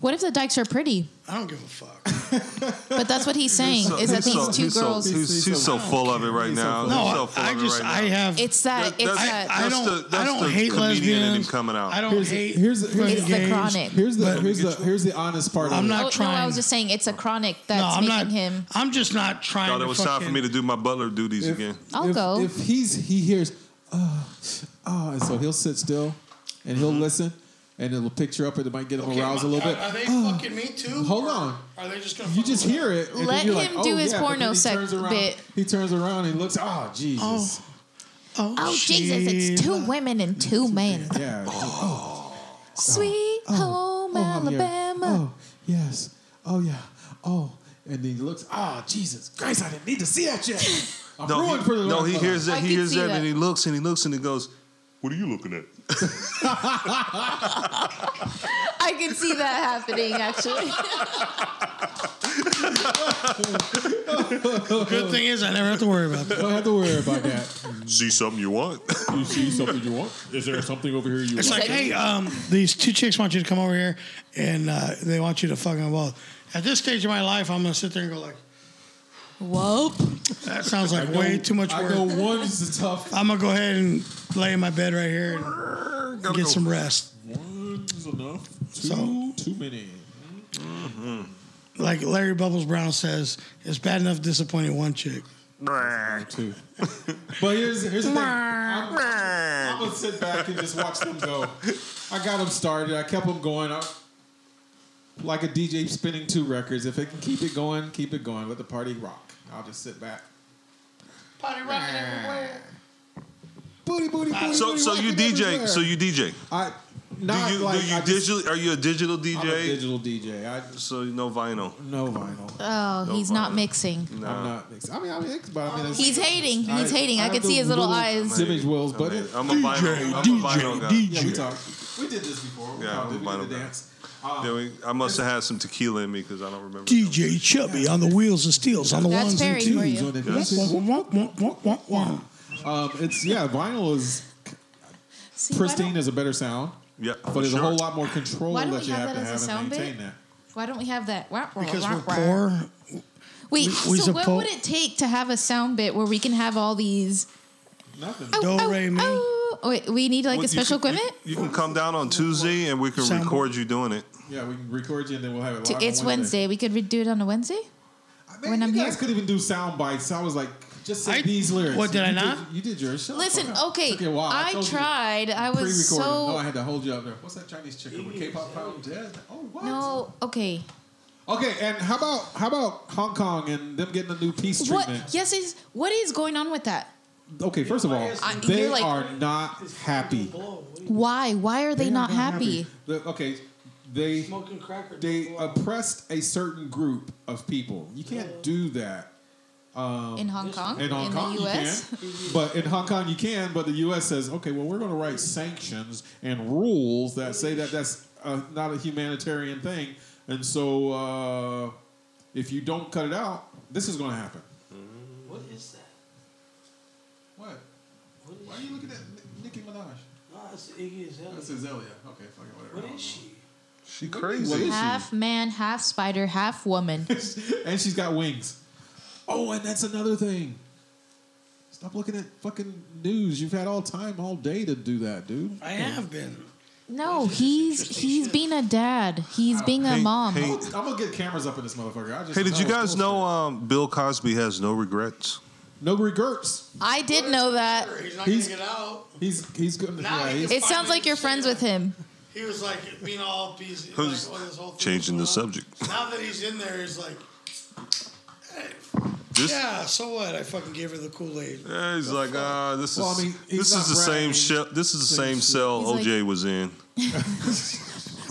What if the dykes are pretty? I don't give a fuck. But that's what he's saying So- is that he's these so- two he's so- girls. he's, he's He's so- so full of it right He's so now. full. No, He's so I, full I of it just right I now. have it's that. That- It's that's- that. I That's don't the- that's I don't the hate comedian in him lesbians. coming out. I don't Here's- hate here's- here's- fucking It's the gays. chronic. Here's the here's the here's the honest part. I'm of not oh, trying. No, I was just saying it's a chronic that's no, I'm making not. him. I'm just not trying. Thought to it was time for fucking- me to do my butler duties it. again. I'll if, go. If he's he hears, oh, oh, and so he'll sit still, and he'll listen, and it'll picture up, and it might get him Mm-hmm. Okay, aroused a my- little are, bit. Are they Oh, fucking me too? hold or on. Are they just gonna? You fuck just with hear it. and then Let you're like, him oh, do his yeah, but then porno he sex turns around- bit. He turns around. He looks. Oh, Jesus. Oh, Oh Jesus! It's two women and two men. Yeah. Sweet Oh, home I'm here. Oh, Alabama. yes. Oh, yeah. Oh, and then he looks. Oh, Jesus Christ! I didn't need to see that yet. I'm No, ruined he, for the no, he life. hears that. I He can hears see that, that. and he looks and he looks and he goes, "What are you looking at?" I can see that happening actually. The good thing is I never have to worry about that. Don't have to worry about that. See something you want? you see something you want? Is there something over here you It's like, hey, um, these two chicks want you to come over here, and uh, they want you to fucking both. At this stage of my life, I'm gonna sit there and go like, Whoop. that sounds like way too much I work. know one is a tough. I'm gonna go ahead and lay in my bed right here and Gotta get go. some rest. One's enough. Two, So- too many. Like Larry Bubbles Brown says, it's bad enough disappointing one chick. Two. but here's here's the thing. I'm, I'm gonna sit back and just watch them go. I got them started. I kept them going. I, like a DJ spinning two records. If it can keep it going, keep it going. Let the party rock. I'll just sit back. Booty, booty, booty. So, booty so you rocking DJ? everywhere. So you DJ? I not Do you like do you I just, digital? Are you a digital DJ? I'm a digital DJ. I So no vinyl. no vinyl. Oh, he's not mixing. I'm not. mixed. I mean, I'm mixed, but I mean, it's- He's hating. I- He's hating. I have can the see his little eyes. Image Wills, but I mean, I'm a vinyl. I'm a vinyl guy. yeah, we talked. We did this before. We Yeah, talked. I'm We did the a vinyl guy. dance. Um, Yeah, we- I must have had some tequila in me because I don't remember. DJ Chubby on the wheels and steels on the That's ones and Perry for twos. you. Womp, womp, womp, womp, womp. um, it's yeah, vinyl is See, why don't- pristine is a better sound, Yeah, but there's a whole lot more control Why don't that we you have have, that to as a have and sound maintain bit? that. Why don't we have that? Wah, wah, Because wah, we're wah. poor. Wait, we's so a what po- would it take to have a sound bit where we can have all these? Nothing. Oh, Do, oh, re, mi. oh, Wait, we need like Well, a you special can- you- equipment. You, can come down on Tuesday and we can Sound- record you doing it. Yeah, we can record you and then we'll have it. To- Live it's on Wednesday. We could re- do it on a Wednesday. I mean, when you I'm guys here. could even do sound bites. I was like, just say I- these lyrics. what, did I You not? You did yours. Shut the Listen, fuck up. okay, Took you a while. I, told you tried. I pre-recorded. was No, so I had to hold you up there. What's that Chinese chicken with K-pop power? Jazz? Oh, what? no. Okay, Okay, and how about how about Hong Kong and them getting a new peace what? treatment? Yes, is what is going on with that? Okay, first of all, I- they you're like- are not happy. Why? Why are they, They are not happy? The- okay, they Smoking crack or they Wow. oppressed a certain group of people. You can't do that. Oh, in Hong Kong? In Hong Kong, the U.S. you can. But in Hong Kong, you can. But the U.S. says, okay, well, we're going to write sanctions and rules that say that that's uh, not a humanitarian thing. And so uh, if you don't cut it out, this is going to happen. What is that? What? What is Why are you looking at Ni- Nicki Minaj? No, that's Iggy That's Azalea. Azalea. Okay, fuck it, whatever. What is she? She What crazy. is half man, half spider, half woman. and she's got wings. Oh, and that's another thing. Stop looking at fucking news. You've had all time, all day to do that, dude. I have been. No, he's he's being a dad. He's being a Hey, mom. hey. I'm gonna get cameras up in this motherfucker. I just Hey, did you guys it's know bullshit. um, Bill Cosby has no regrets? no regrets? I did know that. He's not He's- gonna get out. He's he's good. Now Yeah, he he's, can- It sounds like you're friends with him. He was like being all busy. Who's like, oh, this whole thing changing the was wrong. subject? Now that he's in there, he's like, This, yeah. So what? I fucking gave her the Kool Aid. Yeah, he's like, ah, this Well, I is mean, he's this not is the bragging. same shell. This is the Same same shit. cell He's like- OJ was in.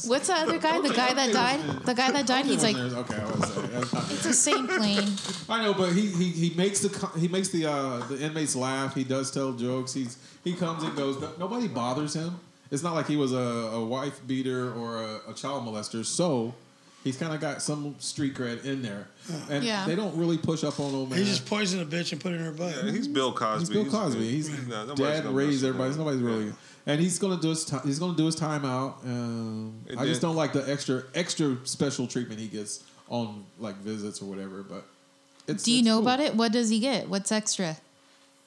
What's the other guy? The guy that died. The guy that died. He's like, okay. I was saying, that's not good. it's a same plane. I know, but he, he, he makes the co- he makes the uh, the inmates laugh. He does tell jokes. He's he comes and goes. No- Nobody bothers him. It's not like he was a, a wife beater or a, a child molester. So he's kind of got some street cred in there, and Yeah. they don't really push up on old man. He just poisoned a bitch and put it in her butt. Yeah, he's Bill Cosby. He's Bill Cosby. He's nah, nobody's dad gonna raised mess with everybody. him. Nobody's really. And he's gonna do his time. He's gonna do his time out. Um, It I just did. don't like the extra extra special treatment he gets on like visits or whatever. But it's, Do you know about it? What does he get? What's extra?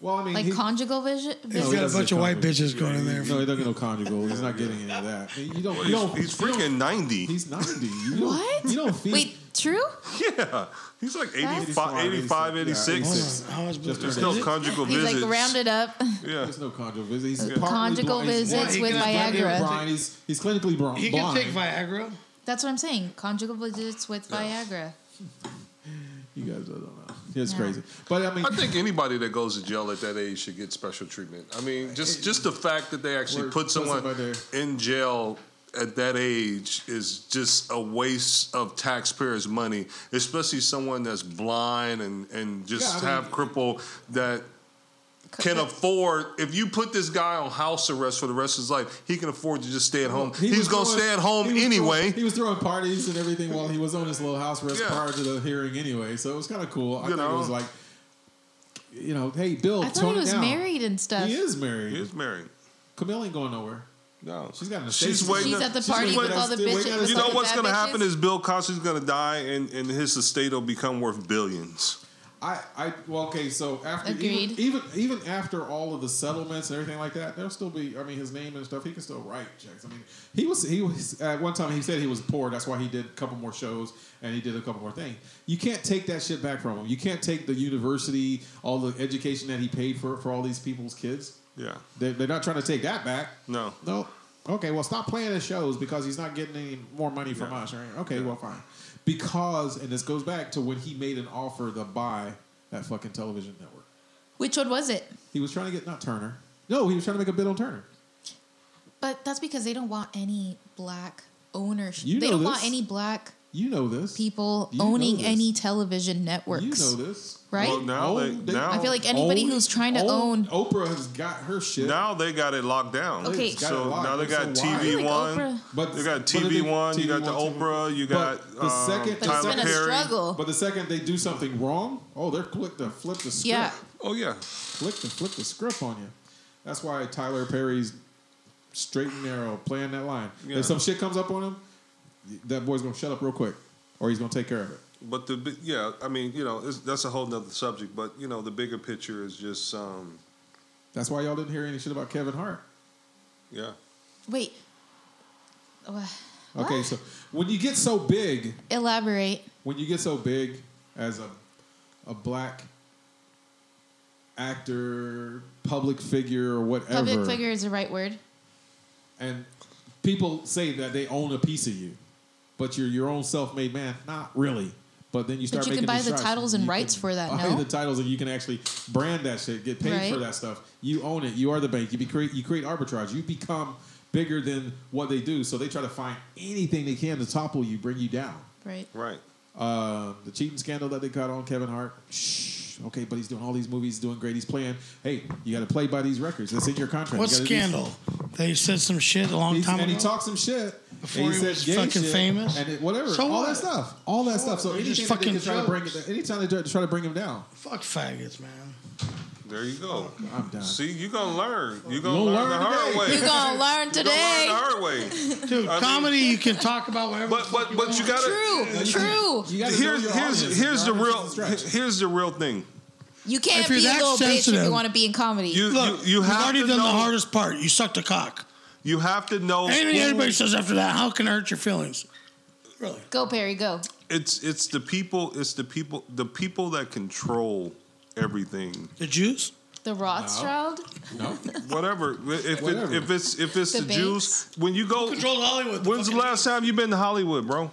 Well, I mean, Like he- conjugal vision? He's he got a doesn't bunch of white come with- bitches going in there. No, he doesn't get no conjugal. He's not getting any of that. You don't. you He's, don't he's freaking ninety. he's ninety. You don't, What? You don't feed. Wait, true? yeah, he's like 85, That's- 85 86. Hold 86. on. How much Just There's turned No Is it- conjugal He's visits. like rounded up. Yeah, There's no conjugal visit. He's Uh, partly conjugal blind. He's visits blind. with He's Viagra. black and blind. He's, he's clinically bron- blind. He can take Viagra. That's what I'm saying. Conjugal visits with Viagra. You guys don't know. It's No. crazy. But I mean, I think anybody that goes to jail at that age should get special treatment. I mean, just just the fact that they actually Or put someone somebody in jail at that age is just a waste of taxpayers' money, especially someone that's blind and and just Yeah, I mean- have crippled that. Can afford if you put this guy on house arrest for the rest of his life, he can afford to just stay at home. He He's was gonna throwing- stay at home he was anyway. throwing- he was throwing parties and everything while he was on his little house arrest Yeah. prior to the hearing anyway. So it was kind of cool. I You think it know. was like, you know, hey Bill, I thought Oh, tone he it was down. married and stuff. He is married. He is married. Camille ain't going nowhere. No, She's got an She's estate. waiting. She's to- at the party waiting with all to- the Wait, bitches. wait, with You all know the what's bad going to happen bitches. is Bill Cosby's going to die, and, and his estate will become worth billions. I, I well, okay. So after even, Agreed. even even after all of the settlements and everything like that, there'll still be. I mean, his name and stuff. He can still write checks. I mean, he was he was at one time he said he was poor. That's why he did a couple more shows and he did a couple more things. You can't take that shit back from him. You can't take the university, all the education that he paid for for all these people's kids. Yeah. They're, they're not trying to take that back. No. No. Okay, well, stop playing his shows because he's not getting any more money from Yeah. us, right? Okay, well, fine. Because, and this goes back to when he made an offer to buy that fucking television network. Which one was it? He was trying to get, not Turner. No, he was trying to make a bid on Turner. But that's because they don't want any black ownership. You they know don't want this. any black You know this. people You know owning this. any television networks. You know this. Right? Well, now Oh, they, they- now, I feel like anybody Own- who's trying to own. Oprah has got her shit. now they got it locked down. Okay. It's got So it locked. now they They're got so I feel TV wide. like One. Oprah- But They got but the TV thing- One. You TV got the One, TV Oprah. You But got the um, second- But it's Tyler been a Perry. struggle. But the second they do something wrong, oh, they're quick to flip the script. Yeah. Oh yeah. flick the flip the script on you. That's why Tyler Perry's straight and narrow, playing that line. Yeah. If some shit comes up on him, that boy's gonna shut up real quick, or he's gonna take care of it. But the bi- yeah, I mean you know it's, that's a whole nother subject. But you know the bigger picture is just um, That's why y'all didn't hear any shit about Kevin Hart. Yeah. Wait. Wha- Okay, what? so when you get so big, Elaborate. when you get so big as a a black actor, public figure, or whatever, Public figure is the right word. and people say that they own a piece of you, but you're your own self-made man. Not really. But then you start you can making buy these the strides. titles and You rights can for that, Buy no? the titles, and you can actually brand that shit, get paid for Right. that stuff. You own it. You are the bank. You be create. You create arbitrage. You become bigger than what they do. So they try to find anything they can to topple you, bring you down. Right. Right. Uh, the cheating scandal that they caught on Kevin Hart. Shh. Okay, but he's doing all these movies, doing great. He's playing. Hey, you got to play by these records. That's in your contract. What You gotta do- scandal? They said some shit a long He's- time and he ago. talked some shit. Before and he said was gay fucking shit, famous? And it, whatever. So all what? that stuff. All that stuff. So They're anything just that they fucking can try to bring jokes. it, anytime they try try to bring him down, Fuck faggots, man. There you go. I'm done. See, you're gonna learn. You're gonna Oh, You'll learn learn, the hard today. way. You're gonna learn You're gonna today. learn the hard way. Dude, I mean- comedy you can talk about whatever. But but but you gotta. True. True. You gotta know Here's your here's audience. here's the Your real audience is stretch. here's the real thing. You can't If you're be a that little bitch if sensitive- you want to be in comedy. You Look, you, you have have already to done know, Oh, the hardest part. You sucked a cock. You have to know. Anything who- anybody says after that, how can it hurt your feelings? Really? go, Perry. Go. It's it's the people. It's the people. The people that control everything. The Jews? The Rothschild. No. Whatever. If Whatever. It, if it's if it's the, The Jews, when you go, Controlled Hollywood. When's the last time you been to Hollywood, bro?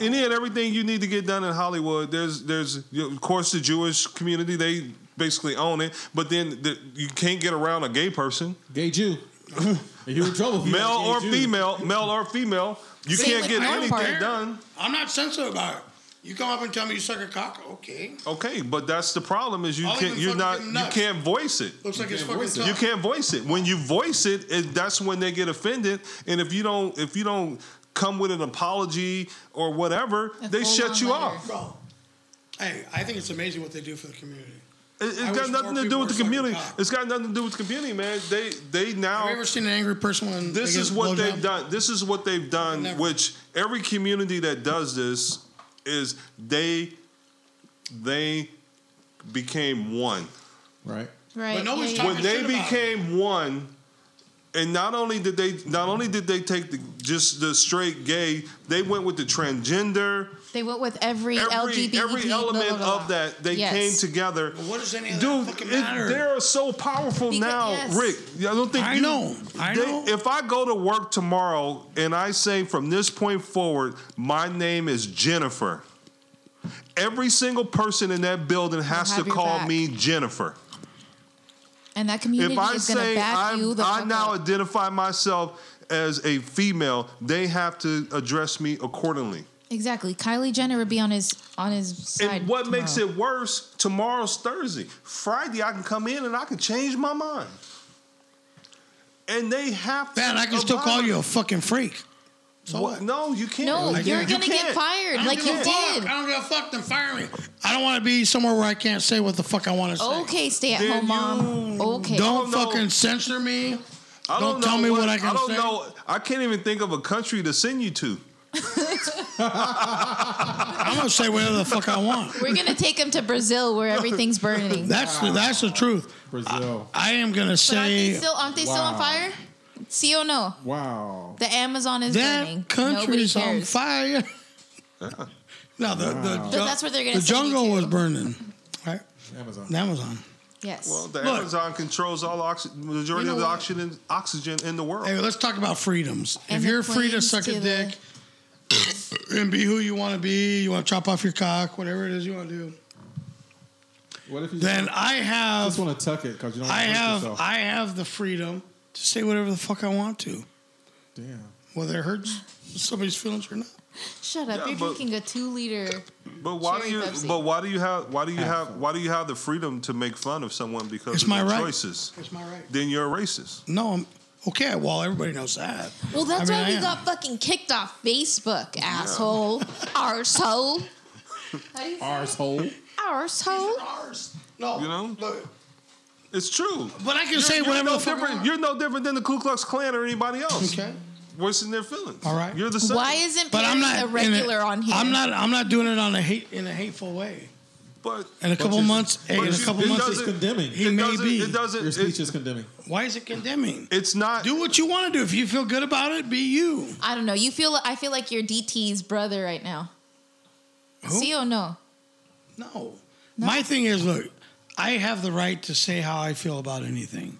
Any and everything you need to get done in Hollywood, there's there's you know, of course the Jewish community they basically own it, but then the, you can't get around a gay person, Gay Jew. You're in trouble. if you're male not a or gay Jew. female, male or female. You Same can't with get my anything part. done. I'm not sensitive about it. You come up and tell me you suck a cock, okay. Okay, but that's the problem is you I'll can't even you're fucking not give you them nuts. can't voice it. Looks like it's can't fucking voice it. tough. You can't voice it. When you voice it, it, that's when they get offended. And if you don't, if you don't come with an apology or whatever, A they full shut on you letter. off. Bro, hey, I think it's amazing what they do for the community. It, it's I got wish nothing more to do people with the were sucking community. cock. It's got nothing to do with the community, man. They they Have you now ever seen an angry person when this they is get what blowjob? they've done. This is what they've done. Never. Which every community that does this is they they became one. Right. Right. But nobody's yeah, talking When yeah. shit they about it. became one, and not only did they not only did they take the just the straight gay, they went with the transgender. They went with every, Every LGBT. every element of that they Yes. came together. But what does any of Dude, that fucking it- matter? they are so powerful Because- now, yes. Rick. I don't think I you- know. I they- know. If I go to work tomorrow and I say from this point forward, my name is Jennifer. Every single person in that building has to have your call back. me Jennifer. And that community If I is going to say back you. I'm, The I fuck now up. identify myself as a female, they have to address me accordingly. exactly. Kylie Jenner would be on his on his side. And what makes tomorrow. it worse, tomorrow's Thursday. Friday, I can come in and I can change my mind. And they have to. Man, I can still abide call by- you a fucking freak. So what? No, you can't. No, you're You can't. going to You get can't. fired I don't like give you a did. Fuck. I don't give a fuck. Then fire me. I don't want to be somewhere where I can't say what the fuck I want to say. Okay, stay at home Then mom. you Okay. Don't I don't know. fucking censor me. I Don't tell know me what I can I don't say. know. I can't even think of a country to send you to. I'm gonna say whatever the fuck I want. We're going to take him to Brazil where everything's burning. That's the, that's the truth. Brazil. I am gonna But aren't they say still aren't they still on Wow. fire? See or no? Wow. The Amazon is burning. that country's Nobody on cares. fire. no, the the, But that's what they're gonna the send you jungle to. was burning, right? Amazon. The Amazon. Yes. Well, the Look. Amazon controls all oxy- majority You know of the what? oxygen oxygen in the world. Hey, let's talk about freedoms. And if the you're free to planes suck a to the- dick and be who you want to be, you want to chop off your cock, whatever it is you want to do, What if you just, then I have want to tuck it because you don't I want to have yourself? I have the freedom to say whatever the fuck I want to, Damn. whether it hurts somebody's feelings or not. Shut up. Yeah, You're but- drinking a two liter. But why do Cherry you? Pepsi. But why do you have? Why do you have? Why do you have the freedom to make fun of someone because It's of my their right. choices? That's my right. Then you're a racist. No, I'm okay. Well, everybody knows that. Well, that's I mean, why I we am. got fucking kicked off Facebook, asshole. Arsehole. How do you say it? Arsehole. Arsehole. Ours. No, You know? Look, It's true. but I can say you're whatever no the fuck. I different. want. You're no different than the Ku Klux Klan or anybody else. okay. Worse than their feelings. All right. You're the same. Why isn't But I'm Perry not a in a- regular on here? I'm not. I'm not doing it on a hate in a hateful way. But In a couple you- months, hey, in but a you- couple it months, It's doesn't- condemning. he it may doesn't, be. It doesn't. Your speech It, is condemning. why is it condemning? it's not. Do what you want to do. If you feel good about it, be you. I don't know. You feel I feel like you're DT's brother right now. See or no? No. My thing is, look, I have the right to say how I feel about anything,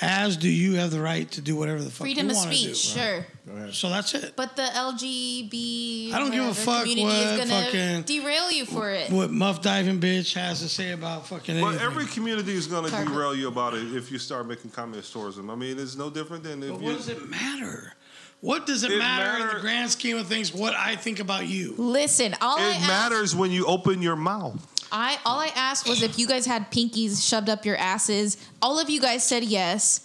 as do you have the right to do whatever the fuck Freedom you of want to speech, do. sure. So that's it. But the LGB I don't give a whatever fuck community what is gonna fucking- derail you for it. What Muff Diving Bitch has to say about fucking But anything. every community is going to Perfect. derail you about it if you start making communist tourism. I mean, it's no different than if But you. what does it matter? What does it, It matter, in matter- the grand scheme of things what I think about you? Listen, all I It asked, matters when you open your mouth. I all I asked was if you guys had pinkies shoved up your asses. All of you guys said yes.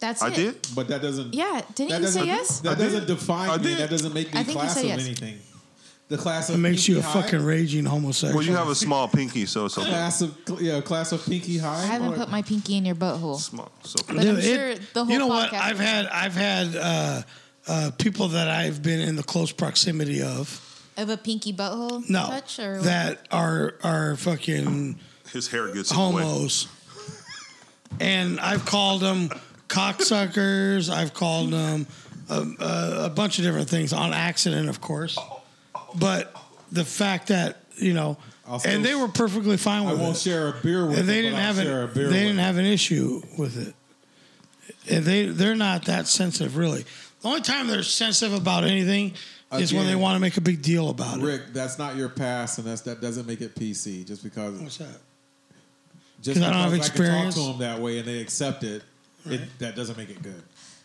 That's I it. did. But that doesn't. Yeah, didn't that you doesn't, say yes? That I did. doesn't define I me. did. That doesn't make me I think you class said of yes. anything. The class of E It makes you a Pinky High- fucking raging homosexual. Well, you have a small pinky, so it's okay. class of yeah, class of Pinky High. I haven't put my pinky in your butthole. Small, so But I'm sure the whole you know what? podcast- I've had I've had uh, uh, people that I've been in the close proximity of. Of a pinky butthole No, touch or that are are fucking his hair gets in the way. homos, and I've called them cocksuckers. I've called them a, a, a bunch of different things on accident, of course. But the fact that you know, I'll still- and they were perfectly fine I with won't it. share a beer with. and they it, but didn't I'll have share a an, beer they with didn't it. have an issue with it. And they they're not that sensitive really. The only time they're sensitive about anything is when they Again, want to make a big deal about it. Rick, that's not your past, and that's that doesn't make it PC. Just because, What's that? just Oh, 'Cause I don't have because experience. I can talk to them that way and they accept it, it that doesn't make it good.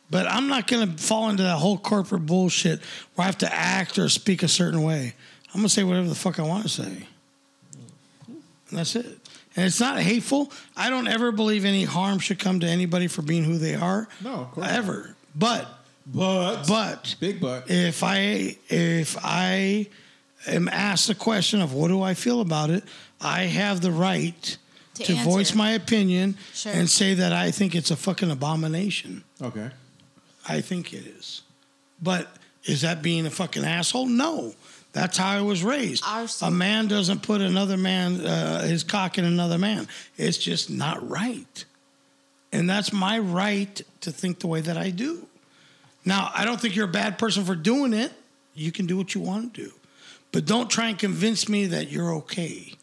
But I'm not going to fall into that whole corporate bullshit where I have to act or speak a certain way. I'm going to say whatever the fuck I want to say. And that's it. And it's not hateful. I don't ever believe any harm should come to anybody for being who they are. No, of course not. Ever. But But, but big but, if I if I am asked the question of what do I feel about it, I have the right to, To answer. voice my opinion Sure. and say that I think it's a fucking abomination. okay. I think it is. But is that being a fucking asshole? No. That's how I was raised. Our- a man doesn't put another man uh, his cock in another man. It's just not right. And that's my right to think the way that I do. Now, I don't think you're a bad person for doing it. You can do what you want to do. But don't try and convince me that you're okay.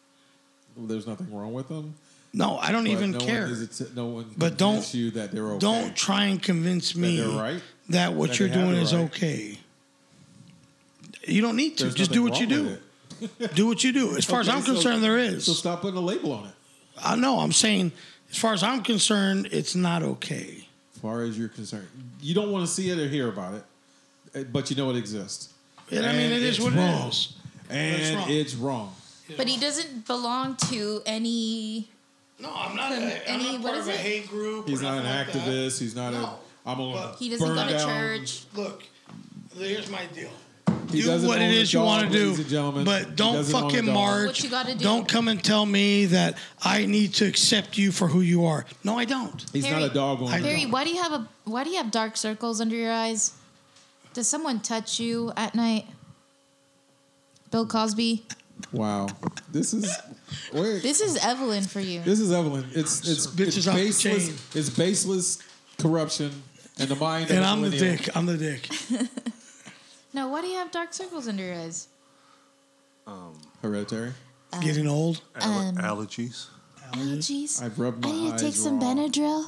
There's nothing wrong with them. No, I don't but even no one care. is- it's- no one. But don't- convinced you that they're okay. Don't try and convince That me they're right. that what That you're they have doing the is right. okay. You don't need to. There's Just do nothing what you wrong do. with it. Do what you do. As far as Okay, I'm so- concerned, there is. So stop putting a label on it. I know. I'm saying, as far as I'm concerned, it's not okay. As far as you're concerned, you don't want to see it or hear about it, eh, but you know it exists, And, I mean, And it is it's what wrong. it is. and wrong. it's wrong. but he doesn't belong to any No, I'm not. A, I'm Any- not what part is of a it? hate group. or He's not an nothing like that. activist. He's not No. a. I'm a. But- he doesn't burn go to down- church. Look, here's my deal. He do doesn't what it own a is you dog, want to ladies and do, gentlemen. but He don't doesn't own a fucking dog. march. What you gotta do. Don't come and tell me that I need to accept you for who you are. No, I don't. He's Harry- not a dog owner. I Barry, don't. why do you have a why do you have dark circles under your eyes? Does someone touch you at night? Bill Cosby. Wow, this is wait, This is Evelyn for you. this is Evelyn. It's it's, Bitch it's is off the chain. baseless. It's baseless corruption and the mind. of And a I'm the millennial. dick. I'm the dick. No, why do you have dark circles under your eyes? Hereditary. Uh. Getting old. Aller- Um, allergies. Oh jeez. I've rubbed my I need to eyes take some raw. Benadryl.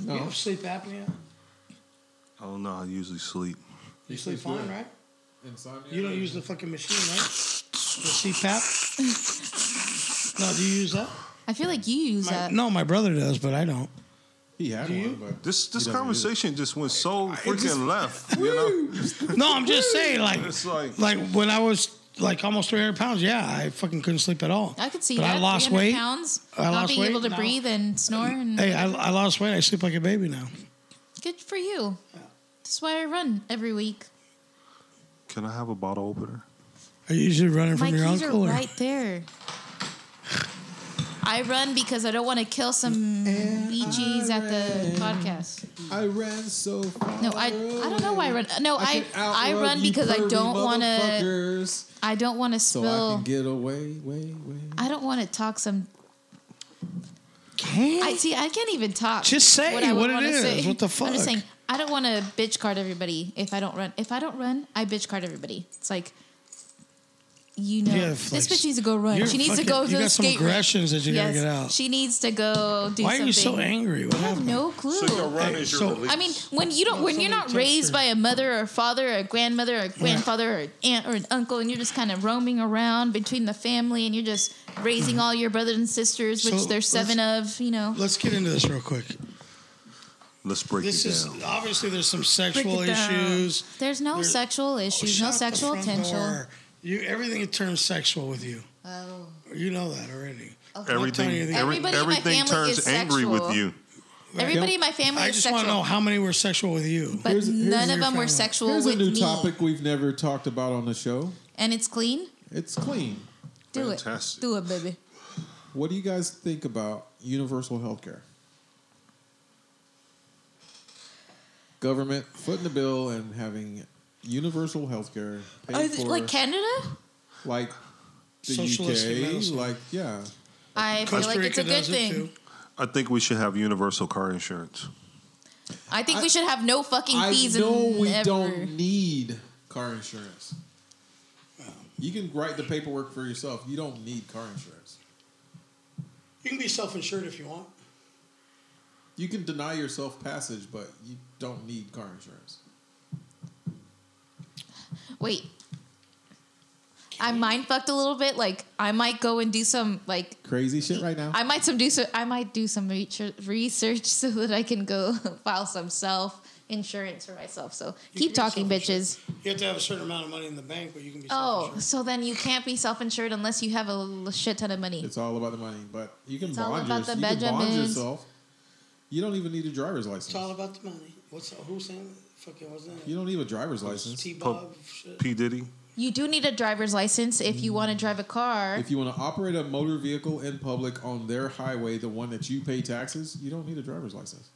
No. sleep apnea. Oh no, I usually sleep. You sleep sleep fine, good. right? Insomnia. You don't use the fucking machine, right? The CPAP. no, do you use that? I feel like you use My- that. no, my brother does, but I don't. He had you? one, but This this He doesn't use it. conversation just went so freaking left. You know, No, I'm just saying, like, It's like- like when I was like almost 300 pounds, yeah, I fucking couldn't sleep at all. I could see but that. I lost 300 weight. pounds. I not lost being weight able to now. breathe and snore and Hey, I, I lost weight. I sleep like a baby now. good for you. That's why I run every week. can I have a bottle opener? Are you usually running from My your keys are uncle? Or? right there. I run because I don't want to kill some BGs at the podcast. I ran so far. No, I I don't know why I run. No, I I, run because I don't want to. I don't want to So spill. I can get away, way, way. I don't want to talk some. I see. I can't even talk. Just say I would what it wanna is. What the I'm fuck? just saying. I don't want to bitch card everybody if I don't run. If I don't run, I bitch card everybody. It's like, you know, Yeah, this if, like, bitch needs to go run. you're She needs fucking- to go to you the got some skate rink. aggressions that you gotta get out. She needs to go do Why something. are you so angry? What I have happened? no clue. So your run Hey, is your so- release. I mean, when you don't, when you're not Somebody text raised her. by a mother or a father or a grandmother or a grandfather or an aunt or an uncle, and you're just kind of roaming around between the family, and you're just raising all your brothers and sisters, which Mm-hmm. So, there's seven of, you know. Let's get into this real quick. Let's break This it is down. obviously there's some break it sexual down. issues. There's no There's- sexual issues, no Oh, Shut the sexual front tension. door. You everything turns sexual with you. Oh, You know that already. Everything, I'm telling you, every, everybody in my everything family is turns angry sexual. with you. everybody in my family I is just want to know sexual, how many were sexual with you. but Here's- here's none your of them family. were sexual Here's with a new me. topic we've never talked about on the show. And it's clean. It's clean. Do Fantastic. it. Do it, baby. What do you guys think about universal health care? Government footing the bill and having universal health care Oh, paid th- for, like like, Canada? the Socialistic UK, medicine. like yeah, I feel Costa like it's Rica a good does it thing. too. I think we should have universal car insurance. I think we should have no fucking I fees. know and we ever. don't need car insurance. You can write the paperwork for yourself. You don't need car insurance. You can be self-insured if you want. You can deny yourself passage, but you don't need car insurance. Wait. I mind fucked a little bit. Like I might go and do some like Crazy shit right now. I might some do some I might do some research, research so that I can go file some self insurance for myself. So You keep can be talking, self-insured. bitches. You have to have a certain amount of money in the bank, but you can be Oh, self-insured. so then you can't be self insured unless you have a l- shit ton of money. It's all about the money, but you can It's all bond, about yours- the you can bond Benjamins. yourself. You don't even need a driver's license. It's all about the money. What's who's saying? Fucking what's that? You don't need a driver's license. T Bob shit. P Diddy. You do need a driver's license if you want to drive a car. If you want to operate a motor vehicle in public on their highway, the one that you pay taxes, you don't need a driver's license.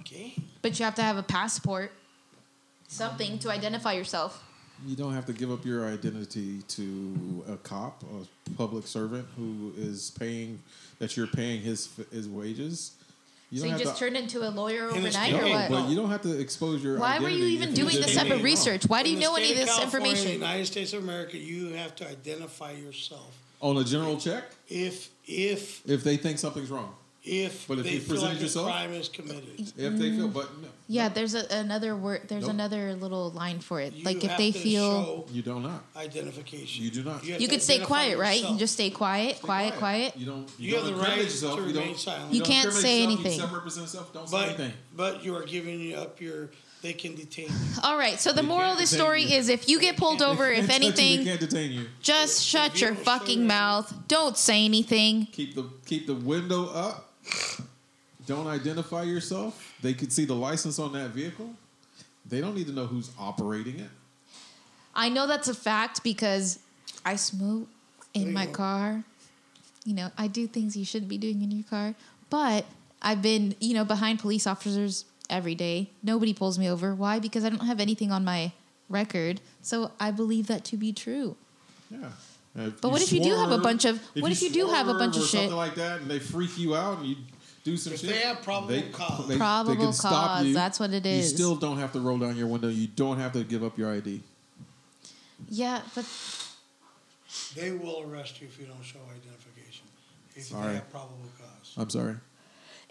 Okay. But you have to have a passport, something to identify yourself. You don't have to give up your identity to a cop, a public servant who is paying that you're paying his his wages. You so you just turned into a lawyer In the overnight, state- or no, what? but you don't have to expose your. Why were you identity even if you doing did this type anything of wrong. research? Why do you In the know any of state this California, information? United States of America, you have to identify yourself. on a general check? If if If they think something's wrong, if But if they you feel presented like yourself- a crime is committed, if they feel, but no, Yeah, there's a, another word. There's Nope. another little line for it. you like if have they to feel, show you don't not. identification. You do not. have you to could stay identify quiet, right? You yourself. just stay quiet, quiet, quiet. You don't. You don't have the incriminate right yourself. to you don't- remain silent. You don't can't incriminate say yourself. You anything. self-represent yourself. Don't say But anything. but you are giving up your. They can detain you. All right. So the They moral of can't the detain story you. is, if you get pulled They over, can't if touch you, they anything, can't detain you. just shut you your don't show fucking your- mouth. Don't say anything. Keep the keep the window up. Don't identify yourself. They could see the license on that vehicle. They don't need to know who's operating it. I know that's a fact because I smoke in my car. You know, I do things you shouldn't be doing in your car. But I've been, you know, behind police officers every day. Nobody pulls me over. Why? Because I don't have anything on my record. So I believe that to be true. Yeah. If But what if you do have a bunch of- what if you do have a swerve bunch of or something shit? like that, and they freak you out, and you do some If shit? they have probable cause. Probable can stop cause, you. that's what it is. You still don't have to roll down your window. You don't have to give up your ID. Yeah, but They will arrest you if you don't show identification. If Sorry. they have probable cause. I'm sorry.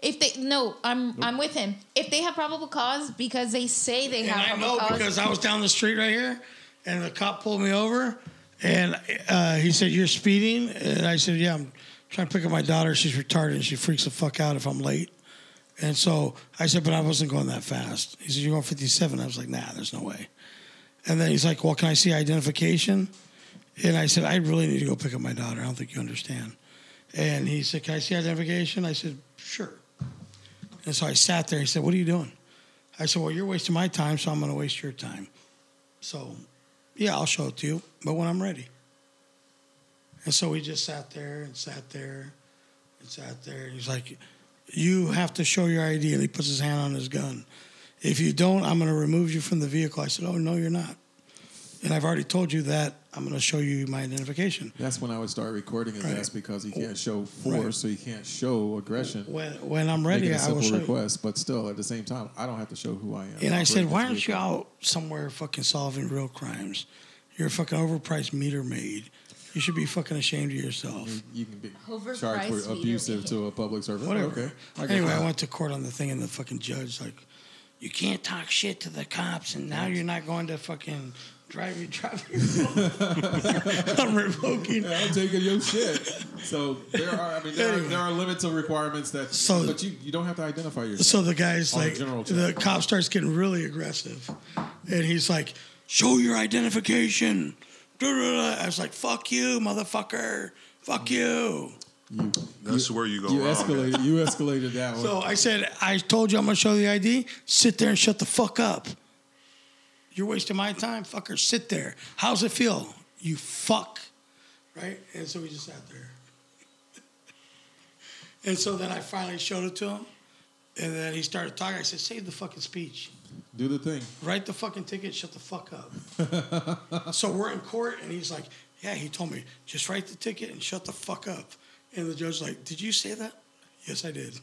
if they no, I'm I'm with him. If they have probable cause because they say they and have I probable know cause. because I was down the street right here, and the cop pulled me over, and uh, he said, "You're speeding," and I said, "Yeah, I'm trying to pick up my daughter. She's retarded. and She freaks the fuck out if I'm late." And so I said, "But I wasn't going that fast." He said, "You're going 57." I was like, "Nah, there's no way." And then he's like, "Well, can I see identification?" And I said, "I really need to go pick up my daughter. I don't think you understand." And he said, "Can I see identification?" I said, "Sure." And so I sat there. He said, "What are you doing?" I said, Well, you're wasting my time, so I'm going to waste your time. So, yeah, I'll show it to you, but when I'm ready. And so we just sat there and sat there. It's out there. He's like, you have to show your ID. And he puts his hand on his gun. If you don't, I'm going to remove you from the vehicle. I said, oh, no, you're not. And I've already told you that. I'm going to show you my identification. That's when I would start recording his Right. ass because he can't show force, Right. so he can't show aggression. When, when I'm ready, Making a I will simple show you. request, but still at the same time, I don't have to show who I am. And I said, Break why aren't this rule." you out somewhere fucking solving real crimes? You're a fucking overpriced meter maid. You should be fucking ashamed of yourself. You can be Overpriced charged with meter abusive reading. to a public servant. Whatever. Okay. get anyway, that. I went to court on the thing, and the fucking judge like, you can't talk shit to the cops, and now you're not going to fucking drive your driving. I'm revoking. Yeah, I'm taking your shit. So there are, I mean, there, are, Anyway. there are limits of requirements that, So- but you, you don't have to identify yourself. So the guy's On the like, general the check. cop starts getting really aggressive, and he's like, "Show your identification." I was like, "Fuck you, motherfucker! Fuck you!" you, That's where you go you wrong. escalated. You escalated that one. So I said, I told you I'm gonna show the ID. Sit there and shut the fuck up. You're wasting my time, fucker. Sit there. How's it feel? You fuck. Right? And so we just sat there. and so then I finally showed it to him. And then he started talking. I said, save the fucking speech. Do the thing. Write the fucking ticket, shut the fuck up. so we're in court and he's like, Yeah, he told me, just write the ticket and shut the fuck up. And the judge's like, Did you say that? Yes, I did.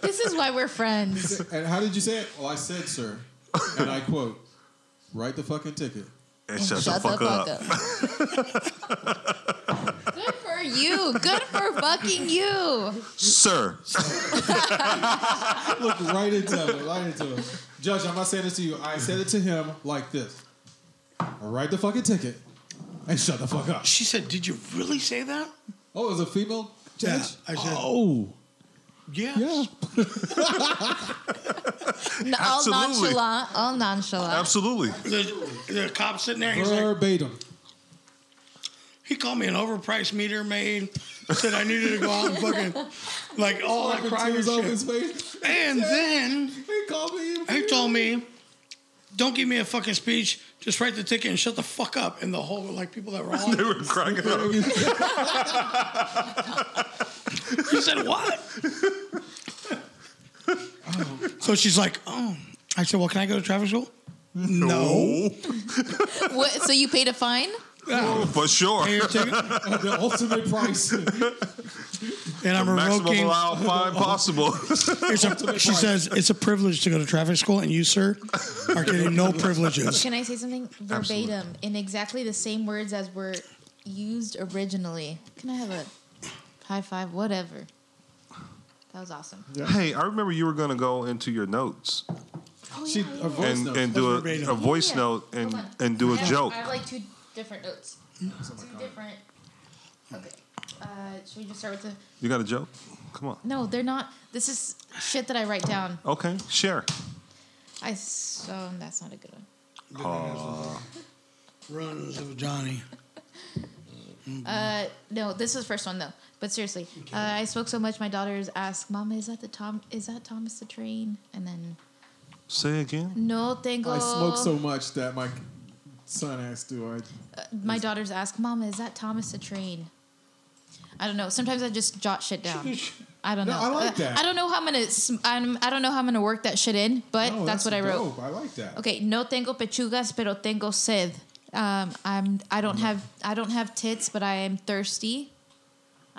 This is why we're friends. And how did you say it? Well, I said, sir, and I quote, "Write the fucking ticket." And shut, the fuck up. up. Good for you. Good for fucking you. Sir. Look right into him. Right into him. Judge, I'm not saying this to you. I said it to him like this: "Write the fucking ticket and shut the fuck up." She said, Did you really say that? Oh, it was a female judge. Yeah, I said- "Oh, Yes. yeah." All Absolutely. nonchalant. All nonchalant. Absolutely. The, the cop sitting there, he's like, Verbatim. he called me an overpriced meter maid. Said I needed to go out and fucking like all that Fucking crime and tears off his shit. face. And then He called me. he told me, "Don't give me a fucking speech. Just write the ticket and shut the fuck up." And the whole like people that were They on, were crying out. he said what? so she's like, "Oh," I said, "Well, can I go to traffic school?" No. What, so you paid a fine? Oh, for sure. Pay your ticket, the ultimate price. and I'm Maximum revoking. allowed fine possible. It's a, she says it's a privilege to go to traffic school, and you, sir, are getting no privileges. Can I say something verbatim in exactly the same words as were used originally? Can I have a high five? Whatever. That was awesome. hey, I remember you were going to go into your notes Oh, She- yeah, her yeah. voice and, notes. and do verbatim. a, a voice Yeah. note and, Hold on. and do a I have- joke. I have like two different notes. Mm-hmm. Two Oh different. Okay. Uh, should we just start with the? You got a joke? Come on. No, they're not. This is shit that I write down. Okay, share. I so that's not a good one. Runs of Johnny. Uh, no, this is the first one though. But seriously, uh, I spoke so much. My daughters asked, "Mama, is that the Tom? Is that Thomas the Train?" And then, Say again. "No, tengo." I smoke so much that my son has to. I My daughters ask, "Mama, is that Thomas the Train?" I don't know. Sometimes I just jot shit down. I don't No, know. I like Uh, that. I don't know how I'm gonna. sm- I'm, I don't know how I'm gonna work that shit in, but No, that's, what I wrote. Oh, dope. I like that. Okay, no tengo pechugas, pero tengo sed. Um, I'm. I don't Uh-huh. have. I don't have tits, but I am thirsty.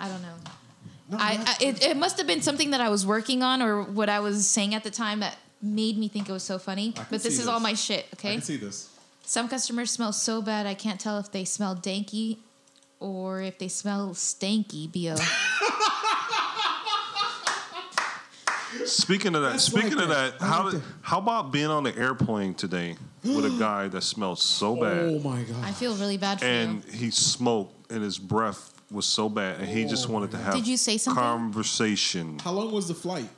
I don't know. I, I it, it must have been something that I was working on or what I was saying at the time that made me think it was so funny. I can But this see is all this. my shit. I Okay. can see this. Some customers smell so bad I can't tell if they smell danky or if they smell stanky. Bo. Speaking of that, That's speaking like of that. that, I how like did, that. how about being on the airplane today with a guy that smelled so bad? Oh my god! I feel really bad for and you. he smoked and his breath Oh, was so bad and he just wanted to have Did you say something? conversation How long was the flight?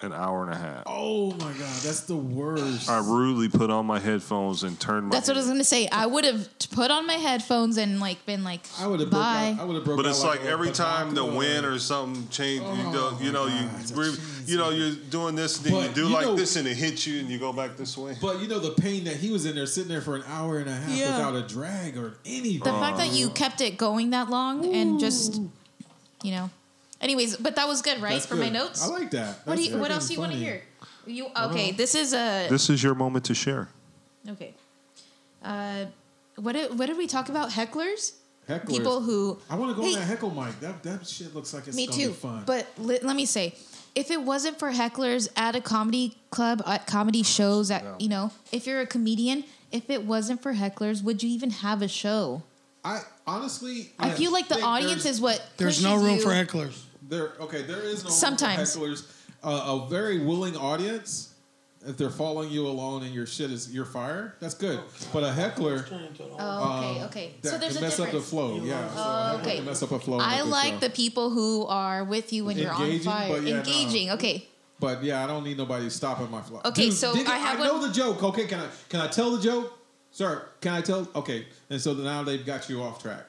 an hour and a half. Oh my god, that's the worst. I rudely put on my headphones and turned my. That's what I was gonna say. I would have put on my headphones and like been like, I would have broke bye. out. I would have broke But it's out like a- every a time the Bronco. wind or something change, you go, you know, you Oh, God, re- jeez, you know, you're doing this, then you But do you like know- this, and it hits you, and you go back this way. But you know the pain that he was in there sitting there for an hour and a half Yeah. without a drag or anything. the fact that you kept it going that long and just, you know. Anyways, but that was good, right? That's For my good. notes. I like that. what do That's you, What freaking else do you want to funny. hear? You okay? This is a This is your moment to share. okay. Uh, what did what did we talk about? Hecklers, Hecklers. people who I want to go Hey, on that heckle mic. That that shit looks like it's Me gonna too. be fun. But let, let me say, if it wasn't for hecklers at a comedy club, at comedy shows, at you know, if you're a comedian, if it wasn't for hecklers, would you even have a show? I honestly, I feel like the think audience there's- is what There's no pushes room you- for hecklers. there. Okay, there is no Sometimes. hecklers. Uh, a very willing audience. If they're following you along and your shit is your fire, that's good. But a heckler, Oh, okay, okay. Uh, that so there's can a mess difference. up the flow. Yeah, so a heckler okay. can mess up a flow. I of the like show. the people who are with you when you're on Engaging, fire. but yeah, no. Engaging. Okay. But yeah, I don't need nobody stopping my flow. Okay, so I have I know one- the joke. Okay, can I can I tell the joke, sir? Can I tell? Okay, and so now they've got you off track.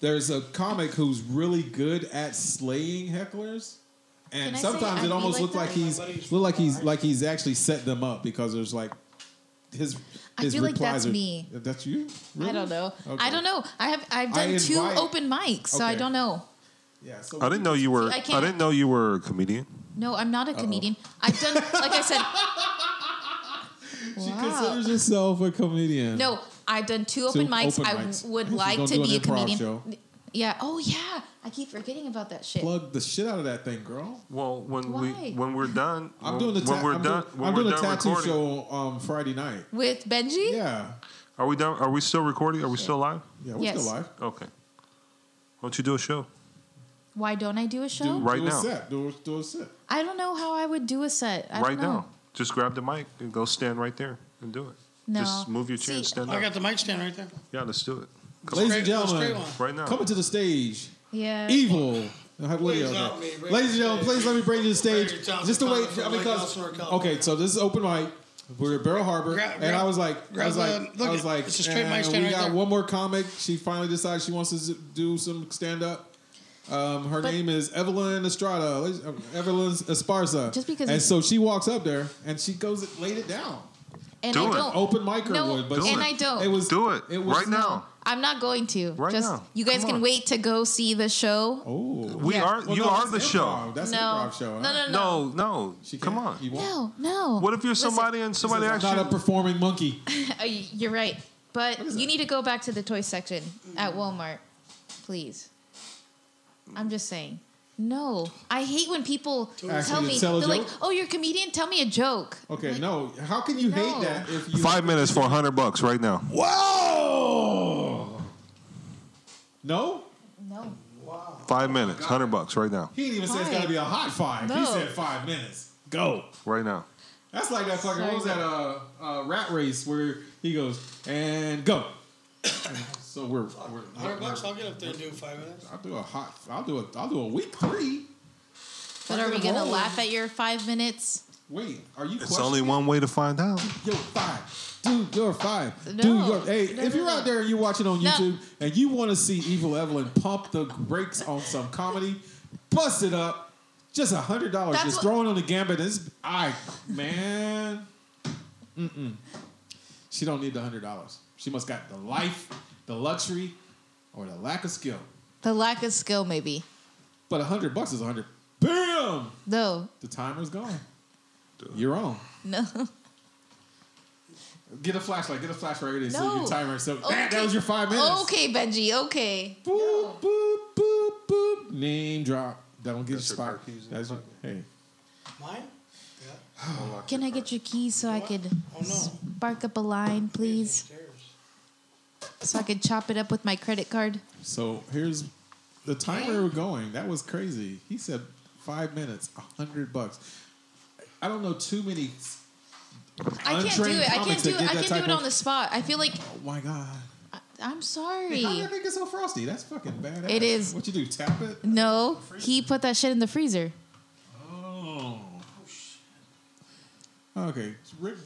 There's a comic who's really good at slaying hecklers, Can and I say sometimes I'd it be almost looks like that? like he's look like he's like he's actually set them up because there's like his I his feel like replies that's are- me. That's you. I don't know. Okay. I don't know. I have I've I done two invite- open mics, so I Okay. don't know. Yeah. So I didn't know you were. I I, can't- didn't know you were a comedian. No, I'm not a comedian. I've done like I said. She Wow. considers herself a comedian. No, I've done two open mics. open I mics. would She's like gonna to do an be a improv comedian. show. Yeah. Oh yeah. I keep forgetting about that shit. Plug the shit out of that thing, girl. Well, when Why? we when we're done, I'm when- doing the ta- when we're I'm done doing- when I'm we're doing a done tattoo recording. show um, Friday night. With Benji. Yeah, Are we done? Are we still recording? Are we still live? yeah, we're Yes. still live. Okay. Why don't you do a show? Why don't I do a show? Do, Right do now. a set. Do, a- do a set. I don't know how I would do a set. I right don't know. now. Just grab the mic and go stand right there and do it. No. Just move your chair and See- stand I up. got the mic stand right there. yeah, let's do it. Ladies Come on. and Straight- straight gentlemen, one. right now. coming to the stage, Yeah. evil. I have Please Woody out help there. me, bring Ladies and me gentlemen, stage. please let me bring you to the stage. Bring your Johnson Just to Connor wait, from Lake because Elsinore, California. okay, so this is open mic. We're at Barrel Harbor, Grab- and grab- I was like, I grab was the- like, look I was it. like, It's a straight mic "Eh, stand we right got there." one more comic. She finally decides she wants to z- do some stand up. Um, her But- name is Evelyn Estrada, ladies- uh, Evelyn Esparza. Just because and it's- so she walks up there and she goes and laid it down. and Do I it. don't. Open mic or No, would, but Do she- and I don't. It was Do it. Right now. I'm not going to. Right Just now. you guys Come can on. wait to go see the show. Oh, We Yeah. are Well, you no, are that's the improv. show. That's no. improv show. no. No. No. No, no. She Come can't- on. you won't. No, no. What if you're somebody He and says, somebody I'm actually not a performing monkey. Uh, you're right, but is you that? need to go back to the toy section at Walmart, please. I'm just saying. No, I hate when people Ask tell you to me tell a they're like, joke? "Oh, you're a comedian. Tell me a joke." Okay, no. How can you No. hate that if you five minutes for hundred bucks right now? Whoa! No, No, Five minutes, hundred bucks right now. he didn't even say it's Why? got to be a hot five. He No. said five minutes. Go. Right now. That's like that fucking what was Sorry. that uh, uh rat race where he goes and go. so we're, we're, Hundred bucks, we're- I'll get up there and do five minutes. I'll do a hot. I'll do a. I'll do a week three. but are we gonna laugh at your five minutes? Wait, are you? It's questioning only one way to find out. Yo, five. Dude, you're five. No. Dude, you're, hey, No, if no, you're no. out there and you're watching on No. YouTube and you want to see Evil Evelyn pump the brakes on some comedy, bust it up. Just a hundred dollars, That's just what- throwing on the gambit. This, I man, Mm-mm. she don't need the hundred dollars. She must got the life, the luxury, or the lack of skill. The lack of skill, maybe. But a hundred bucks is a hundred. Bam! No, The timer's gone. You're on. no. Get a flashlight. Get a flashlight. It is so No. your timer. So that, that was your five minutes. Okay, Benji. Okay. Boop, boop, boop, boop. Name drop. That don't get you That's your spot. car keys in That's your, hey. Mine? Can I get your keys so I could Oh no. bark up a line, please? Upstairs. So I could chop it up with my credit card. So here's the timer we're going. That was crazy. He said five minutes, a hundred bucks. I don't know too many. I can't do Untrained it. I comics that can't do it. did I that can't type do it of- on the spot. I feel like Oh my god! I, I'm Hey, How sorry. did that get so frosty? That's fucking badass. It is. What you do? Tap it. No, he put that shit in the freezer. Oh. Okay, so Rick.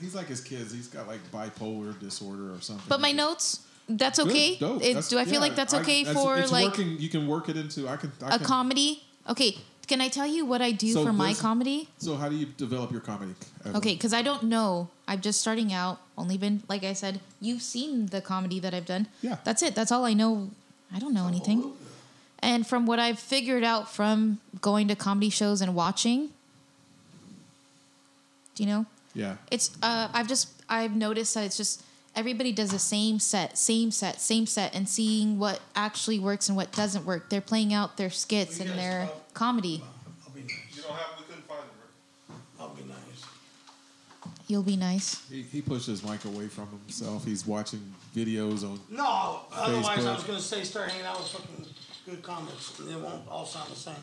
He's like his kids. He's got like bipolar disorder or something. But my notes, that's Good, okay. dope. It, That's- do I feel yeah, like that's I- okay for it's like working, you can work it into I can I a can- comedy? Okay, can I tell you what I do So for my this- comedy? So how do you develop your comedy? Evan? Okay, because I don't know. I'm just starting out. Only been like I said. You've seen the comedy that I've done. Yeah. That's it. That's all I know. I don't know anything. And from what I've figured out from going to comedy shows and watching, do you know? Yeah. It's uh, I've just I've noticed that it's just everybody does the same set, same set, same set, and seeing what actually works and what doesn't work. They're playing out their skits Will you and guys their stop? comedy. I'll be nice. You don't have. We couldn't find it. I'll be nice. You'll be nice. He, he pushed his mic away from himself. He's watching videos on. No, otherwise I Facebook. was gonna say start hanging out with fucking good comics. They won't all sound the same.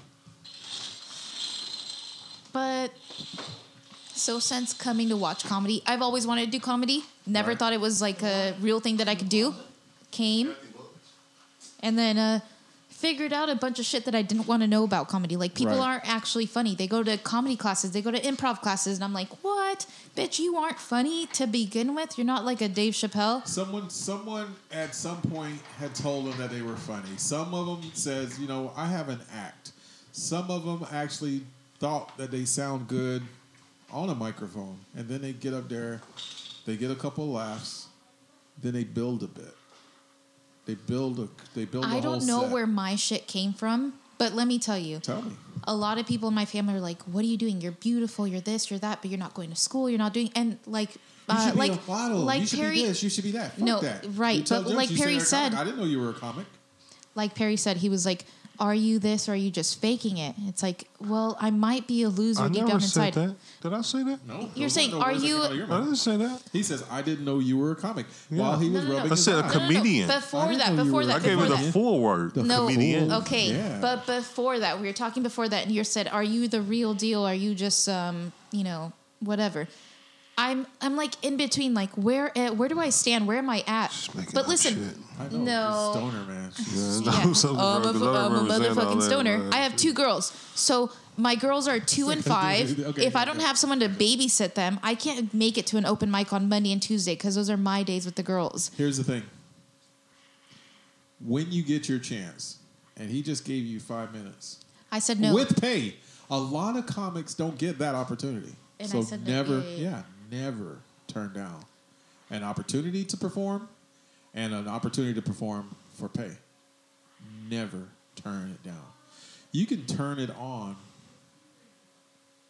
But so since coming to watch comedy, I've always wanted to do comedy. Never thought it was like a real thing that I could do. Came and then uh, figured out a bunch of shit that I didn't want to know about comedy. Like people Right. aren't actually funny. They go to comedy classes, they go to improv classes, and I'm like, what? Bitch, you aren't funny to begin with. You're not like a Dave Chappelle. Someone, someone at some point had told them that they were funny. Some of them says, you know, I have an act. Some of them actually thought that they sound good on a microphone, and then they get up there, they get a couple laughs, then they build a bit. They build a. They build. I I a whole don't know set. where my shit came from, but let me tell you. Tell me. a lot of people in my family are like, "What are you doing? You're beautiful. You're this. You're that. But you're not going to school. You're not doing." And like, You uh, should be like, a model. like you should Perry, be this. You should be that. Fuck No, that. right, You tell but like you say Perry you're a comic. said- I didn't know you were a comic. like Perry said, he was like, "Are you this? or Are you just faking it?" It's like, well, I might be a loser I deep never down said inside. that. Did I say that? No, You're those saying, aren't the are words that you- came out of your I mouth. didn't say that. He says, "I didn't know you were a comic." While he No, was no, no. rubbing I his said a eye. No, no, no. Comedian. I Before didn't that, know you before were- I that, gave before it the that. full word. No, comedian. okay, Yeah. but before that, we were talking before that, and you said, "Are you the real deal? Are you just, um, you know, whatever?" I'm, I'm like in between, like where, uh, where do I stand? Where am I at? making But up listen, shit. I know, No. this stoner man. She's- Yeah, Yeah. Oh, I'm so I'm a, surprised, fu- 'cause I I'm a remember saying all motherfucking that, stoner. man. I have two girls. So my girls are two and five. Okay, if I don't okay. have someone to babysit them, I can't make it to an open mic on Monday and Tuesday because those are my days with the girls. Here's the thing: when you get your chance, and he just gave you five minutes I said no. with pay, a lot of comics don't get that opportunity. And I so said no. never, Yeah, yeah, yeah, never turn down an opportunity to perform and an opportunity to perform for pay. Never turn it down. You can turn it on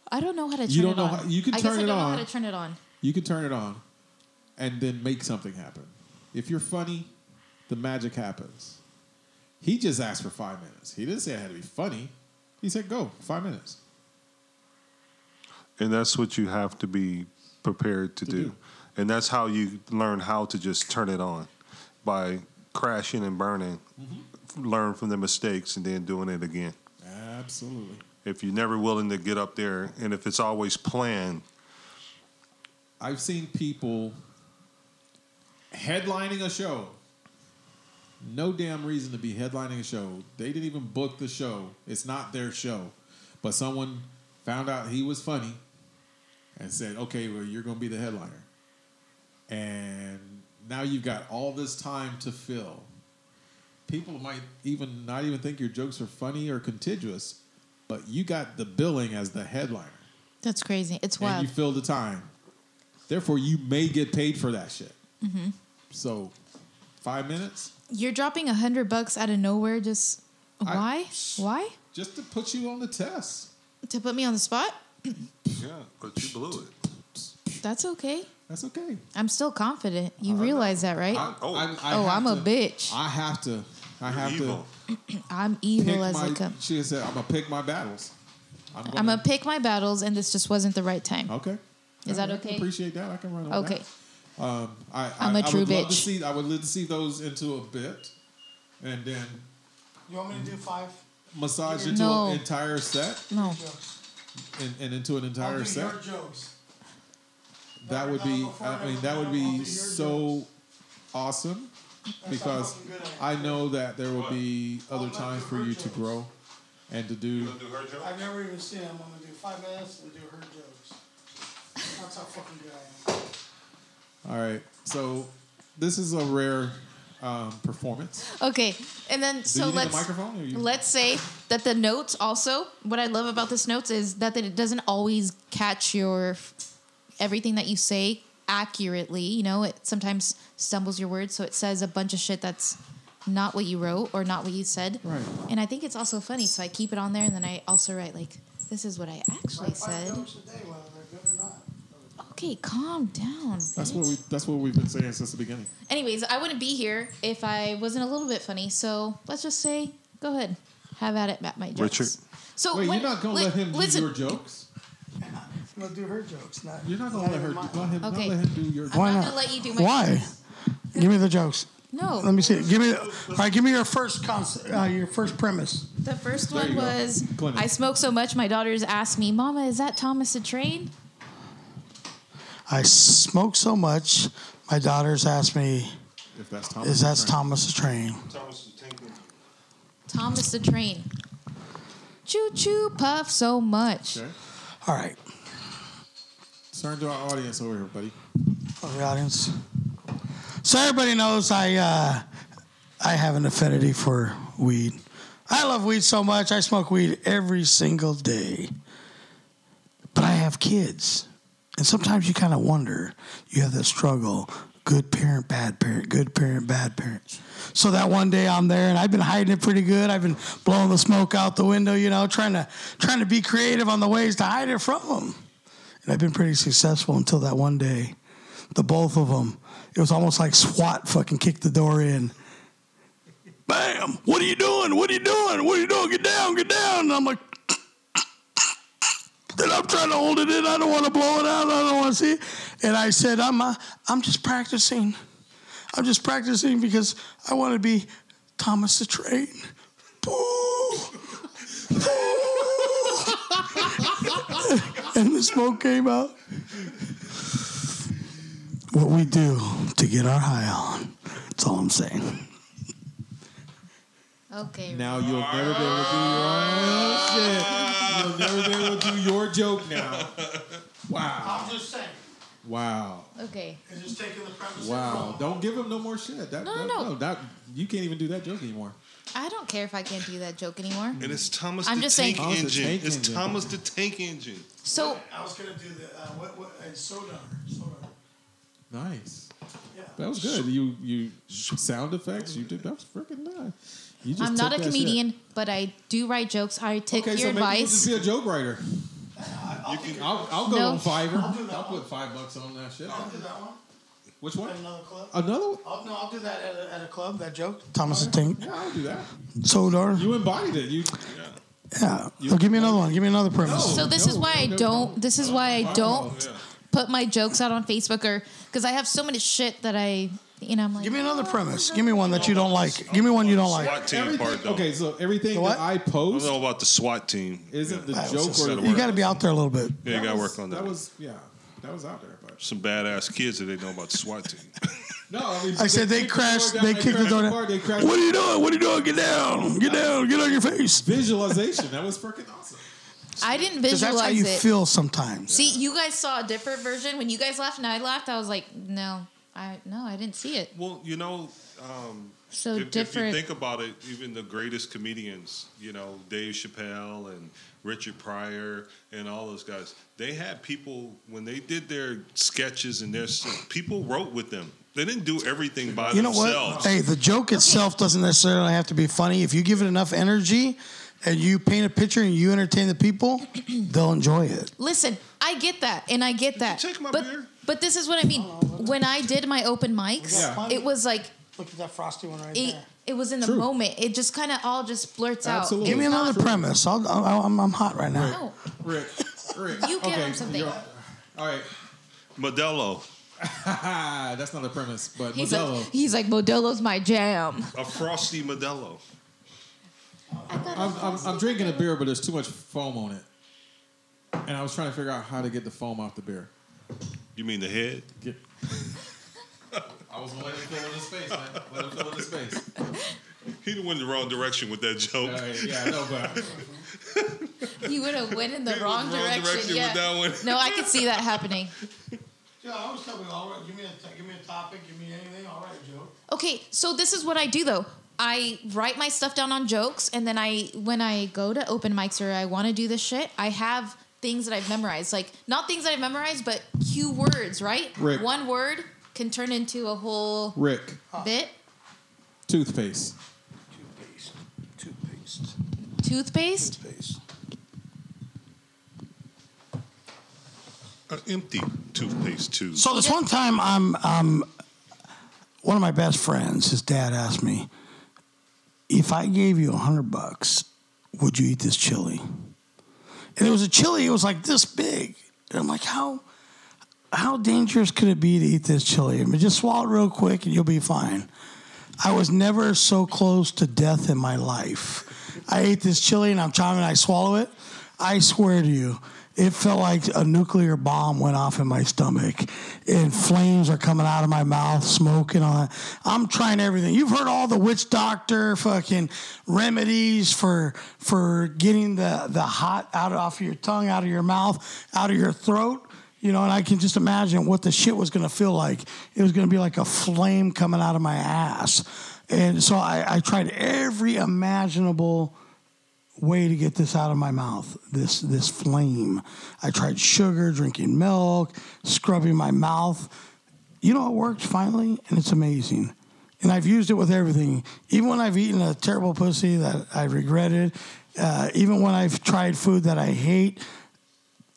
I don't know how to turn You don't it know on. how- you can I turn guess it I don't on. know how to turn it on. You can turn it on and then make something happen. If you're funny, the magic happens. He just asked for five minutes. He didn't say it had to be funny. He said, go, five minutes. And that's what you have to be prepared to, do. do. And that's how you learn how to just turn it on by crashing and burning. Mm-hmm. Learn from the mistakes and then doing it again. Absolutely. If you're never willing to get up there and if it's always planned, I've seen people headlining a show. No damn reason to be headlining a show. They didn't even book the show. It's not their show. But someone found out he was funny and said, okay, well, you're going to be the headliner. And now you've got all this time to fill. People might even not even think your jokes are funny or contiguous, but you got the billing as the headliner That's crazy. It's and wild. you fill the time. Therefore, you may get paid for that shit. Mm-hmm. So, five minutes You're dropping a hundred bucks out of nowhere. Just I- why? why just to put you on the test. to put me on the spot? yeah, but you blew it. That's okay. That's okay. I'm still confident. You realize that, right? Uh, I, Oh. oh, have I'm a to- bitch. I have to. I You're have evil. I'm to pick evil as I my. come. She said, "I'm gonna pick my battles." I'm I'm gonna pick my battles, and this just wasn't the right time. Okay. Is that I can okay? Appreciate that. I can run. on Okay. that. Um, I, I, I'm a I true would Love bitch. to see, I would love to see those into a bit, and then You want me to do five? massage into No. an entire set No. jokes? and, and into an I'll Oh, entire do set. your jokes. That would be. I mean, that would be so awesome because I know that there will be other times for you to grow and to do. I've never even seen them. I'm gonna do five minutes and do her jokes. That's how fucking good I am. All right. So this is a rare um, performance. Okay, and then Do so you need let's a microphone? Or you, let's say that the notes also. What I love about this notes is that it doesn't always catch your everything that you say accurately. You know, it sometimes stumbles your words, so it says a bunch of shit that's not what you wrote or not what you said. Right. And I think it's also funny, so I keep it on there, and then I also write like, "This is what I actually Five said." jokes a day, whether they're good or not. Okay, calm down. that's bitch. what we. That's what we've been saying since the beginning. Anyways, I wouldn't be here if I wasn't a little bit funny. So let's just say, go ahead, have at it, Matt. My jokes. Richard. So Wait, when- you're not gonna li- let him listen, do your jokes. I'm gonna do her jokes, not. You're not gonna let her. even mine. Let him. Okay. Not let him do your. I'm Why not not? gonna let you do my Why? jokes. Give me the jokes. No. Let me see. Give me. All right. Give me your first concept. Uh, your first premise. The first There one you go. was Clinic. I smoke so much my daughters asked me, Mama, is that Thomas the train? I smoke so much. My daughters ask me, If that's Thomas. "Is that Frank. Thomas the Train?" Thomas the train. Choo choo puff so much. Okay. All right. Turn to our audience over here, buddy. of the audience. So everybody knows I uh, I have an affinity for weed. I love weed so much. I smoke weed every single day. But I have kids, and sometimes you kind of wonder. You have that struggle: good parent, bad parent, good parent, bad parent. So that one day I'm there, and I've been hiding it pretty good. I've been blowing the smoke out the window, you know, trying to trying to be creative on the ways to hide it from them. And I've been pretty successful until that one day the both of them. It was almost like SWAT fucking kicked the door in. Bam! What are you doing? What are you doing? What are you doing? Get down! Get down! And I'm like, then I'm trying to hold it in. I don't want to blow it out. I don't want to see. It. And I said, I'm uh, I'm just practicing. I'm just practicing because I want to be Thomas the Train. Boo! Boo! and the smoke came out what we do to get our high on. That's all I'm saying. Okay. Now you'll never be able to do your own shit. You'll never be able to do your joke now. Wow. I'm just saying. Wow. Okay. It's just taking the premise. Wow. Don't give him no more shit. That, No, that, no, no. that, you can't even do that joke anymore. I don't care if I can't do that joke anymore. And it's Thomas I'm the just saying- Tank Thomas the Engine. Tank Mm-hmm. it's Engine. Thomas the Tank Engine. So I was gonna do the uh, what, what uh, soda. soda. Nice. Yeah. That was good. You you sound effects. You did that was freaking nice. You just I'm not a took that comedian, but I do write jokes. I Shit. take Okay, so your maybe you'll advice. just be a joke writer. You can, I'll, I'll go No. on Fiverr. do that Oh. I'll, one. put five bucks on that shit. I'll do that one. Which one? At another club. Another one? I'll, no, I'll do that at a, at a club. That joke. Thomas the Tank. Yeah, I'll do that. Soda. You embodied it. You Yeah. So give me another one. Give me another premise. So this No, is why I no, don't. no. This is why I Wow. don't put my jokes out on Facebook or because I have so much shit that I, you know, I'm like. Give me another premise. Give me one that you don't like. Give me one you don't like. SWAT team part though. okay, so everything what? that I I don't post know about the SWAT team. isn't the yeah. joke or gotta the You got to be out there a little bit. Yeah, you gotta was- work on that. That was yeah, that was out there, but some badass kids that they know about the SWAT team. no, I, mean, I said they kicked the crashed. door down, They kicked the crashed door car, down. What They crashed are you doing? What are you doing? Get down! Get down! Get on your face! visualization. That was freaking awesome. I didn't Because visualize that's how you it. feel sometimes. See, you guys saw a different version. When you guys laughed and I laughed, I was like, no, I no, I didn't see it. well, you know, um, So if, if you different. think about it, even the greatest comedians, you know, Dave Chappelle and Richard Pryor and all those guys, they had people when they did their sketches and their s- people wrote with them. They didn't do everything by You know themselves. what? Hey, the joke itself doesn't necessarily have to be funny. If you give it enough energy and you paint a picture and you entertain the people, they'll enjoy it. Listen, I get that, and I get that. take my but, beer? but this is what I mean. When I did my open mics, Yeah. it was like Look at that frosty one right it. It was in the True. moment. It just kind of all just blurts Absolutely. out. Give me It was another not- premise. I'll, I'll, I'm, I'm hot right now. No, Rick, Rick, You give okay, him something. you're- All right, Modelo, ah, that's not a premise, but he's Modelo. like he's like Modelo's my jam. a frosty Modelo. I'm, I'm, I'm drinking a beer, but there's too much foam on it, and I was trying to figure out how to get the foam off the beer. You mean the head? Get. I was gonna let him fill in his space, man. Let him fill in his space. He went the wrong direction with that joke. All right, yeah, I know, but You would have went in the He wrong went wrong direction. direction with yeah. that one. No, I could see that happening. Yeah, I always tell people, all right, give me a, give me a topic, give me anything. All right, Joe. Okay, so this is what I do though. I write my stuff down on jokes, and then I, when I go to open mics or I want to do this shit, I have things that I've memorized. Like not things that I've memorized, but cue words. Right? Rick. One word can turn into a whole Rick, bit. toothpaste. Toothpaste. Toothpaste. Toothpaste. Toothpaste. An empty toothpaste tube. So this one time, I'm um, one of my best friends. His dad asked me, "If I gave you a hundred bucks, would you eat this chili?" And it was a chili. It was like this big. And I'm like, how how dangerous could it be to eat this chili? I mean, just swallow it real quick, and you'll be fine. I was never so close to death in my life. I ate this chili and I'm chomping, I swallow it. I swear to you, it felt like a nuclear bomb went off in my stomach and flames are coming out of my mouth, smoke and all that. I'm trying everything. You've heard all the witch doctor fucking remedies for for getting the, the hot out of, off of your tongue, out of your mouth, out of your throat. You know, and I can just imagine what the shit was going to feel like. It was going to be like a flame coming out of my ass. And so I, I tried every imaginable way to get this out of my mouth, this, this flame. I tried sugar, drinking milk, scrubbing my mouth. You know, it worked finally, and it's amazing. And I've used it with everything. Even when I've eaten a terrible pussy that I regretted, uh, even when I've tried food that I hate,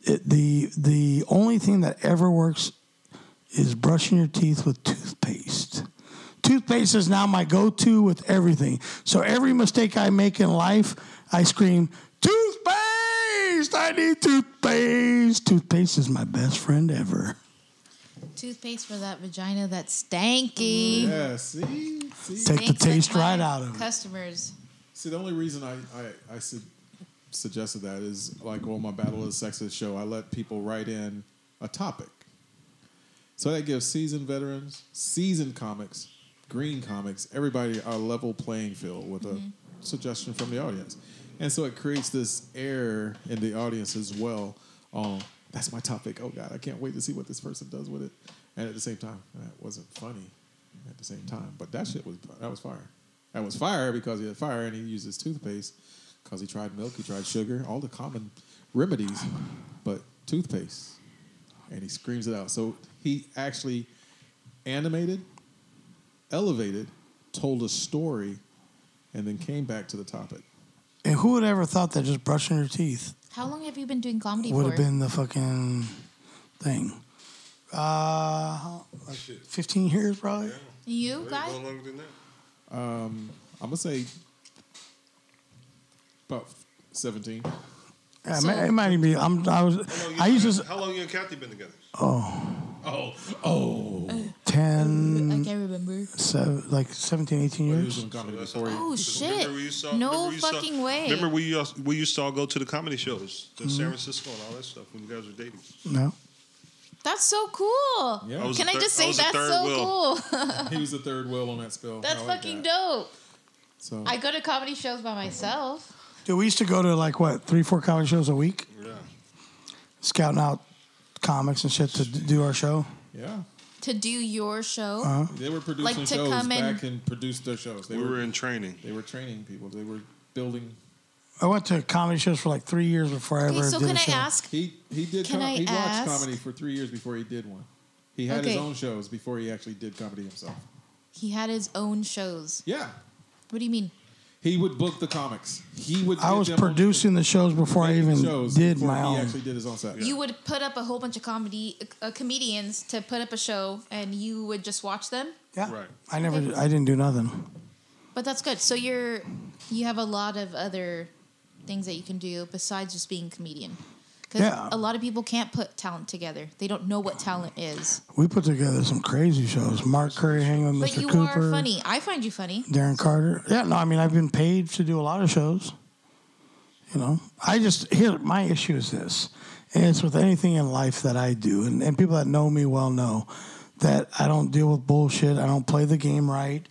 it, the the only thing that ever works is brushing your teeth with toothpaste. Toothpaste is now my go-to with everything. So every mistake I make in life, I scream, "Toothpaste! I need toothpaste!" Toothpaste is my best friend ever. Toothpaste for that vagina that's stanky. Yeah, see, see, Take the Stinks like taste my right out of it. Customers. see. The only reason I I, I su- suggested that is like on my Battle of the Sexes show, I let people write in a topic, so that gives seasoned veterans, seasoned comics, green comics, everybody a level playing field with a suggestion from the audience, and so it creates this air in the audience as well. On that's my topic. Oh God, I can't wait to see what this person does with it. And at the same time, that wasn't funny. At the same time, but that shit was that was fire. That was fire because he had fire and he used his toothpaste because he tried milk, he tried sugar, all the common remedies, but toothpaste. And he screams it out. So he actually animated, elevated, told a story, and then came back to the topic. And who would ever thought that just brushing your teeth How long have you been doing comedy would for? have been the fucking thing? Uh, how- like fifteen years probably. you guys? longer than that. I'm gonna say about 17. Yeah, it So- might- it might even be. I'm, I was. I used to. How long you and Kathy been together? Oh. I 10, can't remember. seven, like 17, 18 He was years. doing comedy before he- Oh shit! Remember you saw, No remember you saw- fucking way. Remember we used, we used to all go to the comedy shows to San Francisco and all that stuff when you guys were dating. No. That's so cool. Yeah. I was Can the I third- just I say was the that's third so wheel. cool? he was the third wheel on that spell. that's I like fucking that. dope. So I go to comedy shows by myself. Dude, we used to go to like what, three, four comedy shows a week, Yeah. scouting out comics and shit to d- do our show. yeah, To do your show, they were producing Like to shows come and- back and produced their shows. They We were were in training. They were training people. They were building. I went to comedy shows for like three years before I ever okay. So did can a I show. ask? He he did. Can Com- I he watched ask- comedy for three years before he did one. He had Okay. his own shows before he actually did comedy himself. He had his own shows. Yeah, What do you mean? he would book the comics. He would. I give was them on- producing the shows before I even shows did before my he own. actually did his own set. You would put up a whole bunch of comedy uh, comedians to put up a show, and you would just watch them. Yeah. Right. I never, I didn't do nothing. But that's good. So you're you have a lot of other things that you can do besides just being a comedian. Because Yeah. a lot of people can't put talent together. They don't know what talent is. We put together some crazy shows. Mark Curry hanging But with Mr. you Cooper. are funny. I find you funny. Darren Carter. Yeah, no, I mean I've been paid to do a lot of shows. You know, I just here my issue is this, and it's with anything in life that I do, and, and people that know me well know that I don't deal with bullshit. I don't play the game right.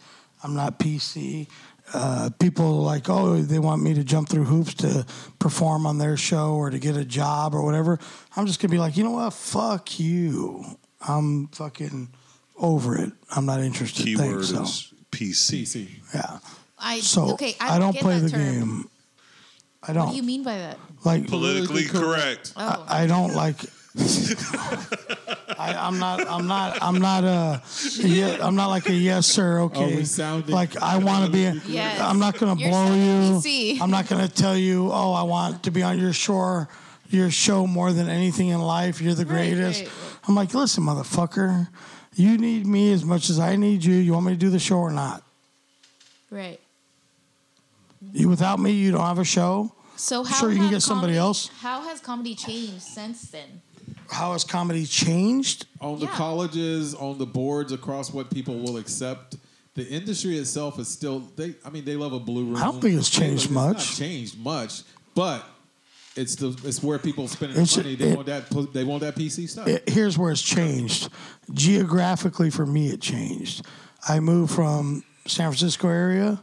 I'm not PC. uh, people like, oh, they want me to jump through hoops to perform on their show or to get a job or whatever. I'm just gonna be like, you know what? Fuck you. I'm fucking over it. I'm not interested. Keyword Thanks, so. is PC. PC. yeah. I So okay. I, I, don't get play that the term. game. I What do you don't mean by that? like. Politically correct. Oh, I don't like. I, I'm not. I'm not. I'm not a. Yeah, I'm not like a yes sir. Okay. Are we sounding- like I want to be. Yes. I'm not gonna You're blow sounding you. PC. I'm not gonna tell you. Oh, I want to be on your shore, your show more than anything in life. You're the Right, greatest. right, right. I'm like, listen, motherfucker. You need me as much as I need you. You want me to do the show or not? Oh, right. You without me, you don't have a show. So how sure you can have get somebody comedy- else. How has comedy changed since then? How has comedy changed? on the Yeah. colleges, on the boards across what people will accept. The industry itself is still they. I mean, they love a blue room. I don't think it's They- changed not much. changed much, but it's the it's where people spend their It's- money. They it- want that. pl- They want that PC stuff. it, Eh, here's where it's changed. Geographically, for me, it changed. I moved from San Francisco area,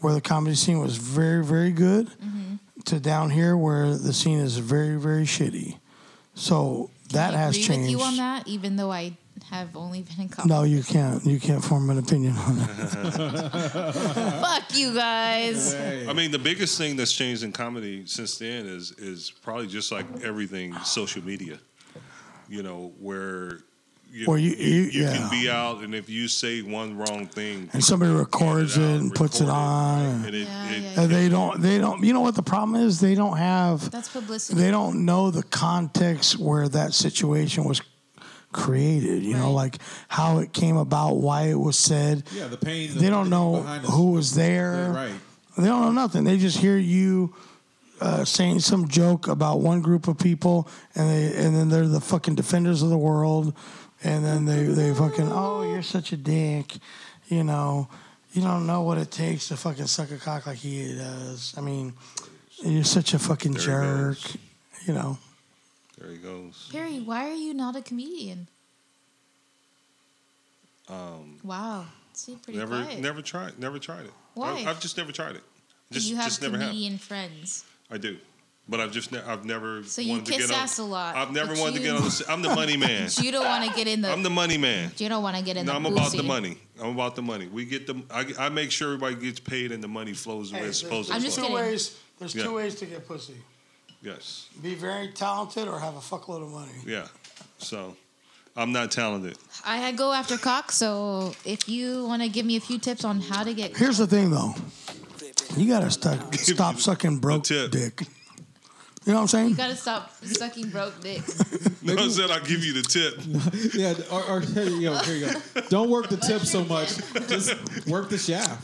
where the comedy scene was very, very good, Mm-hmm. to down here where the scene is very, very shitty. So that I has agree changed. with you on that, even though I have only been in comedy. No, you can't. You can't form an opinion on that. Fuck you guys. I mean, the biggest thing that's changed in comedy since then is is probably just like everything social media. You know, where you, Well, you- you- yeah. can be out, and if you say one wrong thing, And somebody records it out, and puts it uh, record on. right? and- And it, Yeah, it- yeah, and they don't. They don't. You know what the problem is? They don't have. That's publicity. they don't know the context where that situation was created you know Right. like how it came about why it was said yeah, the pain. they don't know who was there Yeah, right. they don't know nothing they just hear you uh, saying some joke about one group of people and they and then they're the fucking defenders of the world and then they they fucking oh you're such a dick you know you don't know what it takes to fucking suck a cock like he does i mean you're such a fucking he jerk goes. you know there he goes. Perry, why are you not a comedian? Um, wow. Seemed pretty Never, quiet. never tried, never tried it. Why? I, have just never tried it. Do Just, you have just never have. comedian friends. I do, but I've just, ne- I've never. So you wanted to kiss get on- ass a lot, I've never but wanted to you- get on. The, s- I'm the money man. You don't want to get in the. I'm the money man. you don't want to get in No, the. I'm about the boozy. money. I'm about the money. We get the. I, I make sure everybody gets paid and the money flows the way it's supposed to I'm flow. just two kidding. ways. There's Yeah. two ways to get pussy: Yes. be very talented or have a fuckload of money. Yeah. So, I'm not talented. I had go after cock, so if you want to give me a few tips on how to get. Here's the thing, though: you gotta stu- stop sucking broke tip. dick. You know what I'm saying? You gotta stop sucking broke dick. No, I said I'll give you the tip. Yeah, or, or here you go. Here you go. Don't work the tip so much. Just work the shaft,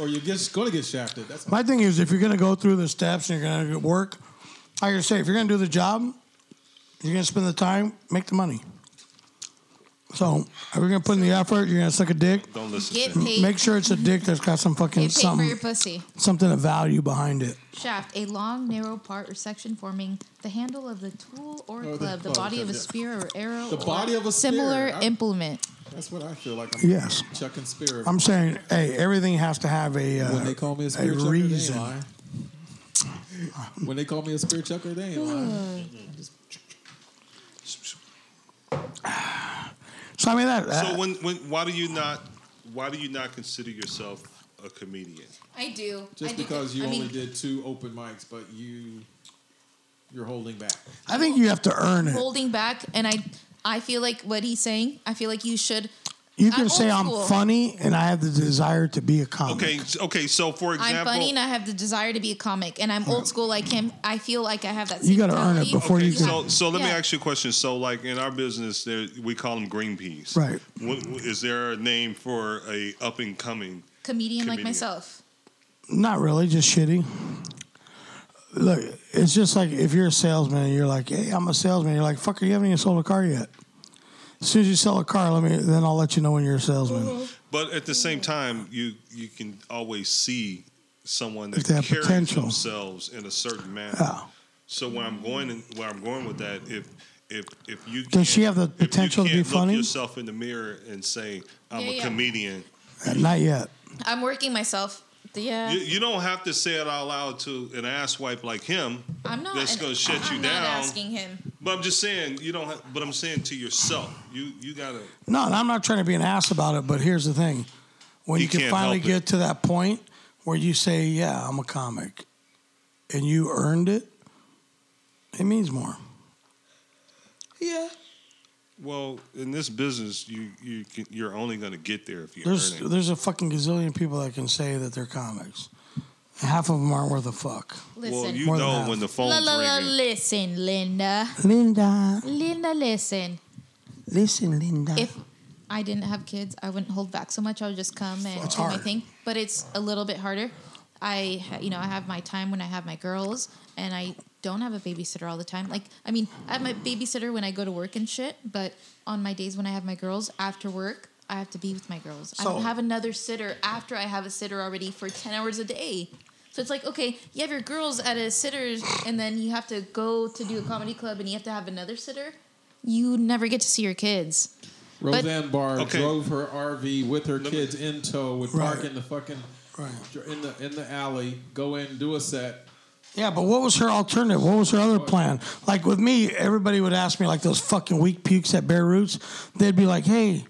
or you're just going to get shafted. That's My thing is, if you're gonna go through the steps and you're gonna work, I gotta say, if you're gonna do the job, you're gonna spend the time, make the money. So, if you're gonna put in the effort, you're gonna suck a dick. Don't listen Get to him. paid. Make sure it's a dick that's got some fucking Get paid for your something, pussy. something of value behind it. Shaft, a long, narrow part or section forming the handle of the tool or the club, the club, body of a yeah. spear or arrow, The or body of a spear. similar I- implement. that's what I feel like. I'm Yes. chucking spear. I'm saying, hey, everything has to have a uh, when they call me a spear a chucker, they reason. ain't lying. When they call me a spear chucker, they ain't lying. So I mean that. that- So when, when why do you not why do you not consider yourself a comedian? I do. Just because you only did two open mics, but you you're holding back. I think you have to earn it. holding back, and I, I feel like what he's saying. I feel like you should. You can I'm say old I'm school. funny and I have the desire to be a comic. Okay, s- okay. So for example, I'm funny and I have the desire to be a comic, and I'm old school like him. I feel like I have that. You same gotta earn it mentality. before you Okay, can- so so let me Yeah. ask you a question. So like in our business, there we call them green peas. Right. What, what- is there a name for a up and coming? comedian, like Comedian. myself. Not really, just shitty. Look, it's just like if you're a salesman and you're like, hey, I'm a salesman. You're like, fucker, you haven't even sold a car yet. As soon as you sell a car, let me then I'll let you know when you're a salesman. But at the same Mm. time, you you can always see someone that If they have carries potential. Ah. themselves in a certain manner. Yeah. So where I'm going, in- where I'm going with that, if if if you Does she can't- have the if you potential to be can't look funny? yourself in the mirror and say I'm Yeah, a yeah. comedian, Not yet. I'm working myself yeah. You, you don't have to say it out loud to an asswipe like him. I'm not. That's an- gonna shut I'm you not down. asking him. But I'm just saying you don't. Have, but I'm saying to yourself, you you gotta. No, and I'm not trying to be an ass about it, but here's the thing: when You you, can can't finally help get it. to that point where you say, "Yeah, I'm a comic," and you earned it, it means more. Yeah. Well, in this business, you you can, you're only gonna get there if you There's earn it. there's a fucking gazillion people that can say that they're comics. Half of them aren't worth a fuck. Listen. well, you More than know half. when the phone's La, la, la, ringing. listen, Linda. Linda, Linda, listen. listen, Linda. If I didn't have kids, I wouldn't hold back so much. I would just come and It's do my hard. thing. But it's a little bit harder. I, ha- you know, I have my time when I have my girls, and I don't have a babysitter all the time. Like, I mean, I have my babysitter when I go to work and shit. But on my days when I have my girls after work, I have to be with my girls. I So- don't have another sitter after I have a sitter already for ten hours a day. So it's like, okay, you have your girls at a sitter's, and then you have to go to do a comedy club, and you have to have another sitter. You never get to see your kids. But- Roseanne Barr Okay. drove her RV with her kids in tow, would park Right. in the fucking Right. in the in the alley, go in, do a set. Yeah, but what was her alternative? What was her other plan? Like with me, everybody would ask me like those fucking weak pukes at Bear Roots. They'd be like, "Hey,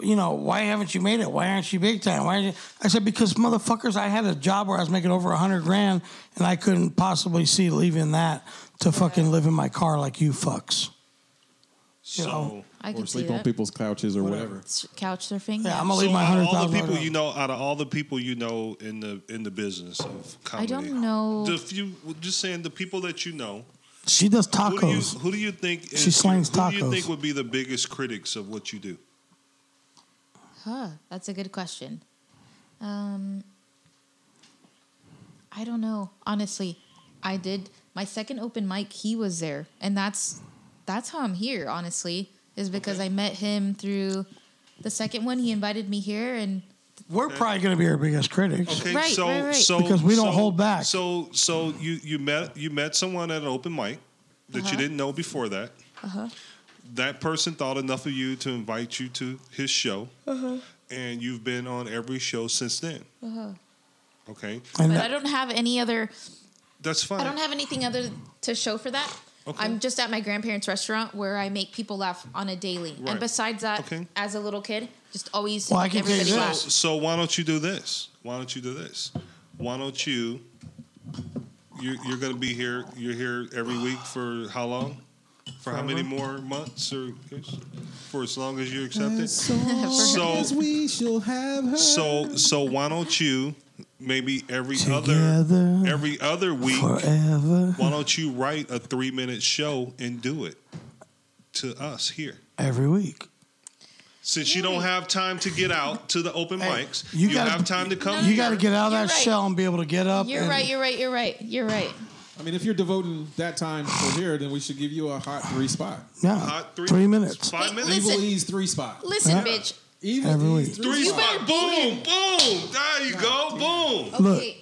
you know, why haven't you made it? Why aren't you big time? Why?" Aren't you? I said, "Because motherfuckers, I had a job where I was making over a hundred grand, and I couldn't possibly see leaving that to fucking live in my car like you fucks." So, know, I can or see sleep that. on people's couches or whatever. S- Couch surfing. Yeah, I'm gonna leave so my out hundred of all the thousand. people you know, out of all the people you know in the in the business of I comedy, don't know. The few, just saying, the people that you know, she does who do you tacos. who do you think is, She slings who do you tacos. think would be the biggest critics of what you do? Huh, that's a good question. Um, I don't know. Honestly, I did my second open mic. He was there, and that's that's how I'm here. Honestly, is because I met him through the second one. He invited me here, and We're probably gonna be her biggest critics. Okay, Right, so right, right. so Because we don't so- hold back. So so you you met you met someone at an open mic that Uh-huh. you didn't know before that. Uh-huh. That person thought enough of you to invite you to his show, Uh-huh. and you've been on every show since then. Okay, And but that- I don't have any other. that's fine. I don't have anything other to show for that. Okay. I'm just at my grandparents' restaurant where I make people laugh on a daily. Right. And besides that, Okay. as a little kid, just always Well, I make can tell you everybody this. So, laugh. so why don't you do this? Why don't you do this? Why don't you? You're, you're going to be here. You're here every week for how long? For how many more months or years? for as long as you accept it? So we shall have her. so so why don't you maybe every Together other every other week? forever, Why don't you write a three minute show and do it to us here? every week. Since you don't have time to get out to the open Hey, mics, you you, gotta- have time to come. You got to here. get out of You're that right. shell and be able to get up. You're and- right. You're right. You're right. You're right. I mean, if you're devoting that time for here, then we should give you a hot three spot. Yeah, Hot three, three- minutes. Five Wait, minutes. Listen. Evil E's three spot. Listen, Yeah. bitch. Evil Every E's week. three Three spot. better spot. be Boom, here. boom. There you go. Boom. Look. Okay.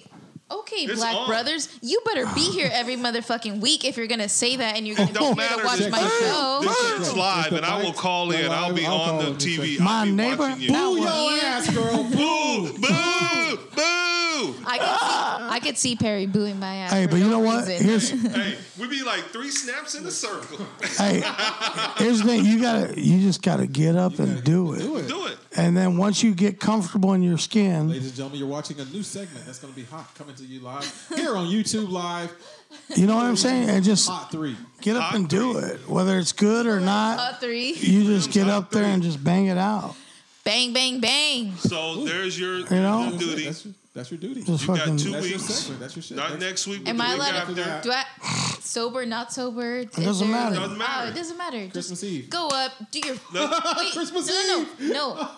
Okay, It's Black on. Brothers, you better be here every motherfucking week if you're gonna say that and you're gonna be don't here to matter. watch Check my this show. This shit's live, and I will call in. I'll be on the TV. My I'll be neighbor? watching you. Boo, Boo, yo. Your ass, girl. boo, boo. I could, see, I could see Perry booing my ass. Hey, for but you no know what? reason. Here's Hey, we be like three snaps in a circle. hey, here's the thing. You gotta, you just gotta get up and do it. Do it. Do it. And then once you get comfortable in your skin, Ladies and gentlemen, you're watching a new segment that's going to be hot coming to you live here on YouTube Live. you know what I'm saying. And just Hot three. get up and do it, whether it's good or Uh, not. three, You just get up there and just bang it out. bang, bang, bang. So there's your, You know? your duty. That's your, that's your duty. Just You got fucking- two That's your weeks. segment. That's your shit. Not That's- next week. but Am the I week allowed? after. Do I sober? Not sober? It doesn't matter. Doesn't Oh, matter. it doesn't matter. Just Christmas Eve. go up, do your wait. Christmas no, no, no, no.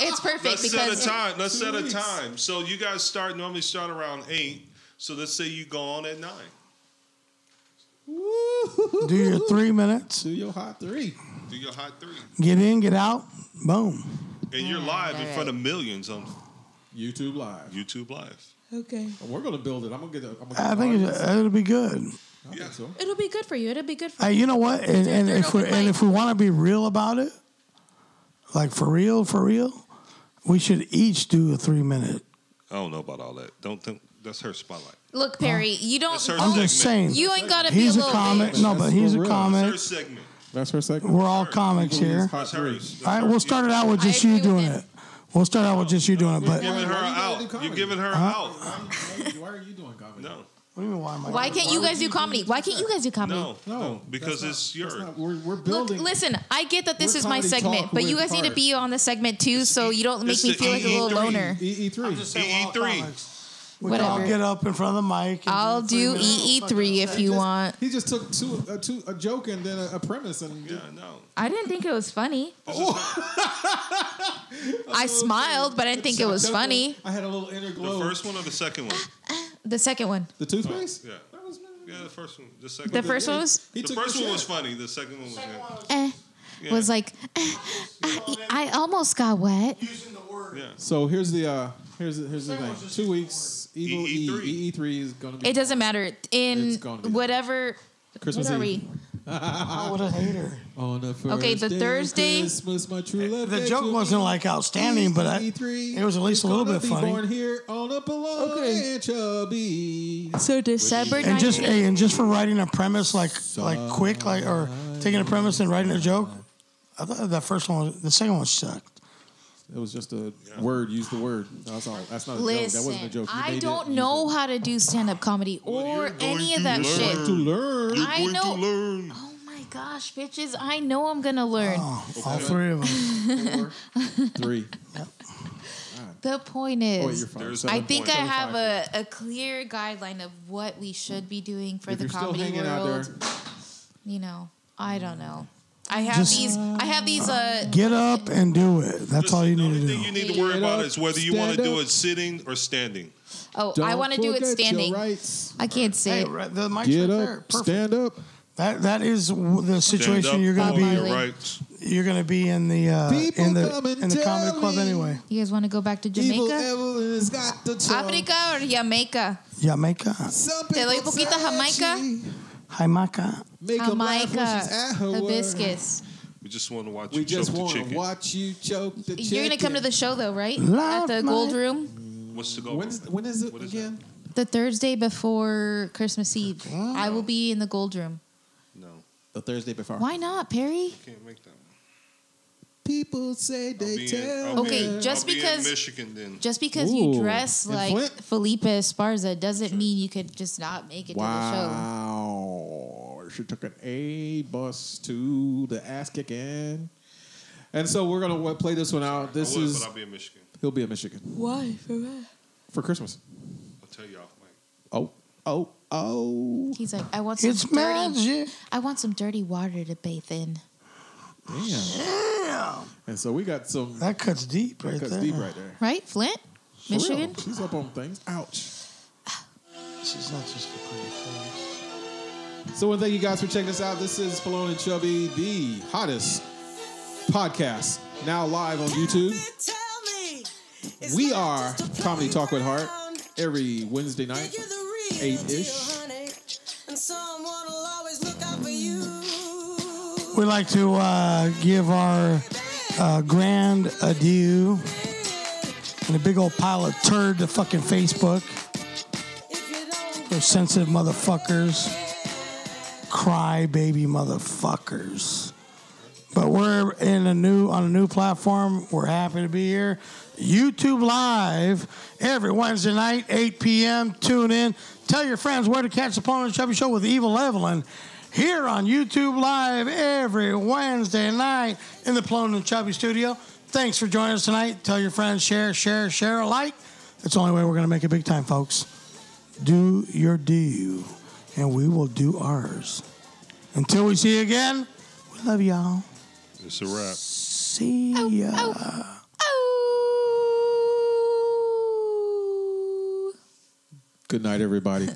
It's perfect Let's because set a time. Let's Two set weeks. a time. So you guys start normally start around eight. So let's say you go on at nine. Woo-hoo-hoo. Do your three minutes. Do your hot three. Do your hot three, Get in, get out. Boom. and you're live Mm, in alright. front of millions on YouTube Live. YouTube Live. okay, And we're going to build it. I'm going to get. A, I'm gonna I get think an it, audience. it'll be good. I think so. it'll be good for you. It'll be good for Hey, you. you know what? And, and third if we open and mic. if we want to be real about it, like for real, for real, we should each do a three minute I don't know about all that. Don't think that's her spotlight. Look, Perry, you don't. That's her I'm oh, segment. just saying. you ain't gotta be a He's a little. comic. bitch. No, but he's a real. That's her comic. segment. That's her second. We're all comics here. All That's hers. right, we'll start it out with I just agree you with doing him. it. We'll start out with just you doing it. But You're what giving her Why do you gotta do out. You're comedy? giving her out. Why are you doing comedy? No, do you mean? Why am I? Why can't you guys do comedy? Why can't you guys do comedy? no, No, no, because that's it's not- your. that's not- we're, we're Look, building. listen, I get that this We're is my comedy segment, talk but with you guys need to heart. be on the segment too, so you don't make it's me the E feel like a little EE3. E, loner. EE3. EE3. We can all Whatever. get up in front of the mic. and I'll three do minutes. EE3 if you want. He just took two, a, two, a joke and then a, a premise, and Yeah, no. I didn't think it was funny. I smiled, but I didn't think it was funny. I had a little inner The glow. first one or the second one? The second one. The toothpaste. Yeah. That was Yeah, the first one. The second. The one. first one was He The took first the one was shit. funny. The second one was. yeah. eh, Yeah. was like eh, I, I almost got wet. Using the word. Yeah. So here's the uh, here's the, here's the thing. one's just E Two weeks. Evil EE3. E EE3 is gonna be. It doesn't matter. In It's gonna be- whatever Christmas what are Eve. we? Oh, what a hater. On the first Okay, the day of Thursday- Christmas, my true love The gave joke to wasn't me. like outstanding, but I, E3 it was at least a is little gonna be bit funny. Born here on a Chubby. So December And just 19th. hey, and just for writing a premise like like quick like or taking a premise and writing a joke, I thought that first one, was, the second one sucked. It was just a word. Use the word. That's all. That's not a joke. That wasn't a Listen, joke. You made I it. don't You know how to do stand up comedy or you're going any of to that learn. shit. To learn. I Going know- to learn. Oh my gosh, bitches! I know I'm gonna learn. Oh. All three of them. Four, three. The point Oh, wait, is, you're fine. There's- I Seven think I point. have a, a clear guideline of what we should be doing for if the you're still comedy hanging out world. there, You know, I don't know. I have Just- these. I have these. Uh, Get up and do it. That's all you the need to only do. thing you need to worry Get about up, is whether you want to stand do up. it sitting or standing. oh, don't I want to do it forget standing. Your rights. I can't say Hey, it. right- the mic's Get right up. there. Perfect. Stand up. That that is w- the Stand up situation you're going for to be. Bob your Marley. rights. You're going to be in the uh, People in the come and in the comedy tell club me. anyway. You guys want to go back to Evil Jamaica, Evelyn has got the chub. Africa, or Jamaica? Jamaica, Some Te doy people poquita say Jamaica. she Jamaica. Make 'em laugh when she's Jamaica, at her work. hibiscus. We just want to watch We you choke just the want to chicken. watch you choke the chicken. You're gonna come to the show though, right? Laugh, At the mate. Gold Room, What's to go? When's, when is it What is again? the Thursday before Christmas Eve. I will be in the Gold Room. No, The Thursday before. Why not, Perry? can't make that one. People say I'll they be in- tell I'll me. be in- Okay, just I'll be in because- Michigan then. Just because Ooh. you dress And like Flint? Felipe Esparza doesn't mean you could just not make it to Wow. She took an A bus to the ass kick in. And so we're going to play this one out. This I would, is, but I'll be in Michigan. he'll be in Michigan the show. Why? for Christmas. I'll tell you off mic. Oh, oh, oh. He's like, I want some It's dirty. magic. I want some dirty water to bathe in. Damn. And so we got some, That cuts deep right cuts there. deep right there. Right, Flint, For real. Michigan. She's up on things. Ouch. She's not just a pretty face. So, well, thank you guys for checking us out. This is Palone and Chubby, the hottest podcast now live on YouTube. We are Comedy Talk with Heart every Wednesday night, eight ish. We'd like to uh, give our uh, grand adieu and a big old pile of turd to fucking Facebook. Those sensitive motherfuckers. Cry baby motherfuckers. But we're in a new on a new platform. We're happy to be here. YouTube Live every Wednesday night, 8 p.m. Tune in. Tell your friends where to catch the Paul and Chubby Show with Evil Evelyn. Here on YouTube Live every Wednesday night in the Plone and Chubby studio. Thanks for joining us tonight. Tell your friends, share, share, share, like. That's the only way we're going to make it big time, folks. Do your due, and we will do ours. Until we see you again, we love y'all. It's a wrap. See ya. Oh. Good night, everybody.